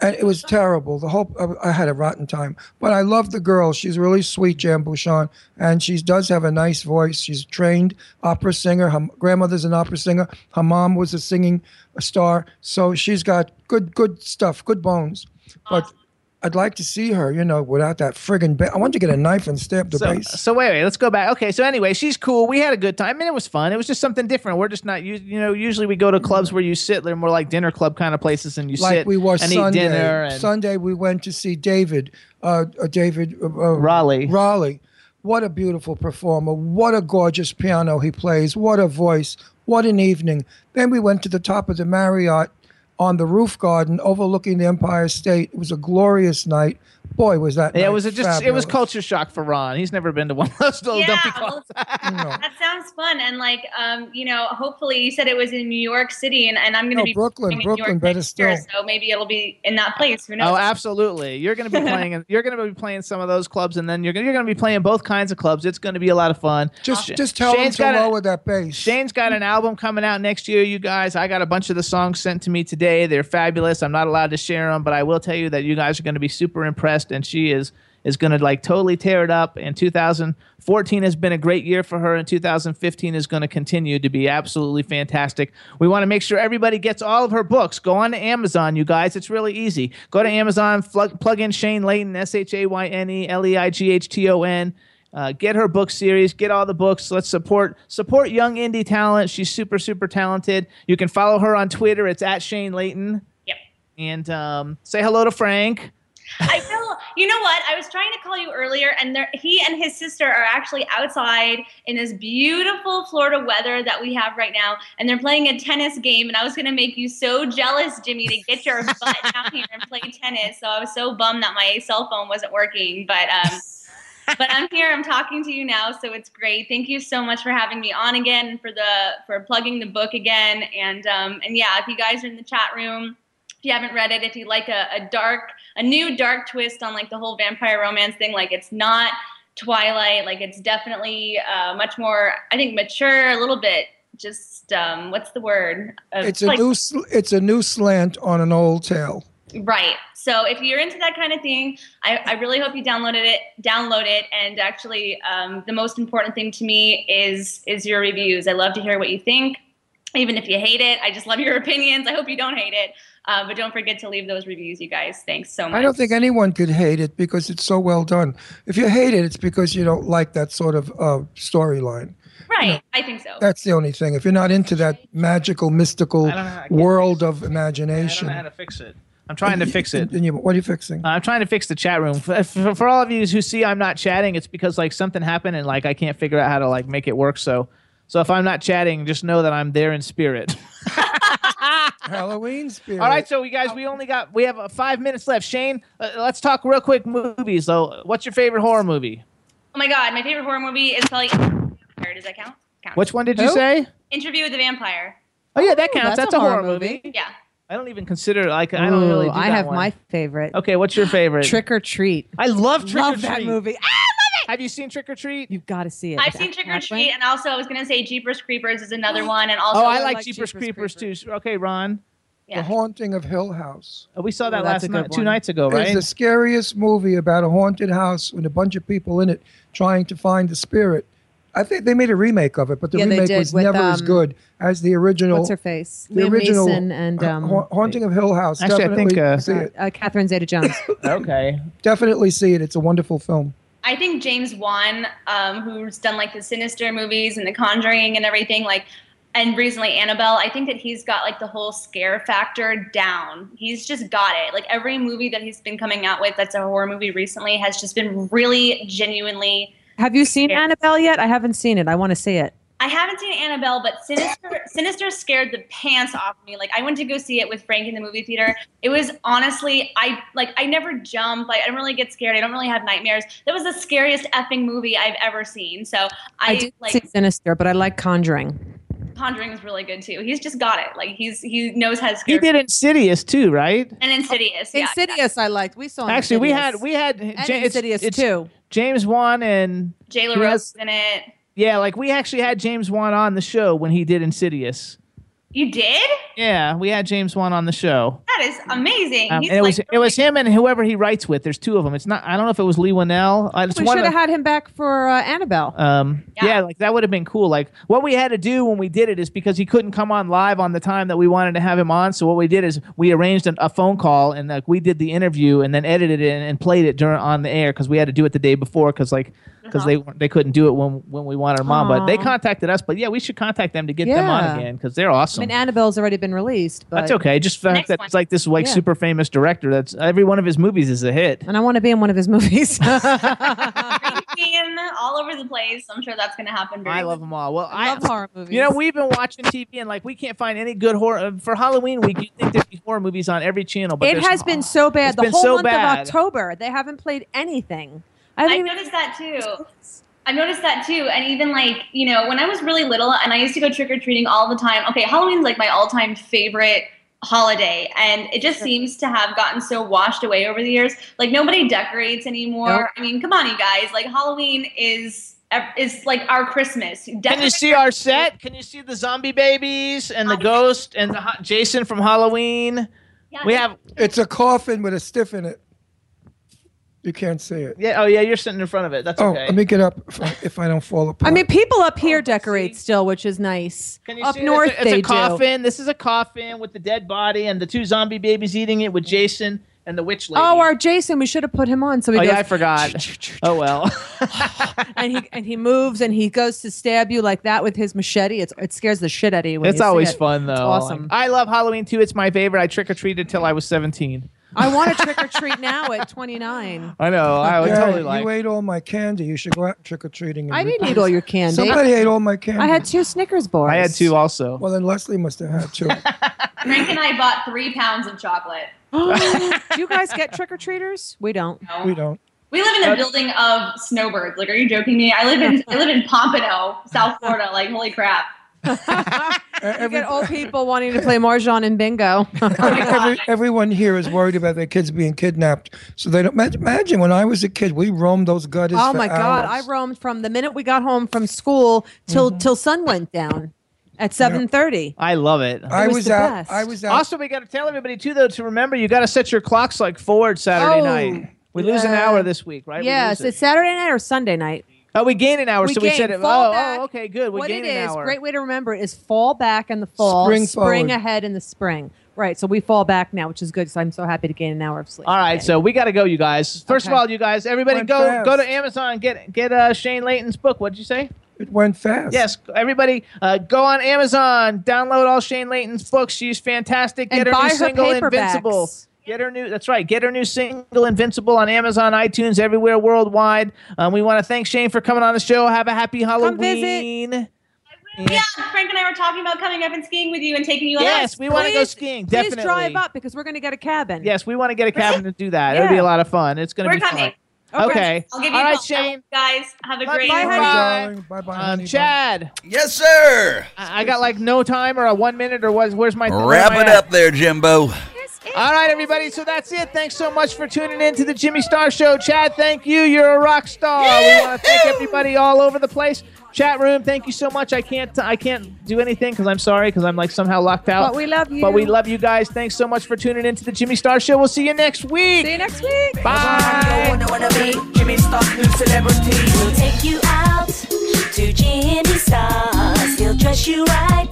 And it was terrible. The whole uh, I I had a rotten time. But I love the girl. She's really sweet, Jan Bouchon, and she does have a nice voice. She's a trained opera singer. Her grandmother's an opera singer. Her mom was a singing star, so she's got good, good stuff, good bones. But I'd like to see her, you know, without that friggin' ba- I want to get a knife and stab the
so, uh,
base.
so wait, wait, let's go back. Okay, so anyway, she's cool. We had a good time. I mean, it was fun. It was just something different. We're just not, you, you know, usually we go to clubs where you sit. They're more like dinner club kind of places, and you
like
sit
we were
and
Sunday.
eat dinner. And
Sunday we went to see David, uh, uh, David uh,
Raleigh.
Raleigh, what a beautiful performer! What a gorgeous piano he plays! What a voice! What an evening! Then we went to the top of the Marriott on the roof garden overlooking the Empire State. It was a glorious night. Boy, was that!
yeah,
night
it was a just, it
fabulous.
was culture shock for Ron. He's never been to one of those little dumpy clubs.
well, that sounds fun. And like, um, you know, hopefully you said it was in New York City, and, and I'm going to
No,
be
Brooklyn,
performing in
Brooklyn,
New York
better
next year,
still.
so maybe it'll be in that place. Who knows?
Oh, absolutely. You're going to be playing. in- you're going to be playing some of those clubs, and then you're going you're going to be playing both kinds of clubs. It's going to be a lot of fun.
Just
Sh-
just tell
Shane's
him
got
to
a-
lower that bass.
Shane's got an album coming out next year, you guys. I got a bunch of the songs sent to me today. They're fabulous. I'm not allowed to share them, but I will tell you that you guys are going to be super impressed, and she is is going to like totally tear it up. And 2014 has been a great year for her, and 2015 is going to continue to be absolutely fantastic. We want to make sure everybody gets all of her books. Go on to Amazon, you guys. It's really easy. Go to Amazon, plug, plug in Shane Layton, S H A Y N E L E I G H T O N. Uh, get her book series. Get all the books. Let's support support young indie talent. She's super super talented. You can follow her on Twitter. It's at Shane Layton.
Yep.
And um, say hello to Frank.
I will. You know what? I was trying to call you earlier, and there, he and his sister are actually outside in this beautiful Florida weather that we have right now, and they're playing a tennis game. And I was going to make you so jealous, Jimmy, to get your butt down here and play tennis. So I was so bummed that my cell phone wasn't working, but. Um, but I'm here. I'm talking to you now, so it's great. Thank you so much for having me on again, and for the for plugging the book again, and um, and yeah, if you guys are in the chat room. If you haven't read it, if you like a, a dark, a new dark twist on like the whole vampire romance thing, like it's not Twilight, like it's definitely uh, much more, I think, mature, a little bit. Just um, what's the word? Uh,
It's a
like-
new sl- it's a new slant on an old tale.
Right. So if you're into that kind of thing, I, I really hope you downloaded it. Download it, and actually, um, the most important thing to me is is your reviews. I love to hear what you think, even if you hate it. I just love your opinions. I hope you don't hate it, uh, but don't forget to leave those reviews, you guys. Thanks so much.
I don't think anyone could hate it because it's so well done. If you hate it, it's because you don't like that sort of uh, storyline.
Right. I think so.
That's the only thing. If you're not into that magical, mystical
I don't know how- I can't
world of
I don't
imagination,
know how to fix it. I'm trying to fix it.
And you- what are you fixing?
I'm trying to fix the chat room. For, for, for all of you who see I'm not chatting, it's because like something happened and like I can't figure out how to like make it work. So, so if I'm not chatting, just know that I'm there in spirit.
Halloween spirit.
all right, so you guys, we only got we have uh, five minutes left. Shane, uh, let's talk real quick movies. So, what's your favorite horror movie?
Oh my god, my favorite horror movie is probably. Does that count? Count.
Which one did you
Who?
say?
Interview with the Vampire.
Oh yeah, that counts. that's, a horror, movie.
Yeah.
I don't even consider like I don't really.
Ooh,
Do
I
that
have
one.
my favorite.
Okay, what's your favorite?
Trick or Treat.
I love Trick
love
or
that
Treat.
movie. Ah,
Have you seen Trick or Treat?
You've got to see it.
I've seen Trick or Treat, and also I was gonna say Jeepers Creepers is another one, and also
oh, I like, Jeepers, Creepers, too. Okay, Ron.
The
Haunting of Hill House.
Oh, we saw
Oh,
that
that's
last
a
night,
good
two
one.
nights ago, right?
It's the scariest movie about a haunted house with a bunch of people in it trying to find the spirit. I think they made a remake of it, but the
Yeah, they
remake
did
was
with,
never as
um,
good as the original.
What's her face?
The
Liam
original
Neeson and,
Ha-
um,
Ha- Haunting of Hill House.
Actually, I
Definitely
think, uh,
see it.
Uh, Catherine Zeta-Jones.
okay.
Definitely see it. It's a wonderful film.
I think James Wan, um, who's done like the Sinister movies and The Conjuring and everything, like, and recently Annabelle. I think that he's got like the whole scare factor down. He's just got it. Like every movie that he's been coming out with, that's a horror movie recently, has just been really genuinely.
Have you seen Annabelle yet? I haven't seen it. I want to see it.
I haven't seen Annabelle, but Sinister Sinister scared the pants off me. Like I went to go see it with Frank in the movie theater. It was honestly, I like I never jump. Like I don't really get scared. I don't really have nightmares. That was the scariest effing movie I've ever seen. So I,
I, did
like
see Sinister, but I like Conjuring.
Conjuring was really good too. He's just got it. Like he's he knows how to scare.
He did Insidious too, right?
and Insidious. yeah,
Insidious, I liked. We saw.
Actually, we had
Insidious.
we had
And
Ja- it's-
Insidious
it's
too.
James Wan and
Jayla
he
Rose
has-
was in it.
Yeah, like we actually had James Wan on the show when he did Insidious.
You did?
Yeah, we had James Wan on the show.
That is amazing.
Um,
he's
and it
like
was it was him and whoever he writes with. There's two of them. It's not. I don't know if it was Lee Winnell. Uh, it's
We
one
should
of
have had him back for uh, Annabelle.
Um, yeah. like that would have been cool. Like what we had to do when we did it is because he couldn't come on live on the time that we wanted to have him on. So what we did is we arranged an, a phone call and like we did the interview and then edited it and, and played it during on the air because we had to do it the day before because like because they weren't they couldn't do it when when we wanted them on. But they
Uh-huh. Aw.
contacted us. But yeah, we should contact them to get them on
Yeah.
again because they're awesome.
I mean, Annabelle's already been released. But
that's okay. Just the fact that it's like this like
Yeah.
super famous director. That's every one of his movies is a hit.
And I want to be in one of his movies.
being all over the place. I'm sure that's going to happen.
I love them all. Uh, Well, I
love horror movies.
You know, we've been watching TV and like we can't find any good horror uh, for Halloween week. You think there'd be horror movies on every channel, but
it
there's
has
not.
been so bad.
It's
the
been
whole
so
month
bad.
of October, they haven't played anything.
I,
I, haven't even-
noticed that too. I noticed that too. And even like, you know, when I was really little and I used to go trick or treating all the time. Okay, Halloween's like my all time favorite holiday. And it just seems to have gotten so washed away over the years. Like, nobody decorates anymore.
Nope.
I mean, come on, you guys. Like, Halloween is. is like our Christmas.
Can you see our set? Can you see the zombie babies
Oh,
and the ghost and the ho- Jason from Halloween? We have.
It's a coffin with a stiff in it. You can't see it.
Yeah. Oh, yeah. You're sitting in front of it. That's
oh,
okay.
let me get up if I, if I don't fall apart.
Oh, I mean, people up here decorate still, which is nice.
Can you
up
see this?
north,
it's a,
they
it's a
do.
coffin. This is a coffin with the dead body and the two zombie babies eating it with Jason and the witch lady.
Oh, our Jason, we should have put him on. So he
Oh,
goes,
yeah, I forgot. oh well.
and he and he moves and he goes to stab you like that with his machete. It's, it scares the shit out of you. When
It's
you see
always
it.
fun though.
It's awesome.
Like, I love Halloween too. It's my favorite. I trick or treated till I was 17.
I want to trick or treat now at 29.
I know. I would
Yeah,
totally
you
like.
ate all my candy. You should go out trick or treating.
I didn't eat all your candy.
Somebody ate all my candy.
I had two Snickers bars.
I had two also.
Well, then Leslie must have had two.
Frank and I bought three pounds of chocolate.
do you guys get trick or treaters? We don't.
we don't.
We live in a building of snowbirds. Like, are you joking me? I live in I live in Pompano, South Florida. Like, holy crap!
You get old people wanting to play marjan and bingo.
Every, everyone here is worried about their kids being kidnapped, so they don't. ma- Imagine when I was a kid, we roamed those gutters.
oh
for
my god!
hours.
I roamed from the minute we got home from school till till sun went down at seven thirty.
I love it.
I It was was the out- best. I was out-
Also, we got to tell everybody too, though, to remember you got to set your clocks like forward Saturday
Oh,
night. We lose an
yeah.
hour this week, right? We
Yes,
lose it.
it's Saturday night or Sunday night.
Oh, we gain an hour, so we
gain.
said it.
Fall
Oh,
back.
oh, okay, good. We
what
gain
it
an
is,
hour.
great way to remember it is fall back in the fall,
Spring forward.
ahead in the spring. Right, so we fall back now, which is good. So I'm so happy to gain an hour of sleep.
All right, so we got to go, you guys. First of
Okay.
all, you guys, everybody,
Went
go
fast.
go to Amazon and get get uh, Shane Layton's book. What'd you say?
It went fast.
Yes, everybody, uh, go on Amazon, download all Shane Layton's books. She's fantastic. Get
And
her
buy
new
her
single,
paperbacks.
Invincible. Get her new. That's right. Get her new single, Invincible, on Amazon, iTunes, everywhere worldwide. Um, we want to thank Shane for coming on the show. Have a happy Halloween.
Yeah, Frank and I were talking about coming up and skiing with you and taking you.
Yes,
out.
we want to go skiing. Definitely.
Please drive up because we're going to get a cabin.
Yes, we want to get a cabin to do that. It'll
Yeah.
be a lot of fun. It's going to
We're
be
coming.
fun.
Okay.
Okay.
I'll give you
All
a
right,
call.
Shane.
Guys, have a
Bye,
great
bye,
night.
honey.
Bye bye.
Um, Chad.
Yes, sir.
I I got like no time or a one minute or what? Where's my where am
Wrap
I
it
at?
up there, Jimbo.
All right, everybody. So that's it. Thanks so much for tuning in to the Jimmy Star Show. Chad, thank you. You're a rock star. We want to thank everybody all over the place. Chat room, thank you so much. I can't I can't do anything because I'm sorry because I'm like somehow locked out.
But we love you.
But we love you guys. Thanks so much for tuning in to the Jimmy Star Show. We'll see you next week.
See you next week.
Bye.
I wanna be Jimmy Stark, new celebrity.
We'll take you out to Jimmy Stars. He'll dress you right.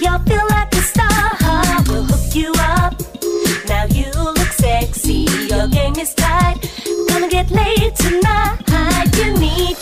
You'll feel like a star. We'll hook you up. Now you look sexy. Your game is tight. Gonna get laid tonight. You need Oh,